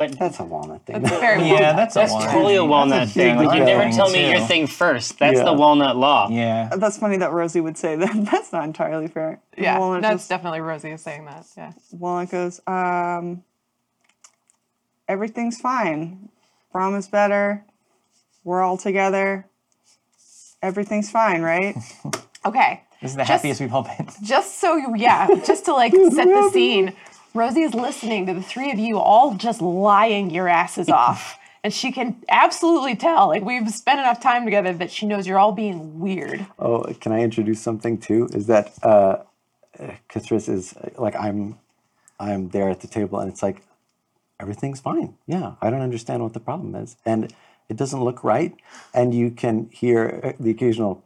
Speaker 5: That's a walnut thing.
Speaker 4: That's very
Speaker 3: Yeah, that's a
Speaker 2: That's
Speaker 3: walnut.
Speaker 2: totally a walnut
Speaker 3: That's a
Speaker 2: thing.
Speaker 3: big
Speaker 2: Like, you never
Speaker 3: thing,
Speaker 2: tell me
Speaker 3: too.
Speaker 2: your thing first. That's
Speaker 5: Yeah.
Speaker 2: the walnut law.
Speaker 3: Yeah,
Speaker 6: That's funny that Rosie would say that. That's not entirely fair. And
Speaker 4: Yeah,
Speaker 6: Walnut
Speaker 4: that's
Speaker 6: just-
Speaker 4: definitely Rosie is saying that. Yeah.
Speaker 6: Walnut goes, um, everything's fine. Brom is better. We're all together. Everything's fine, right?
Speaker 4: Okay.
Speaker 3: this is the happiest we've all been.
Speaker 4: Just so you, yeah, just to like set the scene, Rosie is listening to the three of you all just lying your asses off. And she can absolutely tell, like, we've spent enough time together that she knows you're all being weird.
Speaker 5: Oh, can I introduce something too? Is that uh, Kathris is uh, like I'm, I'm there at the table, and it's like everything's fine. Yeah, I don't understand what the problem is, and it doesn't look right. And you can hear uh, the occasional,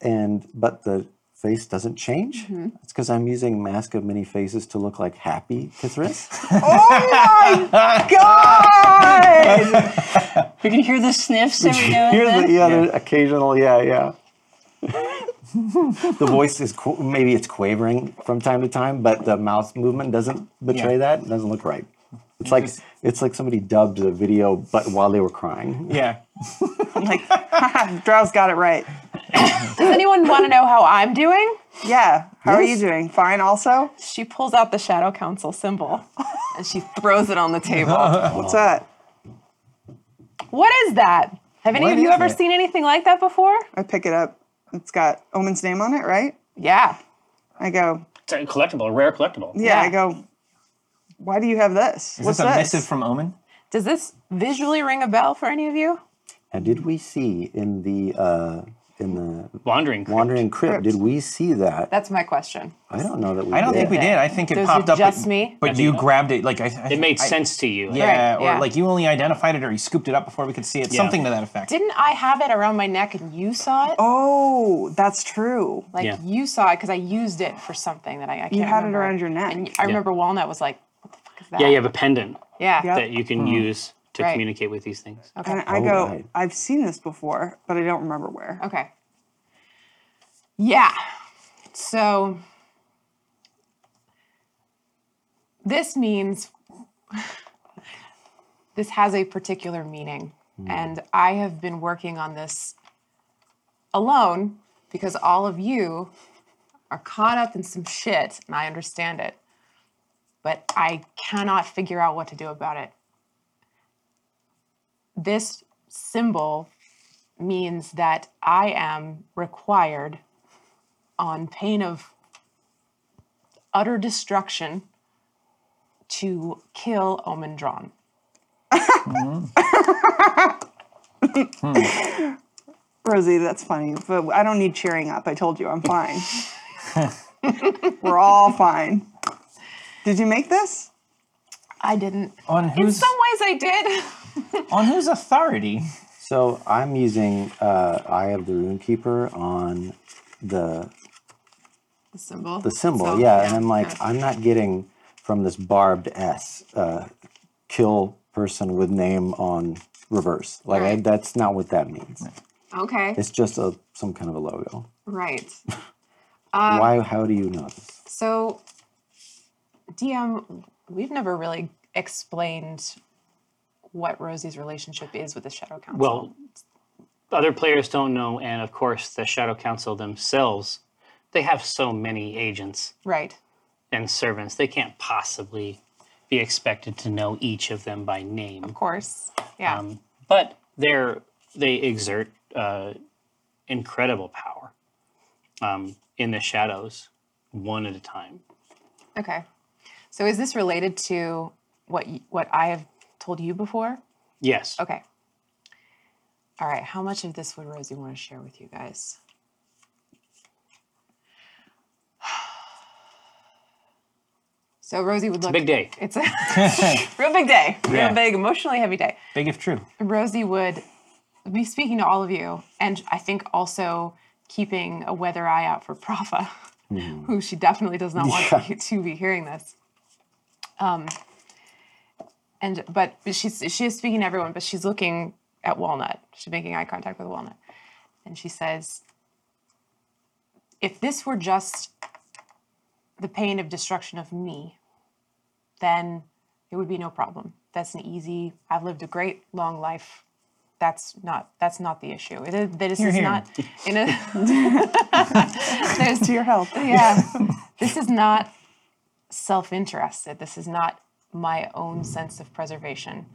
Speaker 5: and but the face doesn't change. It's because I'm using mask of many faces to look like happy Kathris.
Speaker 7: You can hear the sniffs every now
Speaker 5: Here's
Speaker 7: and
Speaker 5: the
Speaker 7: then.
Speaker 5: yeah, the occasional yeah, yeah. the voice is qu- maybe it's quavering from time to time, but the mouth movement doesn't betray that. It doesn't look right. It's like it's like somebody dubbed the video, but while they were crying.
Speaker 3: Yeah.
Speaker 6: I'm like, "Haha, Drow's got it right.
Speaker 3: Uh.
Speaker 4: Does anyone want to know how I'm doing?
Speaker 6: Yeah. How are you
Speaker 5: Yes.
Speaker 6: doing? Fine. Also,
Speaker 4: She pulls out the Shadow Council symbol and she throws it on the table.
Speaker 6: what's that?
Speaker 4: what is that? Have any
Speaker 3: What
Speaker 4: of you
Speaker 3: is
Speaker 4: ever
Speaker 3: it?
Speaker 4: seen anything like that before?
Speaker 6: I pick it up. It's got Omen's name on it, right?
Speaker 4: Yeah.
Speaker 6: I go,
Speaker 2: It's a collectible, a rare collectible.
Speaker 6: yeah.
Speaker 4: Yeah.
Speaker 6: I go. Why do you have this?
Speaker 3: Is
Speaker 6: what's
Speaker 3: this a
Speaker 6: this?
Speaker 3: missive from Omen?
Speaker 4: Does this visually ring a bell for any of you?
Speaker 5: And did we see in the uh, in the
Speaker 2: Wandering. Crypt.
Speaker 5: Wandering Crypt? Did we see that?
Speaker 4: That's my question.
Speaker 5: I don't know that we.
Speaker 3: I don't think we
Speaker 5: did.
Speaker 3: did. I think it
Speaker 4: Those
Speaker 3: popped
Speaker 4: are
Speaker 3: up.
Speaker 4: just
Speaker 3: but,
Speaker 4: me?
Speaker 3: But you grabbed it. Like I. I
Speaker 2: It made
Speaker 3: I-
Speaker 2: sense to you.
Speaker 3: Yeah,
Speaker 4: Right,
Speaker 3: or
Speaker 4: yeah.
Speaker 3: like you only identified it, or you scooped it up before we could see it.
Speaker 2: Yeah.
Speaker 3: Something to that effect.
Speaker 4: Didn't I have it around my neck and you saw it?
Speaker 6: Oh, that's true.
Speaker 4: Like
Speaker 2: Yeah.
Speaker 4: you saw it because I used it for something that I, I can't
Speaker 6: You had it
Speaker 4: remember.
Speaker 6: around your neck.
Speaker 4: And I remember Walnut was like, "What the fuck is that?"
Speaker 2: Yeah, you have a pendant
Speaker 4: yeah.
Speaker 6: Yep.
Speaker 2: that you can use to
Speaker 4: Right.
Speaker 2: communicate with these things.
Speaker 4: Okay.
Speaker 6: And I
Speaker 5: Oh,
Speaker 6: go,
Speaker 5: right.
Speaker 6: I've seen this before, but I don't remember where.
Speaker 4: Okay. Yeah. So this means this has a particular meaning. And I have been working on this alone because all of you are caught up in some shit and I understand it. But I cannot figure out what to do about it. This symbol means that I am required, on pain of utter destruction, to kill Omendron.
Speaker 6: Rosie, that's funny, but I don't need cheering up. I told you, I'm fine. We're all fine. Did you make this?
Speaker 4: I didn't.
Speaker 3: on
Speaker 4: In
Speaker 3: whose
Speaker 4: some ways, I did.
Speaker 3: on whose authority?
Speaker 5: So I'm using uh, Eye of the Runekeeper on the
Speaker 4: The symbol.
Speaker 5: the symbol,
Speaker 4: So,
Speaker 5: yeah, And I'm like,
Speaker 4: yeah.
Speaker 5: I'm not getting from this barbed S, uh, kill person with name on reverse. Like I,
Speaker 4: Right.
Speaker 5: that's not what that means.
Speaker 4: okay,
Speaker 5: It's just a some kind of a logo.
Speaker 4: right.
Speaker 5: Why? How do you know this?
Speaker 4: So, DM, we've never really explained what Rosie's relationship is with the Shadow Council.
Speaker 2: Well, other players don't know, and of course, the Shadow Council themselves, they have so many agents
Speaker 4: right.
Speaker 2: and servants, they can't possibly be expected to know each of them by name.
Speaker 4: Of course. Yeah.
Speaker 2: Um, but they're they exert uh, incredible power um, in the shadows, one at a time.
Speaker 4: Okay. So is this related to what y- what I have told you before?
Speaker 2: Yes.
Speaker 4: Okay. All right. How much of this would Rosie want to share with you guys? So Rosie would look.
Speaker 2: Big day.
Speaker 4: It's a real big day. Real
Speaker 3: Yeah.
Speaker 4: big, emotionally heavy day.
Speaker 3: Big if true.
Speaker 4: Rosie would be speaking to all of you, and I think also keeping a weather eye out for Prafa, who she definitely does not want to, to be hearing this. Um, and but she's she is speaking to everyone, but she's looking at Walnut. She's making eye contact with Walnut, and she says, "If this were just the pain of destruction of me, then it would be no problem. That's an easy. I've lived a great long life. That's not. That's not the issue. It is, this is
Speaker 3: here.
Speaker 4: not. In a, there's,
Speaker 6: To your help.
Speaker 4: yeah, this is not self-interested. This is not my own sense of preservation.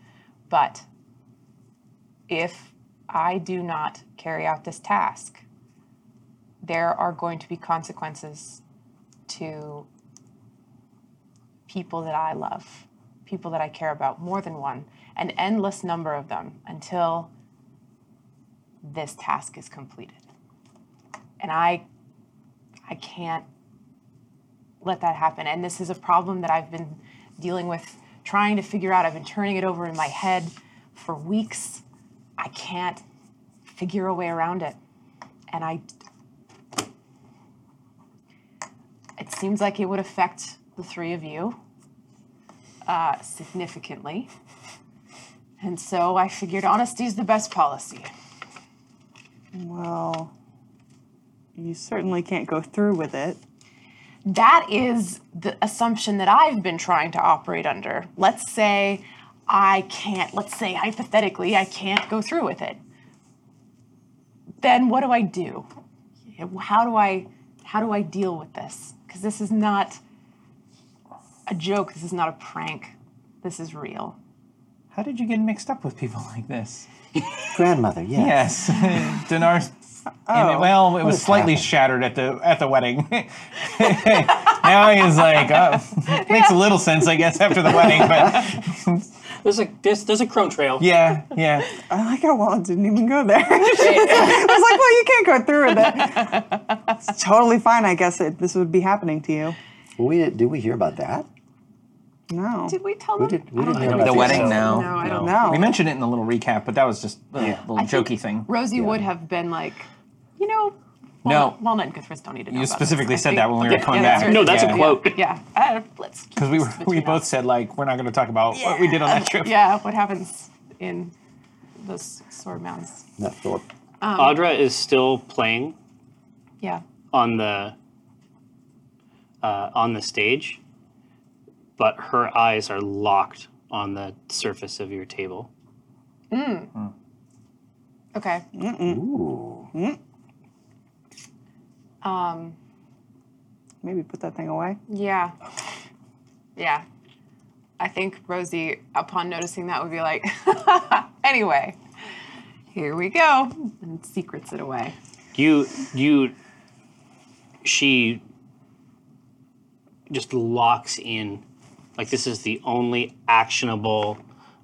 Speaker 4: But if I do not carry out this task, there are going to be consequences to people that I love, people that I care about, more than one, an endless number of them until this task is completed. And I I can't let that happen. And this is a problem that I've been dealing with trying to figure out. I've been turning it over in my head for weeks. I can't figure a way around it. And I it seems like it would affect the three of you uh, significantly. And so I figured honesty is the best policy.
Speaker 6: Well, you certainly can't go through with it.
Speaker 4: that is the assumption that I've been trying to operate under. Let's say I can't, let's say hypothetically, I can't go through with it. Then what do I do? How do I how do I deal with this? Cuz this is not a joke, this is not a prank. This is real.
Speaker 3: How did you get mixed up with people like this?
Speaker 5: Grandmother, yes.
Speaker 3: Yes, Dinar's. and it- well, it was slightly shattered at the at the wedding. now he's like, oh, makes a little sense, I guess, after the wedding. But
Speaker 2: There's a there's, there's a crone trail.
Speaker 3: yeah, yeah.
Speaker 6: I like how Walla didn't even go there. I was like, well, you can't go through with it. It's totally fine, I guess, if this would be happening to you.
Speaker 5: We did, did we hear about that?
Speaker 6: No.
Speaker 4: Did we tell
Speaker 5: We
Speaker 4: them?
Speaker 5: did. We
Speaker 4: I don't
Speaker 5: didn't hear
Speaker 4: think
Speaker 5: about
Speaker 3: The
Speaker 5: that.
Speaker 3: wedding, no.
Speaker 4: No, I don't
Speaker 6: know.
Speaker 3: We mentioned it in the little recap, but that was just a little
Speaker 4: I think
Speaker 3: jokey thing.
Speaker 4: Rosie would have been like, you know,
Speaker 3: No.
Speaker 4: Walnut, Walnut and Guthrist don't need to know.
Speaker 3: You
Speaker 4: about
Speaker 3: specifically
Speaker 4: this.
Speaker 3: said
Speaker 4: I think-
Speaker 3: that when we were coming
Speaker 4: that's
Speaker 3: back.
Speaker 4: right.
Speaker 2: No, that's a
Speaker 3: Yeah.
Speaker 2: quote.
Speaker 4: Yeah, uh, let's. keep
Speaker 3: Because we
Speaker 4: this
Speaker 3: were, we
Speaker 4: between
Speaker 3: both
Speaker 4: us.
Speaker 3: said like we're not going to talk about what we did on that trip.
Speaker 4: Yeah, what happens in those sword mounds?
Speaker 5: Not Philip.
Speaker 2: Audra is still playing
Speaker 4: Yeah,
Speaker 2: on the uh, on the stage, but her eyes are locked on the surface of your table.
Speaker 4: okay.
Speaker 5: Ooh.
Speaker 4: Um,
Speaker 6: Maybe put that thing away.
Speaker 4: yeah. Yeah. I think Rosie, upon noticing that, would be like, anyway, here we go, and secrets it away.
Speaker 2: You you she just locks in like this is the only actionable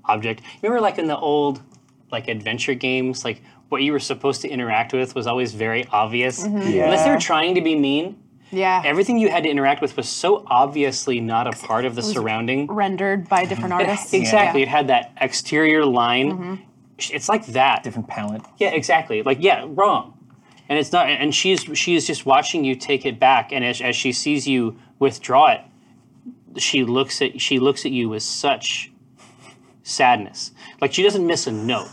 Speaker 2: object. Remember like in the old like adventure games like what you were supposed to interact with was always very obvious. Unless they
Speaker 5: Yeah.
Speaker 2: were trying to be mean,
Speaker 4: Yeah.
Speaker 2: everything you had to interact with was so obviously not a part of the surrounding.
Speaker 4: rendered by different artists.
Speaker 2: Exactly.
Speaker 4: Yeah.
Speaker 2: It had that exterior line. It's like that.
Speaker 3: Different palette.
Speaker 2: Yeah, exactly. Like, yeah, wrong. And it's not. And she's she is just watching you take it back. And as, as she sees you withdraw it, she looks at she looks at you with such sadness. Like she doesn't miss a note.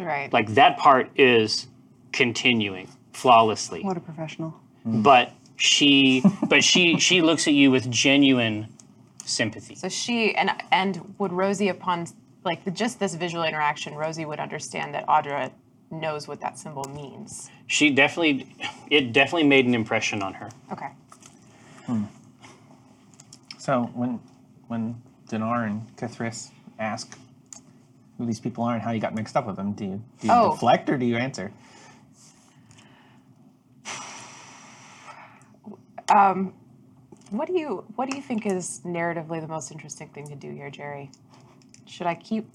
Speaker 4: Right.
Speaker 2: Like that part is continuing flawlessly.
Speaker 6: What a professional.
Speaker 2: But she but she she looks at you with genuine sympathy.
Speaker 4: So she and and would Rosie upon like the, just this visual interaction, Rosie would understand that Audra knows what that symbol means.
Speaker 2: She definitely it definitely made an impression on her.
Speaker 4: Okay.
Speaker 3: So when when Dinar and Kithris ask who these people are and how you got mixed up with them, do you, do you
Speaker 4: Oh.
Speaker 3: deflect or do you answer?
Speaker 4: What do you what do you think is narratively the most interesting thing to do here, Jerry? Should I keep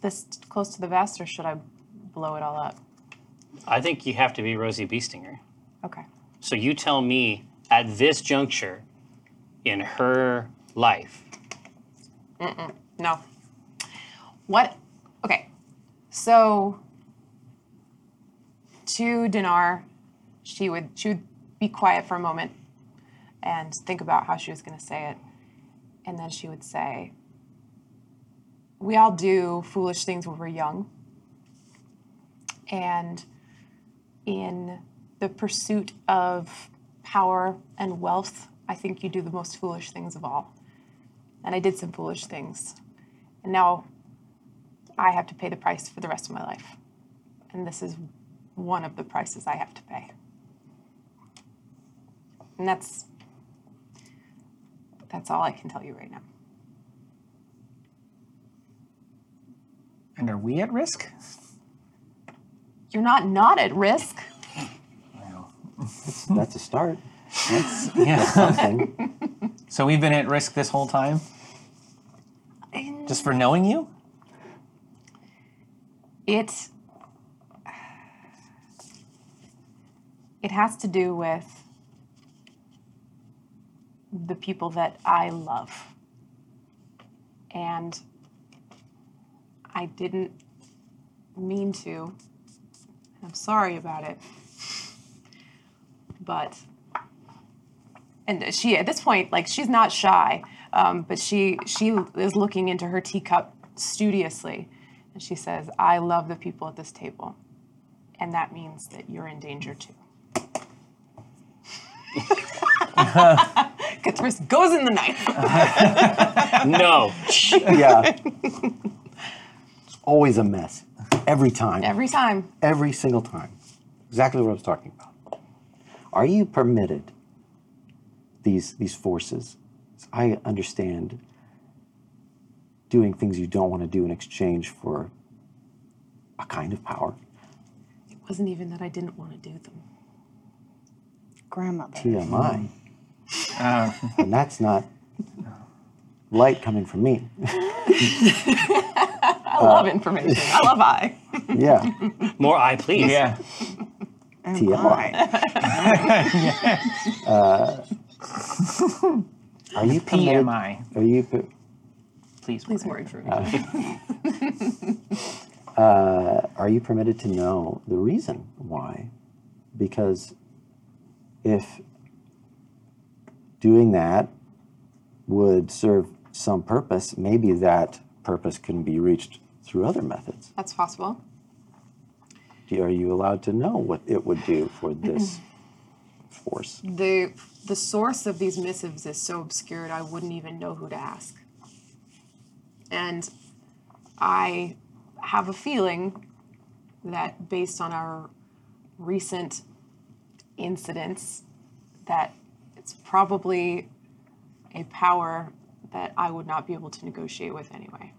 Speaker 4: this close to the vest or should I blow it all up?
Speaker 2: I think you have to be Rosie Beestinger.
Speaker 4: Okay.
Speaker 2: So you tell me at this juncture in her life.
Speaker 4: No. What? Okay. So to Dinar, she would she would be quiet for a moment and think about how she was going to say it, and then she would say, "We all do foolish things when we're young, and in the pursuit of power and wealth, I think you do the most foolish things of all." and I did some foolish things. And now I have to pay the price for the rest of my life. And this is one of the prices I have to pay. And that's that's all I can tell you right now.
Speaker 3: And are we at risk?
Speaker 4: You're not not at risk.
Speaker 5: That's a start. That's
Speaker 3: Yeah.
Speaker 5: something.
Speaker 3: so we've been at risk this whole time just for knowing you.
Speaker 4: It it has to do with the people that I love. And I didn't mean to. I'm sorry about it. But and she at this point like she's not shy um, but she she is looking into her teacup studiously and she says i love the people at this table and that means that you're in danger too
Speaker 7: Guitarist goes in the knife.
Speaker 2: No.
Speaker 5: Yeah. it's always a mess. Every time.
Speaker 4: Every time.
Speaker 5: Every single time. Exactly what I was talking about. Are you permitted these these forces? I understand doing things you don't want to do in exchange for a kind of power.
Speaker 4: It wasn't even that I didn't want to do them.
Speaker 6: Grandmother.
Speaker 5: TMI.
Speaker 3: Uh,
Speaker 5: and that's not light coming from me.
Speaker 7: I love information. I love I.
Speaker 5: Yeah.
Speaker 2: More I please.
Speaker 3: Yeah.
Speaker 6: Am
Speaker 5: TMI.
Speaker 6: I?
Speaker 5: Uh, Are you permitted?
Speaker 3: PMI.
Speaker 5: Are you? per-
Speaker 3: Please.
Speaker 7: Please more information.
Speaker 5: Uh, are you permitted to know the reason why? Because if doing that would serve some purpose, maybe that purpose can be reached through other methods.
Speaker 4: That's possible.
Speaker 5: Do- Are you allowed to know what it would do for this force?
Speaker 4: The the source of these missives is so obscured I wouldn't even know who to ask. And I have a feeling that based on our recent incidents that it's probably a power that I would not be able to negotiate with anyway.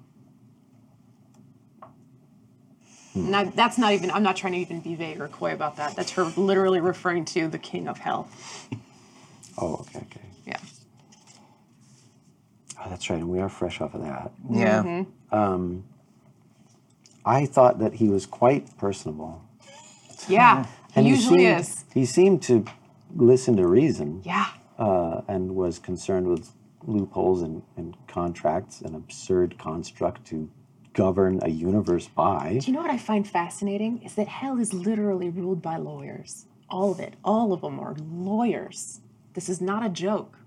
Speaker 4: Now, that's not even, I'm not trying to even be vague or coy about that. That's her literally referring to the king of hell.
Speaker 5: Oh, okay, okay.
Speaker 4: Yeah.
Speaker 5: Oh, that's right. And we are fresh off of that.
Speaker 3: Yeah.
Speaker 5: I thought that he was quite personable.
Speaker 4: Yeah. He
Speaker 5: And
Speaker 4: usually
Speaker 5: seemed,
Speaker 4: is.
Speaker 5: He seemed to listen to reason.
Speaker 4: Yeah.
Speaker 5: uh, and was concerned with loopholes and, and contracts, an absurd construct to govern a universe by.
Speaker 4: Do you know what I find fascinating? Is that hell is literally ruled by lawyers. All of it. All of them are lawyers. This is not a joke.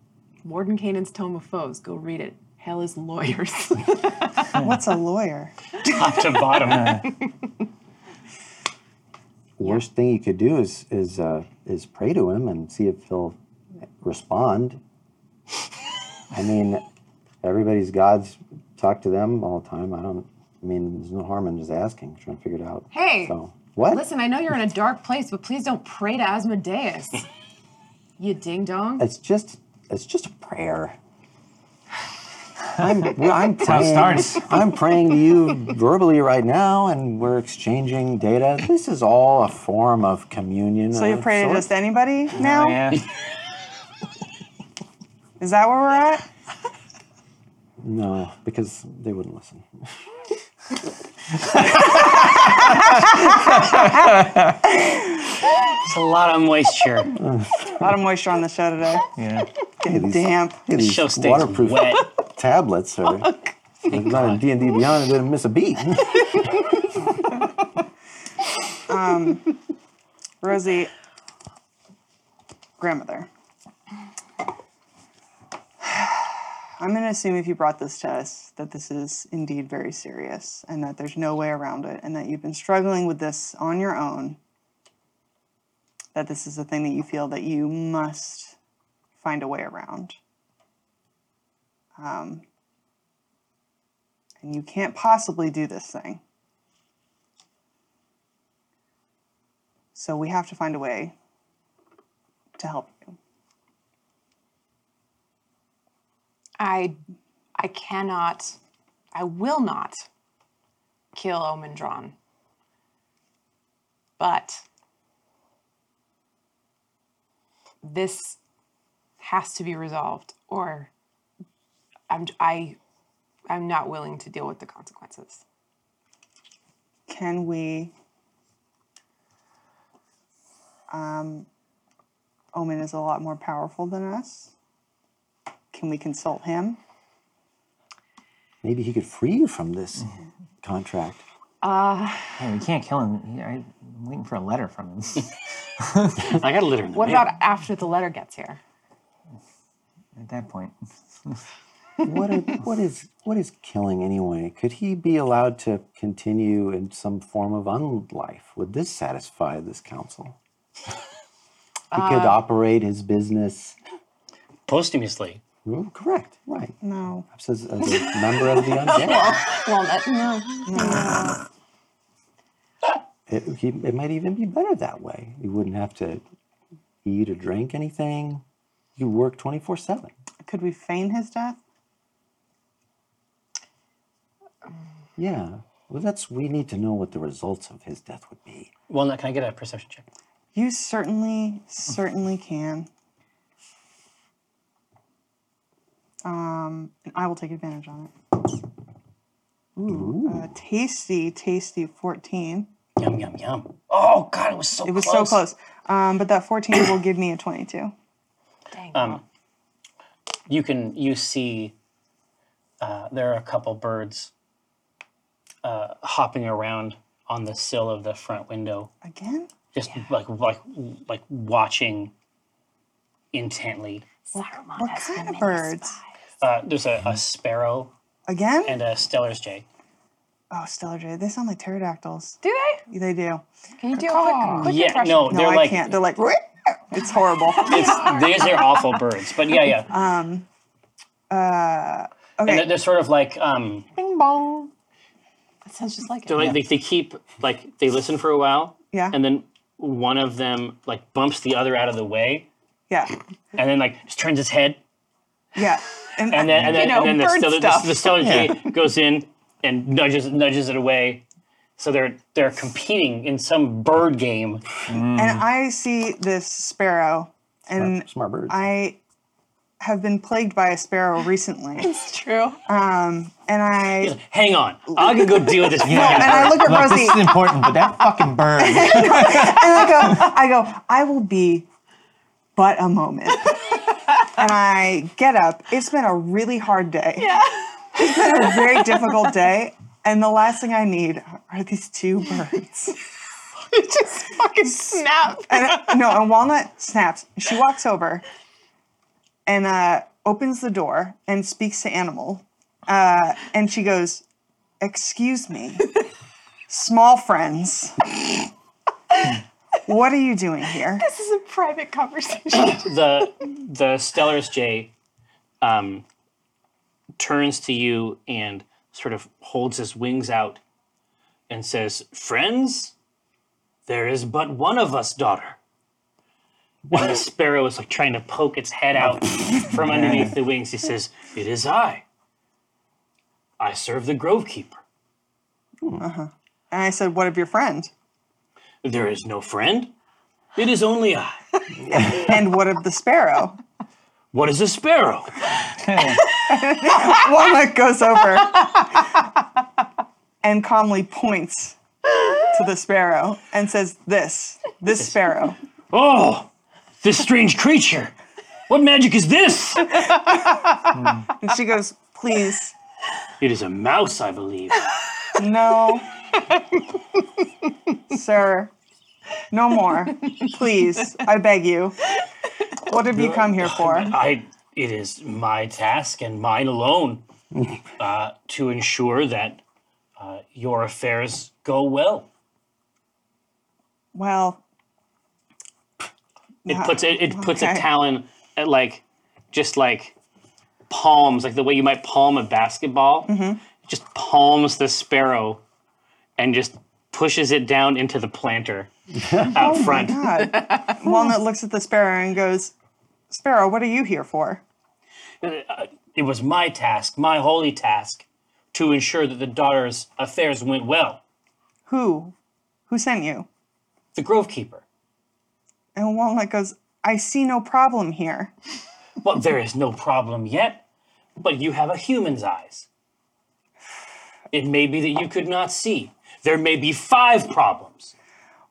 Speaker 4: Warden Canaan's Tome of Foes. Go read it. Hell is lawyers.
Speaker 6: What's a lawyer?
Speaker 2: Top to bottom.
Speaker 5: Worst thing you could do is is uh, is pray to him and see if he'll respond. I mean, everybody's gods talk to them all the time. I don't. I mean, there's no harm in just asking, trying to figure it out.
Speaker 4: Hey,
Speaker 5: So what?
Speaker 4: Listen, I know you're in a dark place, but please don't pray to Asmodeus. you ding dong.
Speaker 5: It's just it's just a prayer. I'm, well, I'm
Speaker 3: how it
Speaker 5: praying-
Speaker 3: starts.
Speaker 5: I'm praying to you verbally right now, and we're exchanging data. This is all a form of communion. Uh,
Speaker 6: So you're
Speaker 5: of
Speaker 6: praying to
Speaker 5: sorts.
Speaker 6: just anybody now?
Speaker 3: Yeah.
Speaker 6: Is that where we're at?
Speaker 5: No, because they wouldn't listen.
Speaker 2: It's a lot of moisture.
Speaker 6: A lot of moisture on the show today.
Speaker 3: yeah.
Speaker 6: Getting damp.
Speaker 5: Look at these
Speaker 2: Show stays
Speaker 5: waterproof
Speaker 2: wet.
Speaker 5: tablets are. They're Not in D and D Beyond, they didn't miss a beat.
Speaker 6: Rosie, grandmother. I'm going to assume if you brought this to us that this is indeed very serious and that there's no way around it and that you've been struggling with this on your own. That this is a thing that you feel that you must find a way around. Um, and you can't possibly do this thing. So we have to find a way to help you.
Speaker 4: I I cannot I will not kill Omendron. But this has to be resolved or I'm I I'm not willing to deal with the consequences.
Speaker 6: Can we? Um, Omen is a lot more powerful than us. Can we consult him?
Speaker 5: Maybe he could free you from this contract.
Speaker 3: Hey, we can't kill him. He- I- I'm waiting for a letter from him.
Speaker 2: I got a litter. in the
Speaker 4: What
Speaker 2: mail.
Speaker 4: about after the letter gets here?
Speaker 3: At that point,
Speaker 5: what, a, what is what is killing anyway? Could he be allowed to continue in some form of unlife? Would this satisfy this council? He could operate his business.
Speaker 2: posthumously.
Speaker 5: Ooh, correct. Right.
Speaker 6: No.
Speaker 5: Perhaps as, as a member of the undead.
Speaker 7: Walnut.
Speaker 6: No. No.
Speaker 5: It, he, it might even be better that way. You wouldn't have to eat or drink anything. You work 24 7.
Speaker 6: Could we feign his death?
Speaker 5: Yeah. Well, that's, we need to know what the results of his death would be.
Speaker 2: Walnut, can I get a perception check?
Speaker 6: You certainly, certainly can. Um, and I will take advantage on it. Ooh, a tasty, tasty 14.
Speaker 2: Yum, yum, yum. Oh, God, it was so
Speaker 6: It was so close. Um, but that 14 will give me a 22.
Speaker 2: Um, you can you see uh, there are a couple birds uh, hopping around on the sill of the front window,
Speaker 6: Again?
Speaker 2: just like like like watching intently.
Speaker 4: Saruman
Speaker 6: What
Speaker 4: has been
Speaker 6: kind of
Speaker 4: made
Speaker 6: birds?
Speaker 2: Uh, there's a, a sparrow
Speaker 6: Again?
Speaker 2: and a stellar's jay.
Speaker 6: Oh, Stellar Jade. They sound like pterodactyls.
Speaker 4: Do they?
Speaker 6: They do.
Speaker 4: Can you do a quick, quick
Speaker 2: Yeah,
Speaker 4: impression?
Speaker 2: no,
Speaker 6: No,
Speaker 2: they're
Speaker 6: I
Speaker 2: like
Speaker 6: can't. They're like, it's horrible.
Speaker 2: it's, these are awful birds, but yeah, yeah.
Speaker 6: um, uh,
Speaker 2: And
Speaker 6: okay.
Speaker 2: they're, they're sort of like um,
Speaker 7: Bing bong. That sounds just like it.
Speaker 2: they're like they, they keep like they listen for a while,
Speaker 6: yeah.
Speaker 2: and then one of them like bumps the other out of the way,
Speaker 6: yeah.
Speaker 2: and then like just turns its head,
Speaker 6: Yeah. And,
Speaker 2: and then and then,
Speaker 7: know,
Speaker 2: and then the,
Speaker 7: bird
Speaker 2: stellar,
Speaker 7: stuff.
Speaker 2: the, the stellar jay goes in and nudges nudges it away. So they're they're competing in some bird game.
Speaker 6: and I see this sparrow, and
Speaker 5: Smart, smart birds.
Speaker 6: I have been plagued by a sparrow recently.
Speaker 7: It's true.
Speaker 6: Um, and I
Speaker 2: Hang on, I can go deal with this.
Speaker 6: and
Speaker 2: fucking-
Speaker 6: I look at
Speaker 3: Look,
Speaker 6: Rosie,
Speaker 3: this is
Speaker 6: and
Speaker 3: important, but that fucking bird.
Speaker 6: I go, I go, I will be, but a moment. and I get up. It's been a really hard day. Yeah. It's been a very difficult day. And the last thing I need are these two birds.
Speaker 7: It just fucking snap.
Speaker 6: and no, and Walnut snaps. She walks over and uh, opens the door and speaks to Animal. Uh, and she goes, Excuse me, small friends. what are you doing here?
Speaker 7: This is a private conversation.
Speaker 2: the the Stellar's Jay um, turns to you and sort of holds his wings out and says, "Friends, there is but one of us, daughter." And the sparrow is like trying to poke its head out from underneath the wings. He says, "It is I. I serve the Grove Keeper.
Speaker 6: And I said, What of your friend?
Speaker 2: There is no friend. It is only I.
Speaker 6: And what of the sparrow?
Speaker 2: What is a sparrow?"
Speaker 6: Walnut goes over and calmly points to the sparrow and says, This, this sparrow.
Speaker 2: Oh, this strange creature. What magic is this?
Speaker 6: And she goes, Please,
Speaker 2: It is a mouse, I believe.
Speaker 6: No. Sir, no more. Please, I beg you. What have you come here for?
Speaker 2: I. It is my task and mine alone uh, to ensure that uh, your affairs go well.
Speaker 6: Well,
Speaker 2: It puts it, it puts a
Speaker 6: Okay.
Speaker 2: talon at like just like palms, like the way you might palm a basketball. It just palms the sparrow and just pushes it down into the planter out front.
Speaker 6: God. Walnut looks at the sparrow and goes, Sparrow, what are you here for?
Speaker 2: It was my task, my holy task, to ensure that the daughter's affairs went well.
Speaker 6: Who? Who sent you?
Speaker 2: The grove keeper.
Speaker 6: And Walnut goes, I see no problem here.
Speaker 2: Well, there is no problem yet, but you have a human's eyes. It may be that you could not see. There may be five problems.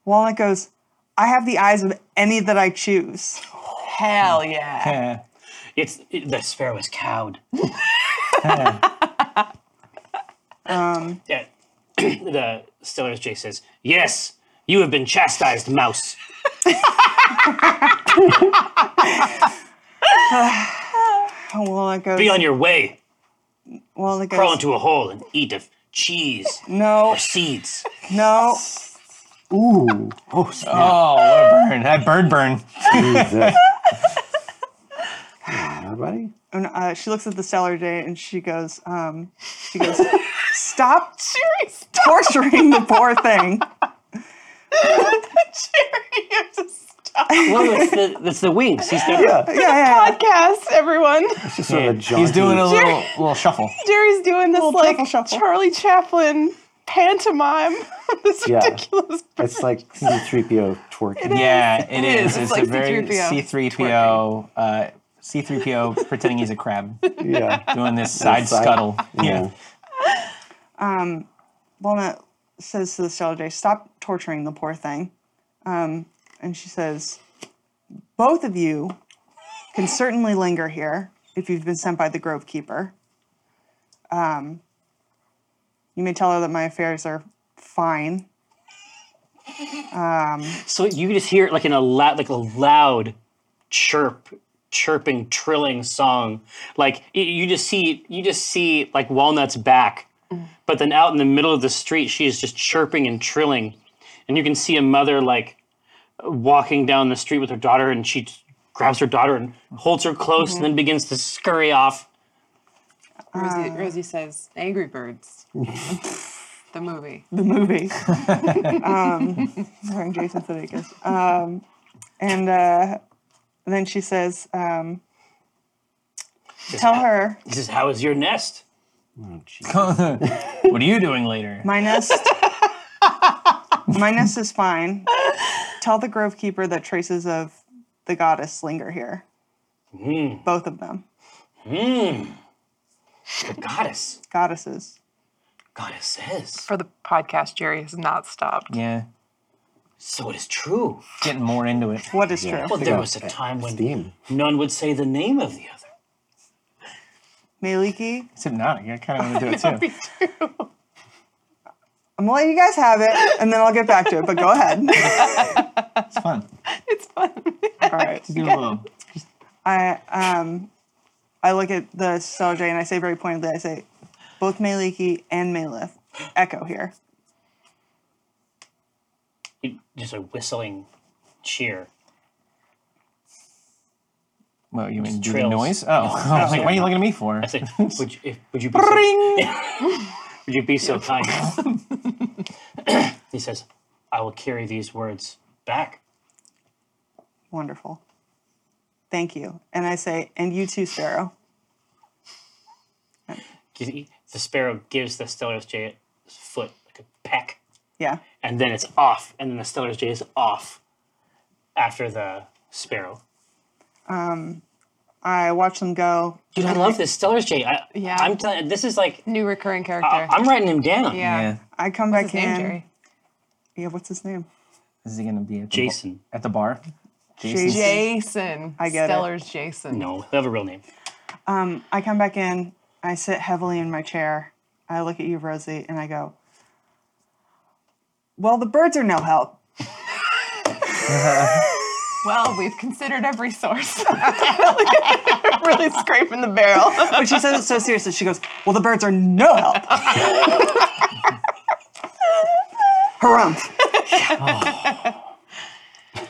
Speaker 6: Walnut goes, I have the eyes of any that I choose.
Speaker 7: Hell yeah.
Speaker 3: Yeah.
Speaker 2: It's it, the sparrow is cowed.
Speaker 6: Um,
Speaker 2: Yeah. Uh, the Stellar's Jay says, "Yes, you have been chastised, mouse."
Speaker 6: And Walnut goes,
Speaker 2: Be on your way.
Speaker 6: Walnut
Speaker 2: Crawl
Speaker 6: goes,
Speaker 2: into a hole and eat of cheese
Speaker 6: no,
Speaker 2: or seeds.
Speaker 6: no.
Speaker 5: Ooh. Oh, snap.
Speaker 3: Oh, what a burn. That bird burn.
Speaker 5: Jesus. Yeah, Everybody?
Speaker 6: And, uh, she looks at the stellar date and she goes, um, she goes, stop
Speaker 7: Jerry, stop.
Speaker 6: torturing the poor thing.
Speaker 7: Jerry, you have to stop.
Speaker 2: Well, it's the, it's the wings. He's got
Speaker 5: Yeah.
Speaker 6: Yeah, yeah, yeah.
Speaker 7: Podcast, everyone.
Speaker 5: It's just sort of a jaunty.
Speaker 3: He's doing a little little shuffle.
Speaker 7: Jerry's doing this
Speaker 6: Little
Speaker 7: like
Speaker 6: shuffle, shuffle.
Speaker 7: Charlie Chaplin pantomime. this
Speaker 5: Yeah.
Speaker 7: ridiculous.
Speaker 5: It's like C3PO twerking.
Speaker 3: Yeah, it is.
Speaker 7: It's
Speaker 3: It's,
Speaker 7: like
Speaker 3: a very
Speaker 7: C3PO
Speaker 3: C3PO uh, C3PO pretending he's a crab
Speaker 5: Yeah.
Speaker 3: doing this side
Speaker 5: side-
Speaker 3: scuttle. Yeah.
Speaker 6: Walnut says to the stellar date, stop torturing the poor thing. Um, and she says, both of you can certainly linger here if you've been sent by the Grove Keeper. Um, you may tell her that my affairs are fine.
Speaker 2: So you just hear it like in a loud, like a loud chirp, chirping, trilling song. Like y- you just see, you just see like Walnut's back, but then out in the middle of the street, she is just chirping and trilling, and you can see a mother like walking down the street with her daughter, and she grabs her daughter and holds her close, and then begins to scurry off.
Speaker 7: Ah.
Speaker 4: Rosie, Rosie says, "Angry Birds." the movie.
Speaker 6: the movie. um, starring Jason Sudeikis. Um, and uh, then she says, um, "Tell her
Speaker 2: This is how is your nest?
Speaker 3: what are you doing later?
Speaker 6: my nest. my nest is fine. Tell the grove keeper that traces of the goddess linger here. Both of them,
Speaker 2: The goddess,
Speaker 6: goddesses.
Speaker 2: goddess says.
Speaker 4: For the podcast, Jerry has not stopped.
Speaker 3: Yeah,
Speaker 2: So it is true.
Speaker 3: getting more into it.
Speaker 6: What is true?
Speaker 2: Well, there was a time when
Speaker 5: Steam.
Speaker 2: none would say the name of the other.
Speaker 6: Maliki,
Speaker 3: It's hypnotic. I kind of want to do it too.
Speaker 6: I'm gonna let you guys have it, and then I'll get back to it. But go ahead.
Speaker 3: It's fun.
Speaker 7: It's fun.
Speaker 6: All right.
Speaker 3: Just do a little.
Speaker 6: I um, I look at the Sarge and I say very pointedly, I say, both Maliki and Malith echo here.
Speaker 2: It, just a whistling cheer.
Speaker 3: Well, you mean do the
Speaker 2: trills.
Speaker 3: noise? Oh, I was like, what are you looking at me for?
Speaker 2: I said, would you, if, would you be so, would you be so kind? he says, I will carry these words back.
Speaker 6: Wonderful. Thank you. And I say, and you too, Sparrow.
Speaker 2: The sparrow gives the Stellar's Jay its foot like a peck,
Speaker 6: Yeah.
Speaker 2: and then it's off, and then the Stellar's Jay is off after the sparrow.
Speaker 6: I watch them go.
Speaker 2: Dude, I love this Stellar's Jay. I,
Speaker 4: Yeah.
Speaker 2: I'm telling this is like,
Speaker 4: New recurring
Speaker 7: Ah,
Speaker 4: character.
Speaker 2: I, am writing him down.
Speaker 4: yeah.
Speaker 3: Yeah.
Speaker 6: I come
Speaker 4: His
Speaker 6: back in.
Speaker 4: name, Jerry.
Speaker 6: Yeah, what's his name?
Speaker 3: Is he gonna be at the
Speaker 2: Jason.
Speaker 3: at the bar?
Speaker 6: Jason.
Speaker 4: Jason. I
Speaker 6: get it.
Speaker 4: Stellar's Jason.
Speaker 2: No, they have a real name.
Speaker 6: I come back in. I sit heavily in my chair. I look at you, Rosie, and I go, well, the birds are no help.
Speaker 4: Well, we've considered every source.
Speaker 7: really scraping the barrel.
Speaker 6: But she says it so seriously. She goes, well, the birds are no help. Harumph.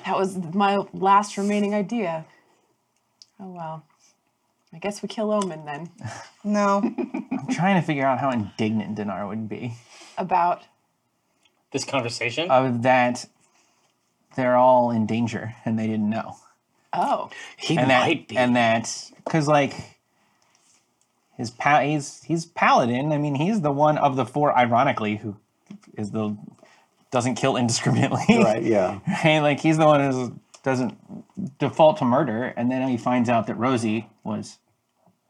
Speaker 4: that was my last remaining idea. Oh well. I guess we kill Omen then.
Speaker 6: No.
Speaker 3: I'm trying to figure out how indignant Dinar would be
Speaker 4: About
Speaker 2: This conversation.
Speaker 3: of that. They're all in danger and they didn't know.
Speaker 4: oh
Speaker 2: he
Speaker 3: and that
Speaker 2: might be.
Speaker 3: and that because like his pal he's he's paladin i mean he's the one of the four ironically who is the doesn't kill indiscriminately
Speaker 5: Right, yeah.
Speaker 3: right like he's the one who doesn't default to murder and then he finds out that rosie was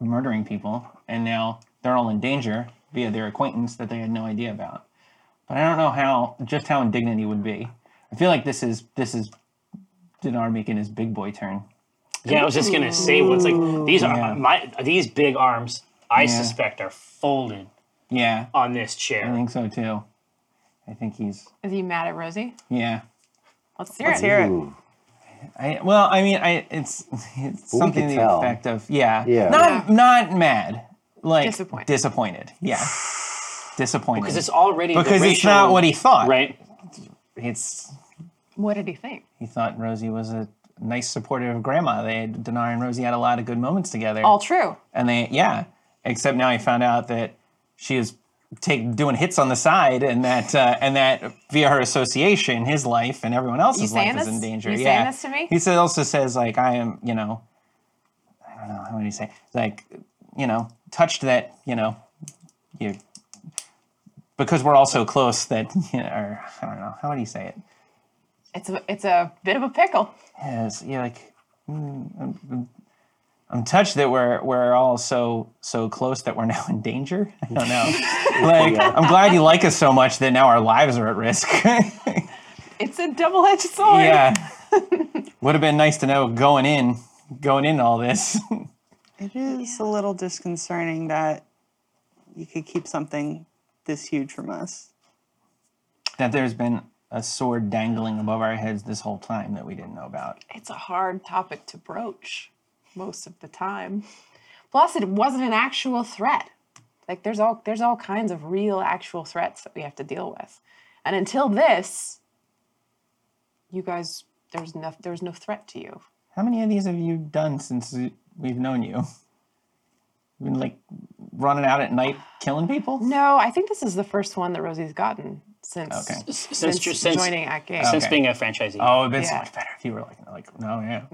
Speaker 3: murdering people and now they're all in danger via their acquaintance that they had no idea about but i don't know how just how indignant he would be i feel like this is this is dinar making his big boy turn
Speaker 2: Yeah, I was just gonna say what's like these are
Speaker 3: Yeah.
Speaker 2: my these big arms. I suspect are folded
Speaker 3: yeah
Speaker 2: on this
Speaker 3: I
Speaker 2: chair.
Speaker 3: think so too. I think he's
Speaker 4: is he mad at Rosie?
Speaker 3: yeah.
Speaker 4: Let's hear it.
Speaker 6: Hear it.
Speaker 5: Ooh,
Speaker 3: I well, I mean, I it's, it's
Speaker 5: Well, we
Speaker 3: something
Speaker 5: could
Speaker 3: to the
Speaker 5: tell.
Speaker 3: effect of yeah,
Speaker 5: Yeah.
Speaker 3: not not mad, like
Speaker 4: Disappointed.
Speaker 3: disappointed, yeah, disappointed
Speaker 2: Because it's already the
Speaker 3: Because it's
Speaker 2: racial-
Speaker 3: not what he thought.
Speaker 2: right.
Speaker 3: It's
Speaker 4: What did he think?
Speaker 3: he thought Rosie was a nice supportive grandma. They had, Dinar and Rosie had a lot of good moments together.
Speaker 4: All true.
Speaker 3: and they yeah except now i found out that she is take doing hits on the side and that uh, and that via her association his life and everyone else's
Speaker 4: saying
Speaker 3: life is in
Speaker 4: this?
Speaker 3: danger
Speaker 4: You saying
Speaker 3: yeah
Speaker 4: this to me?
Speaker 3: he said, also says like i am you know i don't know how would he say like you know touched that you know you because we're all so close that you know, or i don't know how would he say it
Speaker 4: It's a, it's a bit of a pickle.
Speaker 3: Yes, yeah, like mm, I'm, I'm, I'm touched that we're we're all so so close that we're now in danger. I don't know. like I'm glad you like us so much that now our lives are at risk.
Speaker 4: It's a double-edged sword.
Speaker 3: yeah, would have been nice to know going in going in all this.
Speaker 6: It is a little disconcerting that you could keep something this huge from us.
Speaker 3: that there's been a sword dangling above our heads this whole time that we didn't know about.
Speaker 4: It's a hard topic to broach most of the time. Plus, it wasn't an actual threat. Like there's all there's all kinds of real actual threats that we have to deal with. And until this, you guys there's no there's no threat to you.
Speaker 3: How many of these have you done since we've known you? Been like running out at night killing people?
Speaker 4: No, I think this is the first one that Rosie's gotten since
Speaker 3: Okay.
Speaker 4: since,
Speaker 2: Since, you since,
Speaker 4: joining at game.
Speaker 2: since
Speaker 3: Okay.
Speaker 2: being a franchisee.
Speaker 3: Oh, it'd been so
Speaker 4: Yeah.
Speaker 3: much better if you were like, like no, yeah,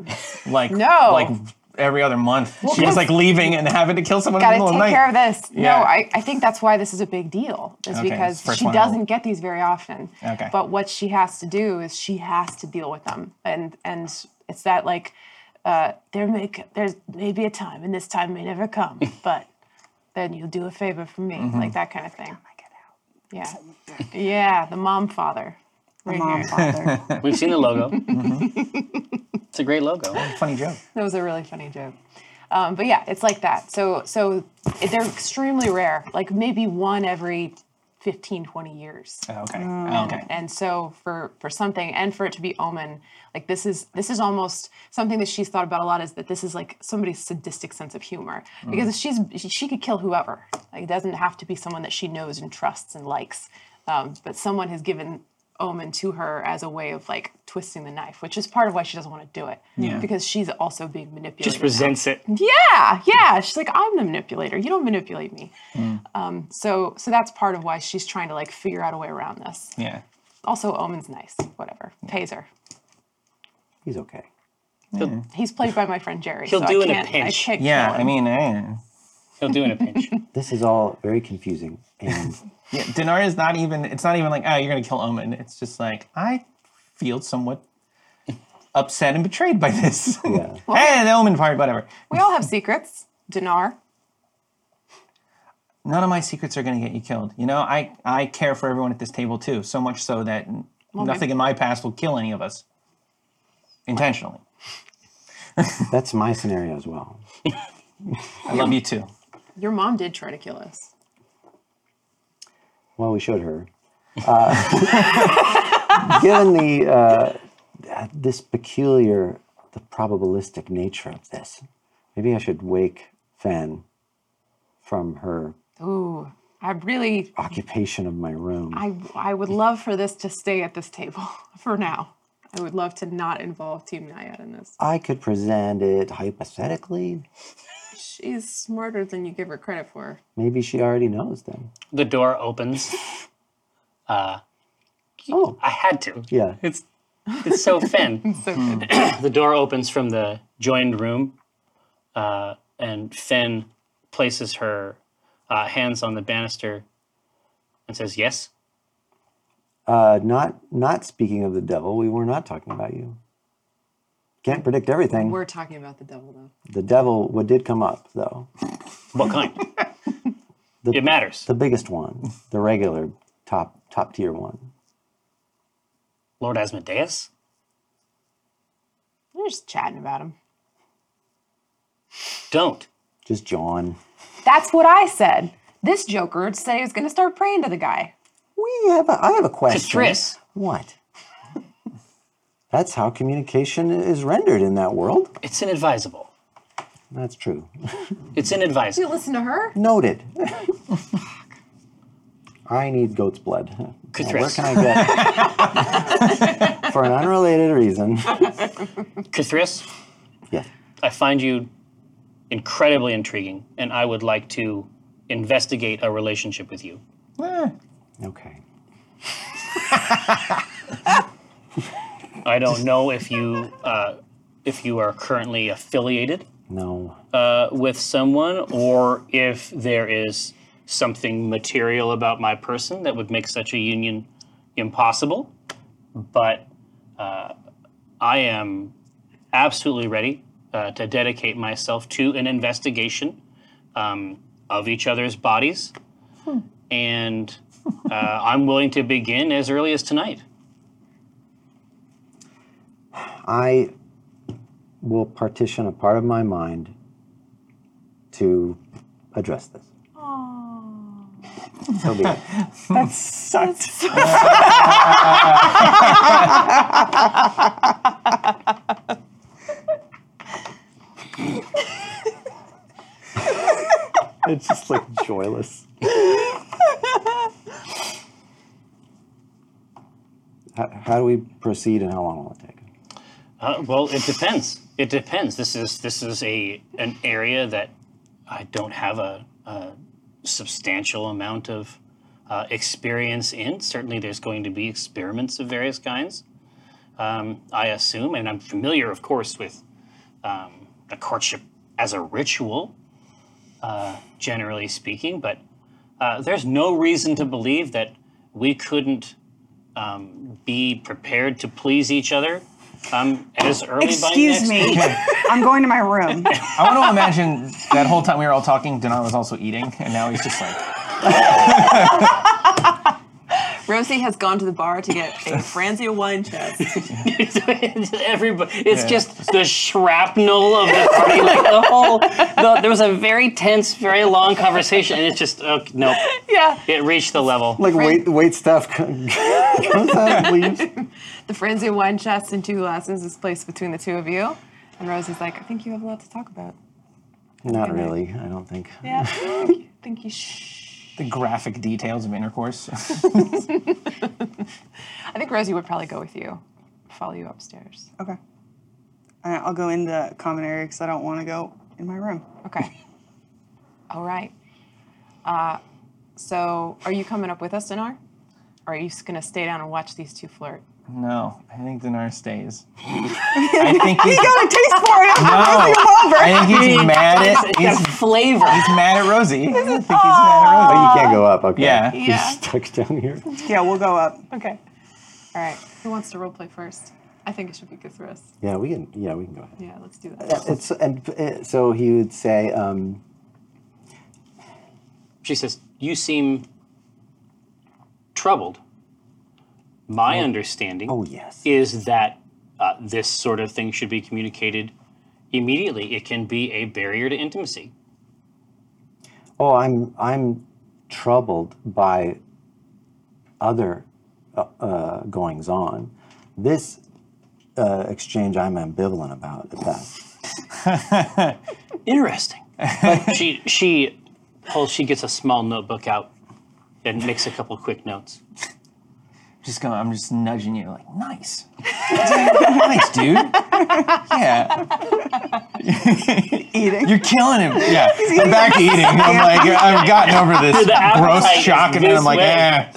Speaker 3: like
Speaker 4: No.
Speaker 3: like every other month. She was
Speaker 4: 'cause-
Speaker 3: like leaving and having to kill someone in the
Speaker 4: Gotta
Speaker 3: middle of
Speaker 4: take
Speaker 3: the night.
Speaker 4: care of this.
Speaker 3: Yeah.
Speaker 4: No, I, I think that's why this is a big deal. Is
Speaker 3: Okay,
Speaker 4: because
Speaker 3: first
Speaker 4: she
Speaker 3: one I'll-
Speaker 4: doesn't get these very often.
Speaker 3: Okay.
Speaker 4: But what she has to do is she has to deal with them, and and it's that like uh, there may c- there's maybe a time, and this time may never come, but then you'll do a favor for me,
Speaker 3: Mm-hmm.
Speaker 4: like that kind of thing. Yeah, yeah, the mom father.
Speaker 6: The
Speaker 4: Right
Speaker 6: mom,
Speaker 4: here.
Speaker 6: father.
Speaker 2: We've seen the logo. It's a great logo.
Speaker 3: Funny joke.
Speaker 4: That was a really funny joke. Um, but yeah, it's like that. So so it- they're extremely rare, like maybe one every 15, 20 years.
Speaker 3: Oh, Okay.
Speaker 4: Mm.
Speaker 3: okay.
Speaker 4: And so for for something and for it to be omen, like this is this is almost something that she's thought about a lot is that this is like somebody's sadistic sense of humor
Speaker 3: Mm.
Speaker 4: because she's she- she could kill whoever. Like it doesn't have to be someone that she knows and trusts and likes, um, but someone has given omen to her as a way of like twisting the knife, which is part of why she doesn't want to do it.
Speaker 3: Yeah.
Speaker 4: Because she's also being manipulated.
Speaker 2: Just resents it.
Speaker 4: Yeah, yeah. She's like, I'm the manipulator. You don't manipulate me. Um, so, so that's part of why she's trying to like figure out a way around this.
Speaker 3: Yeah.
Speaker 4: Also, Omen's nice. Whatever, pays her.
Speaker 5: He's okay.
Speaker 4: He's played by my friend Jerry.
Speaker 2: He'll
Speaker 4: so
Speaker 2: do
Speaker 4: I
Speaker 2: in a
Speaker 4: can't,
Speaker 2: pinch.
Speaker 4: I can't kill
Speaker 3: Yeah.
Speaker 4: him.
Speaker 3: I mean, eh.
Speaker 2: He'll do in a pinch.
Speaker 5: This is all very confusing, and
Speaker 3: yeah. Dinar is not even. It's not even like oh, you're gonna kill Omen. It's just like I feel somewhat upset and betrayed by this.
Speaker 5: Yeah.
Speaker 3: hey, the Omen part, whatever.
Speaker 4: we all have secrets. Dinar.
Speaker 3: none of my secrets are going to get you killed. You know, I, I care for everyone at this table too, so much so that n- nothing in my past will kill any of us intentionally.
Speaker 5: that's my scenario as well.
Speaker 3: I love you too.
Speaker 4: Your mom did try to kill us.
Speaker 5: Well, we showed her. Uh, given the uh, uh, this peculiar, the probabilistic nature of this, maybe I should wake Fan from her
Speaker 4: Ooh, I really,
Speaker 5: occupation of my room.
Speaker 4: I, I would love for this to stay at this table for now. I would love to not involve Team Naiad in this.
Speaker 5: I could present it hypothetically.
Speaker 4: She's smarter than you give her credit for.
Speaker 5: Maybe she already knows then.
Speaker 2: The door opens. Uh,
Speaker 5: Oh,
Speaker 2: I had to.
Speaker 5: yeah.
Speaker 2: It's it's so Finn.
Speaker 4: So good.
Speaker 2: the door opens from the joined room, uh, and Finn places her uh, hands on the banister and says, "Yes."
Speaker 5: Uh, not not speaking of the devil, we were not talking about you. Can't predict everything.
Speaker 4: We're talking about the devil though.
Speaker 5: the devil, what did come up though?
Speaker 2: What kind?
Speaker 5: The-
Speaker 2: it matters.
Speaker 5: The biggest one, the regular top top tier one.
Speaker 2: Lord Asmodeus.
Speaker 4: We're just chatting about him.
Speaker 2: Don't.
Speaker 5: Just John.
Speaker 4: That's what I said. This Joker said he was going to start praying to the guy.
Speaker 5: We have a, I have a question.
Speaker 2: Tris.
Speaker 5: What? That's how communication is rendered in that world.
Speaker 2: It's inadvisable.
Speaker 5: That's true.
Speaker 2: It's inadvisable.
Speaker 4: You listen to her?
Speaker 5: Noted. I need goat's blood. Now, Where
Speaker 2: Tris.
Speaker 5: can I get? for an unrelated reason.
Speaker 2: Kuthrius,
Speaker 5: Yes.
Speaker 2: I find you incredibly intriguing, and I would like to investigate a relationship with you.
Speaker 3: Eh,
Speaker 5: Okay.
Speaker 2: I don't know if you uh, if you are currently affiliated
Speaker 5: No.
Speaker 2: uh, with someone, or if there is something material about my person that would make such a union impossible. But uh, I am absolutely ready uh, to dedicate myself to an investigation um, of each other's bodies, and uh, I'm willing to begin as early as tonight.
Speaker 5: I will partition a part of my mind to address this. So be it.
Speaker 3: sucked.
Speaker 5: It's just like joyless. how, how do we proceed and how long will it take?
Speaker 2: Uh, well, it depends. It depends. This is this is a an area that I don't have a, a substantial amount of uh, experience in. Certainly, there's going to be experiments of various kinds. Um, I assume, and I'm familiar, of course, with um, the courtship as a ritual, uh, generally speaking. But uh, there's no reason to believe that we couldn't um, be prepared to please each other um, as early by next
Speaker 6: Excuse me.
Speaker 2: week.
Speaker 6: I'm going to my room.
Speaker 3: I want to imagine that whole time we were all talking, Dinar was also eating, and now he's just like,
Speaker 7: Rosie has gone to the bar to get a Franzia wine chest.
Speaker 2: Everybody, it's just the shrapnel of the party. Like the whole, the, there was a very tense, very long conversation, and it's just oh, nope.
Speaker 7: yeah.
Speaker 2: It reached the level.
Speaker 5: Like wait, wait stuff comes out and leaves.
Speaker 4: The frenzy of wine chest and two glasses is placed between the two of you. And Rosie's like, I think you have a lot to talk about.
Speaker 5: Not really, I don't think.
Speaker 4: Yeah. I think you- think you sh-
Speaker 3: the graphic details of intercourse.
Speaker 4: I think Rosie would probably go with you, follow you upstairs.
Speaker 6: Okay. I- I'll go in the common area because I don't want to go in my room.
Speaker 4: Okay. All right. Uh, so, are you coming up with us, Dinar? Or are you just going to stay down and watch these two flirt?
Speaker 3: no, I think Dinar stays. I think he's,
Speaker 6: Got a taste for it. I'm
Speaker 3: no, I think he's mad at
Speaker 2: It's
Speaker 3: he's,
Speaker 2: got flavor.
Speaker 3: he's mad at Rosie. I think he's mad at Rosie.
Speaker 5: Oh, you can't go up, okay.
Speaker 3: Yeah.
Speaker 5: You're stuck down here.
Speaker 6: Yeah, we'll go up.
Speaker 4: Okay. All right. Who wants to roleplay first? I think it should be good for us.
Speaker 5: Yeah, we can yeah, we can go ahead.
Speaker 4: Yeah, let's do that.
Speaker 5: It's and uh, so he would say, um,
Speaker 2: She says, "You seem troubled." My understanding
Speaker 5: "Oh yes,
Speaker 2: is that uh, this sort of thing should be communicated immediately. It can be a barrier to intimacy.
Speaker 5: oh I'm I'm troubled by other uh, uh, goings on. This uh, exchange I'm ambivalent about at best.
Speaker 2: Interesting. she she pulls. She gets a small notebook out and makes a couple quick notes.
Speaker 3: Just go. I'm just nudging you, like nice, nice, dude. Yeah,
Speaker 6: Eating.
Speaker 3: you're killing him. Yeah, I'm back to eating. I'm like, I've gotten over this gross
Speaker 2: appetite is
Speaker 3: shock, and then
Speaker 2: this
Speaker 3: I'm like,
Speaker 2: way.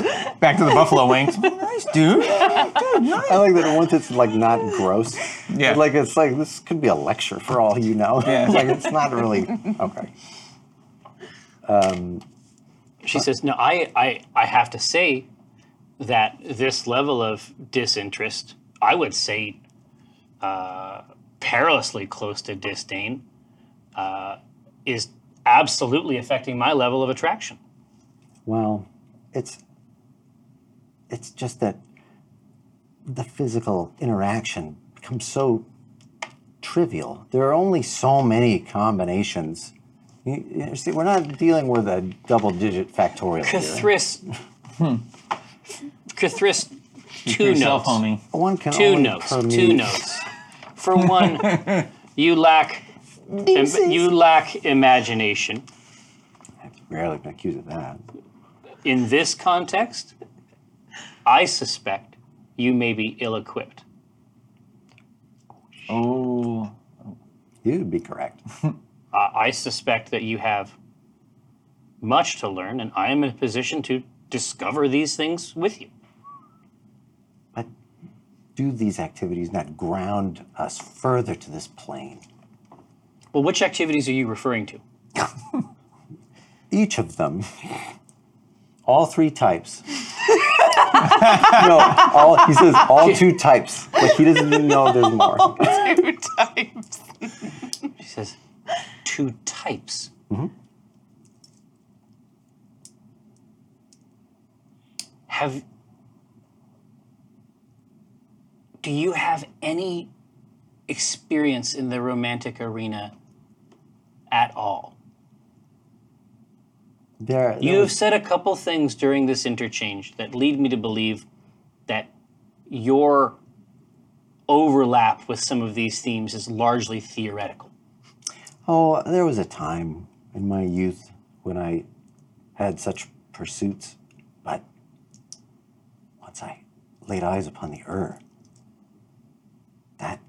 Speaker 3: eh. Back to the buffalo wings. nice, dude. Dude, nice.
Speaker 5: I like that once it's like not gross.
Speaker 3: Yeah.
Speaker 5: like it's like this could be a lecture for all you know.
Speaker 3: Yeah.
Speaker 5: like it's not really okay.
Speaker 2: She says, "No, I I I have to say that this level of disinterest, I would say, uh, perilously close to disdain, uh, is absolutely affecting my level of attraction."
Speaker 5: Well, it's it's just that the physical interaction becomes so trivial. There are only so many combinations. You, you see, we're not dealing with a double-digit factorial here.
Speaker 2: Kathris, Kathris, two
Speaker 3: Yourself,
Speaker 2: notes.
Speaker 3: homie.
Speaker 5: One can
Speaker 2: two
Speaker 5: only
Speaker 2: notes.
Speaker 5: permute-
Speaker 2: Two notes. For one, you lack im- you lack imagination.
Speaker 5: Rarely been accused of that.
Speaker 2: In this context, I suspect you may be ill-equipped
Speaker 3: Oh,
Speaker 5: You'd be correct.
Speaker 2: Uh, I suspect that you have much to learn, and I am in a position to discover these things with you.
Speaker 5: But do these activities not ground us further to this plane?
Speaker 2: Well, which activities are you referring to?
Speaker 5: Each of them. All three types. no, all, he says all two types. Like he doesn't even know there's more.
Speaker 7: Two types.
Speaker 2: She says, two types. Have. Do you have any experience in the romantic arena at all?
Speaker 5: There,
Speaker 2: You have said a couple things during this interchange that lead me to believe that your overlap with some of these themes is largely theoretical.
Speaker 5: Oh, there was a time in my youth when I had such pursuits, but once I laid eyes upon the earth, that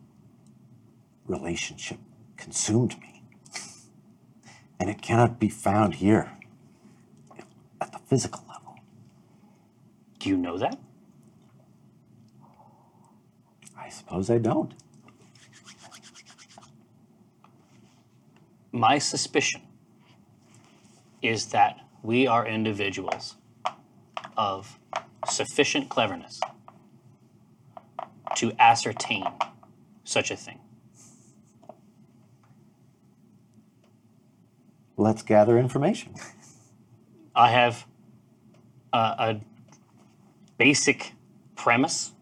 Speaker 5: relationship consumed me. And it cannot be found here at the physical level.
Speaker 2: Do you know that?
Speaker 5: I suppose I don't.
Speaker 2: My suspicion is that we are individuals of sufficient cleverness to ascertain such a thing.
Speaker 5: Let's gather information.
Speaker 2: I have a, a basic premise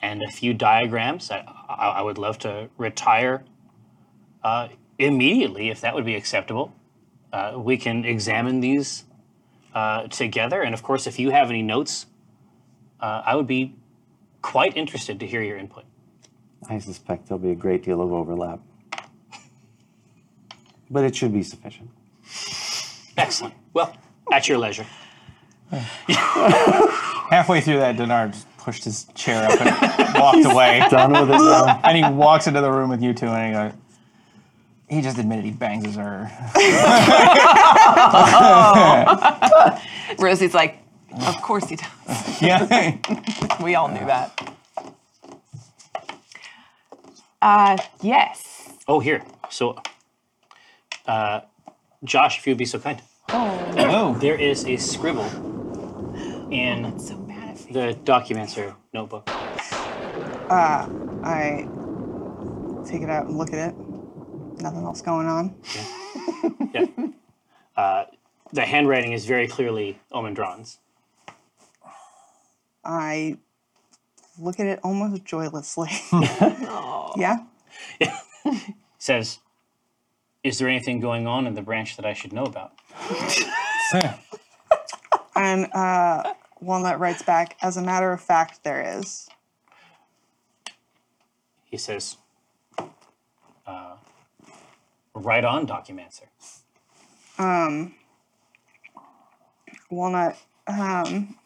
Speaker 2: and a few diagrams that I, I would love to retire uh, immediately if that would be acceptable. Uh, we can examine these uh, together. And of course, if you have any notes, uh, I would be quite interested to hear your input.
Speaker 5: I suspect there'll be a great deal of overlap, but it should be sufficient.
Speaker 2: Excellent. Well, at your leisure.
Speaker 3: halfway through that, Dinar just pushed his chair up and walked away.
Speaker 5: Done with it now.
Speaker 3: And he walks into the room with you two, and he goes, he just admitted he bangs his ear.
Speaker 7: Rosie's like, of course he does.
Speaker 3: yeah.
Speaker 7: We all knew that.
Speaker 4: Uh, yes.
Speaker 2: Oh, here. So, uh, Josh, if you would be so kind.
Speaker 3: Oh,
Speaker 2: There is a scribble in
Speaker 4: So mad at me.
Speaker 2: the documents or notebook.
Speaker 6: I take it out and look at it. Nothing else going on.
Speaker 2: Yeah. uh, the handwriting is very clearly Omendron's.
Speaker 6: I look at it almost joylessly. yeah.
Speaker 2: It says, Is there anything going on in the branch that I should know about?
Speaker 6: And uh, Walnut writes back, as a matter of fact, there is.
Speaker 2: He says, uh, Right on, Documancer.
Speaker 6: Walnut um,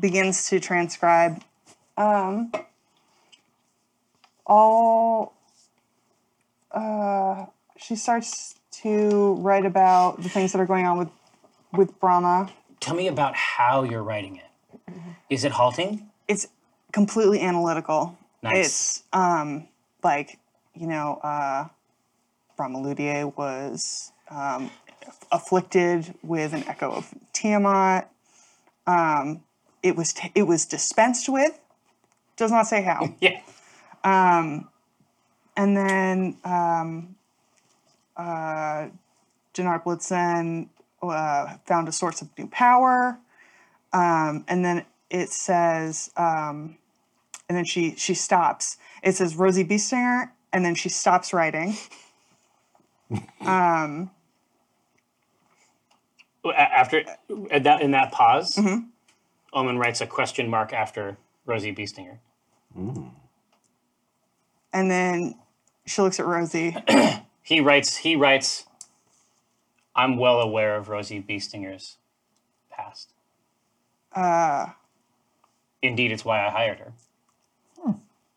Speaker 6: begins to transcribe um, all. Uh, she starts to write about the things that are going on with with Brahma.
Speaker 2: Tell me about how you're writing it. Is it halting?
Speaker 6: It's completely analytical.
Speaker 2: Nice.
Speaker 6: It's um, like you know, uh, Brahma Ludier was um, afflicted with an echo of Tiamat. Um, it was t- it was dispensed with. Does not say how. Um,
Speaker 2: Yeah.
Speaker 6: And then um, uh, Dinar Blitzen uh, found a source of new power. Um, and then it says, um, and then she she stops. It says Rosie Beestinger, and then she stops writing.
Speaker 2: A- After at that in that pause, Omen writes a question mark after Rosie Beestinger.
Speaker 6: And then she looks at Rosie.
Speaker 2: He writes. He writes. I'm well aware of Rosie Beestinger's past. Indeed, it's why I hired her.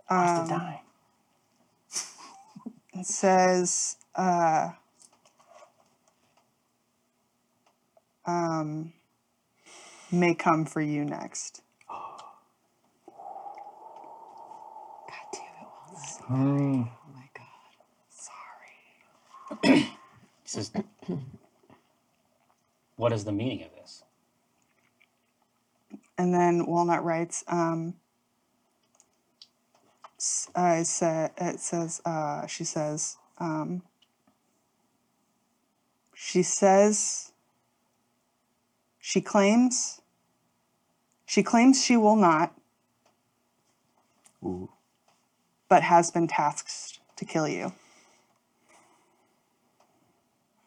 Speaker 3: wants to die.
Speaker 6: and says, uh, um, may come for you next.
Speaker 2: This is. what is the meaning of this?
Speaker 6: And then Walnut writes, um, s- I said, it says, uh, she says, um, she says, she claims, she claims she will not,
Speaker 5: Ooh.
Speaker 6: but has been tasked to kill you.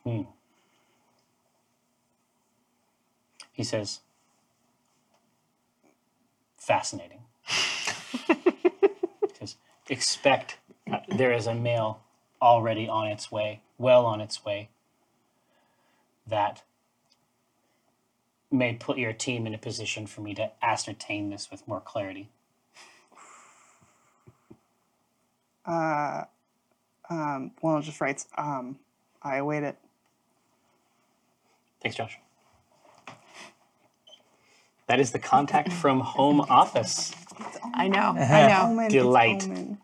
Speaker 2: Hmm. He says, fascinating. He says, expect uh, there is a mail already on its way, well on its way, that may put your team in a position for me to ascertain this with more clarity.
Speaker 6: Uh, um, Walnut just writes, um, I await it.
Speaker 2: Thanks, Josh. That is the contact from home office.
Speaker 4: I know. I know.
Speaker 6: Omen, it's
Speaker 2: Delight.
Speaker 6: omen.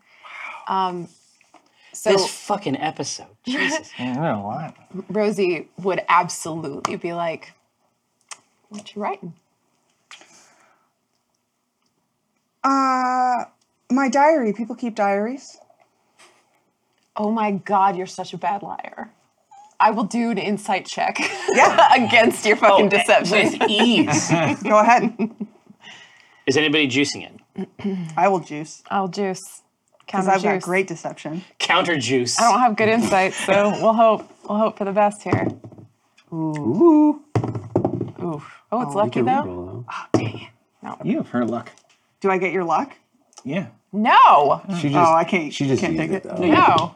Speaker 4: Um, so
Speaker 2: This fucking episode. Jesus.
Speaker 3: Yeah, there are a lot.
Speaker 4: Rosie would absolutely be like, "What you writing?"
Speaker 6: Uh, my diary. People keep diaries.
Speaker 4: Oh my God, you're such a bad liar. I will do an insight check against your fucking deception.
Speaker 2: Oh, With ease.
Speaker 6: Go ahead.
Speaker 2: Is anybody juicing it?
Speaker 6: I will juice
Speaker 4: I'll juice.
Speaker 6: because I've got great deception.
Speaker 2: Counter juice.
Speaker 4: I don't have good insight, so we'll hope. We'll hope for the best here.
Speaker 5: Ooh.
Speaker 4: Oof. Oh, it's
Speaker 6: Oh,
Speaker 4: lucky
Speaker 5: You can
Speaker 4: though.
Speaker 5: reroll, though.
Speaker 3: You have her luck.
Speaker 6: Do I get your luck?
Speaker 3: Yeah.
Speaker 4: No,
Speaker 5: She just,
Speaker 6: Oh, I can't.
Speaker 5: she just
Speaker 6: can't
Speaker 5: used
Speaker 6: take
Speaker 5: it,
Speaker 6: it.
Speaker 5: though.
Speaker 4: no.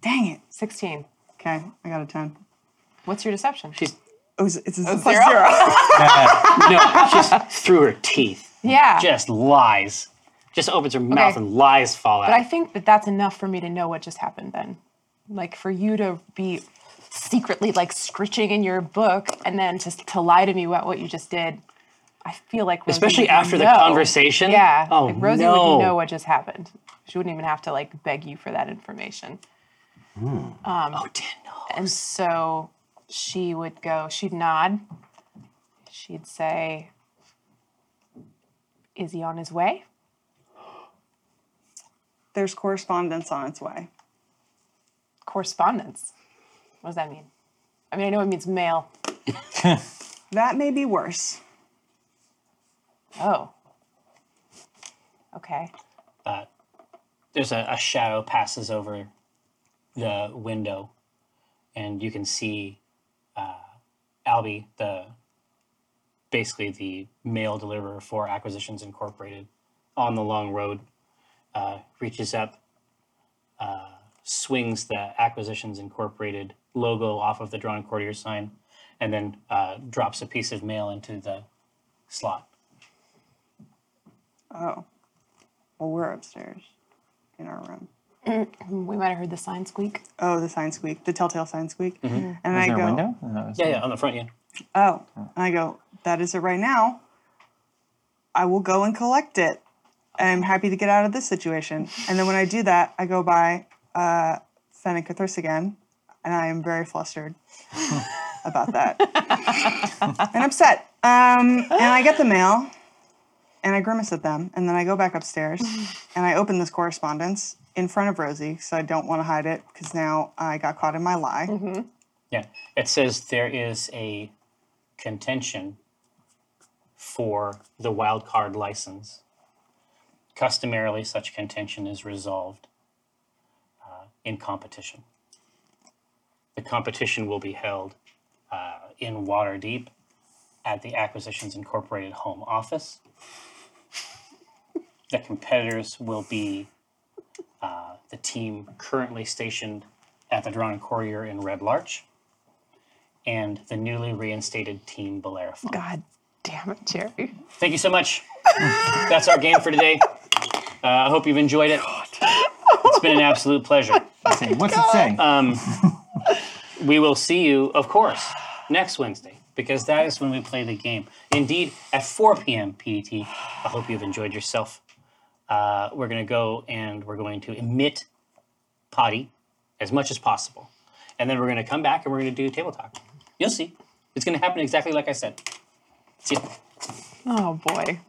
Speaker 6: Dang it.
Speaker 4: Sixteen.
Speaker 6: Okay, I got a ten.
Speaker 4: What's your deception?
Speaker 2: She's
Speaker 6: It was, it's, it's a plus
Speaker 4: Oh, Zero.
Speaker 6: zero.
Speaker 2: no, she's through her teeth.
Speaker 4: Yeah.
Speaker 2: Just lies. Just opens her mouth
Speaker 4: Okay.
Speaker 2: and lies fall out.
Speaker 4: But I think that that's enough for me to know what just happened then. Like for you to be secretly like scritching in your book and then just to lie to me about what you just did. I feel like Rosie
Speaker 2: Especially
Speaker 4: would
Speaker 2: after the
Speaker 4: know.
Speaker 2: conversation?
Speaker 4: Yeah.
Speaker 2: Oh,
Speaker 4: like Rosie
Speaker 2: no.
Speaker 4: would know what just happened. She wouldn't even have to like beg you for that information. Um,
Speaker 2: oh, Daniel.
Speaker 4: And so she would go, she'd nod. She'd say, Is he on his way?
Speaker 6: There's correspondence on its way.
Speaker 4: Correspondence. What does that mean? I mean, I know it means mail.
Speaker 6: That may be worse.
Speaker 4: Oh. Okay.
Speaker 2: Uh, there's a, a shadow passes over the window, and you can see uh, Albie, the basically the mail deliverer for Acquisitions Incorporated, on the long road, uh, reaches up, uh, swings the Acquisitions Incorporated logo off of the drawn courtier sign, and then uh, drops a piece of mail into the slot.
Speaker 6: Oh, well, we're upstairs in our room.
Speaker 4: We might have heard the sign squeak.
Speaker 6: Oh, the sign squeak, the telltale sign squeak.
Speaker 5: Mm-hmm.
Speaker 6: And
Speaker 3: Is
Speaker 6: I
Speaker 3: there
Speaker 6: go,
Speaker 3: a window? Uh, No, it's-
Speaker 2: Yeah, yeah, on the front, yeah.
Speaker 6: oh, and I go, that is it right now. I will go and collect it. And I'm happy to get out of this situation. And then when I do that, I go by uh, Seneca Thirst again, and I am very flustered about that and upset. Um, and I get the mail, and I grimace at them, and then I go back upstairs, and I open this correspondence in front of Rosie, so I don't want to hide it because now I got caught in my lie.
Speaker 2: Yeah, it says there is a contention for the wild card license. Customarily, such contention is resolved uh, in competition. The competition will be held uh, in Waterdeep at the Acquisitions Incorporated home office. The competitors will be uh, the team currently stationed at the Drawn Courier in Red Larch and the newly reinstated team Bellerophon.
Speaker 4: God damn it, Jerry.
Speaker 2: Thank you so much. That's our game for today. Uh, I hope you've enjoyed it. It's been an absolute pleasure.
Speaker 3: Say, What's it say?
Speaker 2: Um, we will see you, of course, next Wednesday, because that is when we play the game. Indeed, at 4 p.m. PET. E I hope you've enjoyed yourself. Uh, we're going to go and we're going to emit potty as much as possible. And then we're going to come back and we're going to do table talk. You'll see. It's going to happen exactly like I said. See ya.
Speaker 4: Oh boy.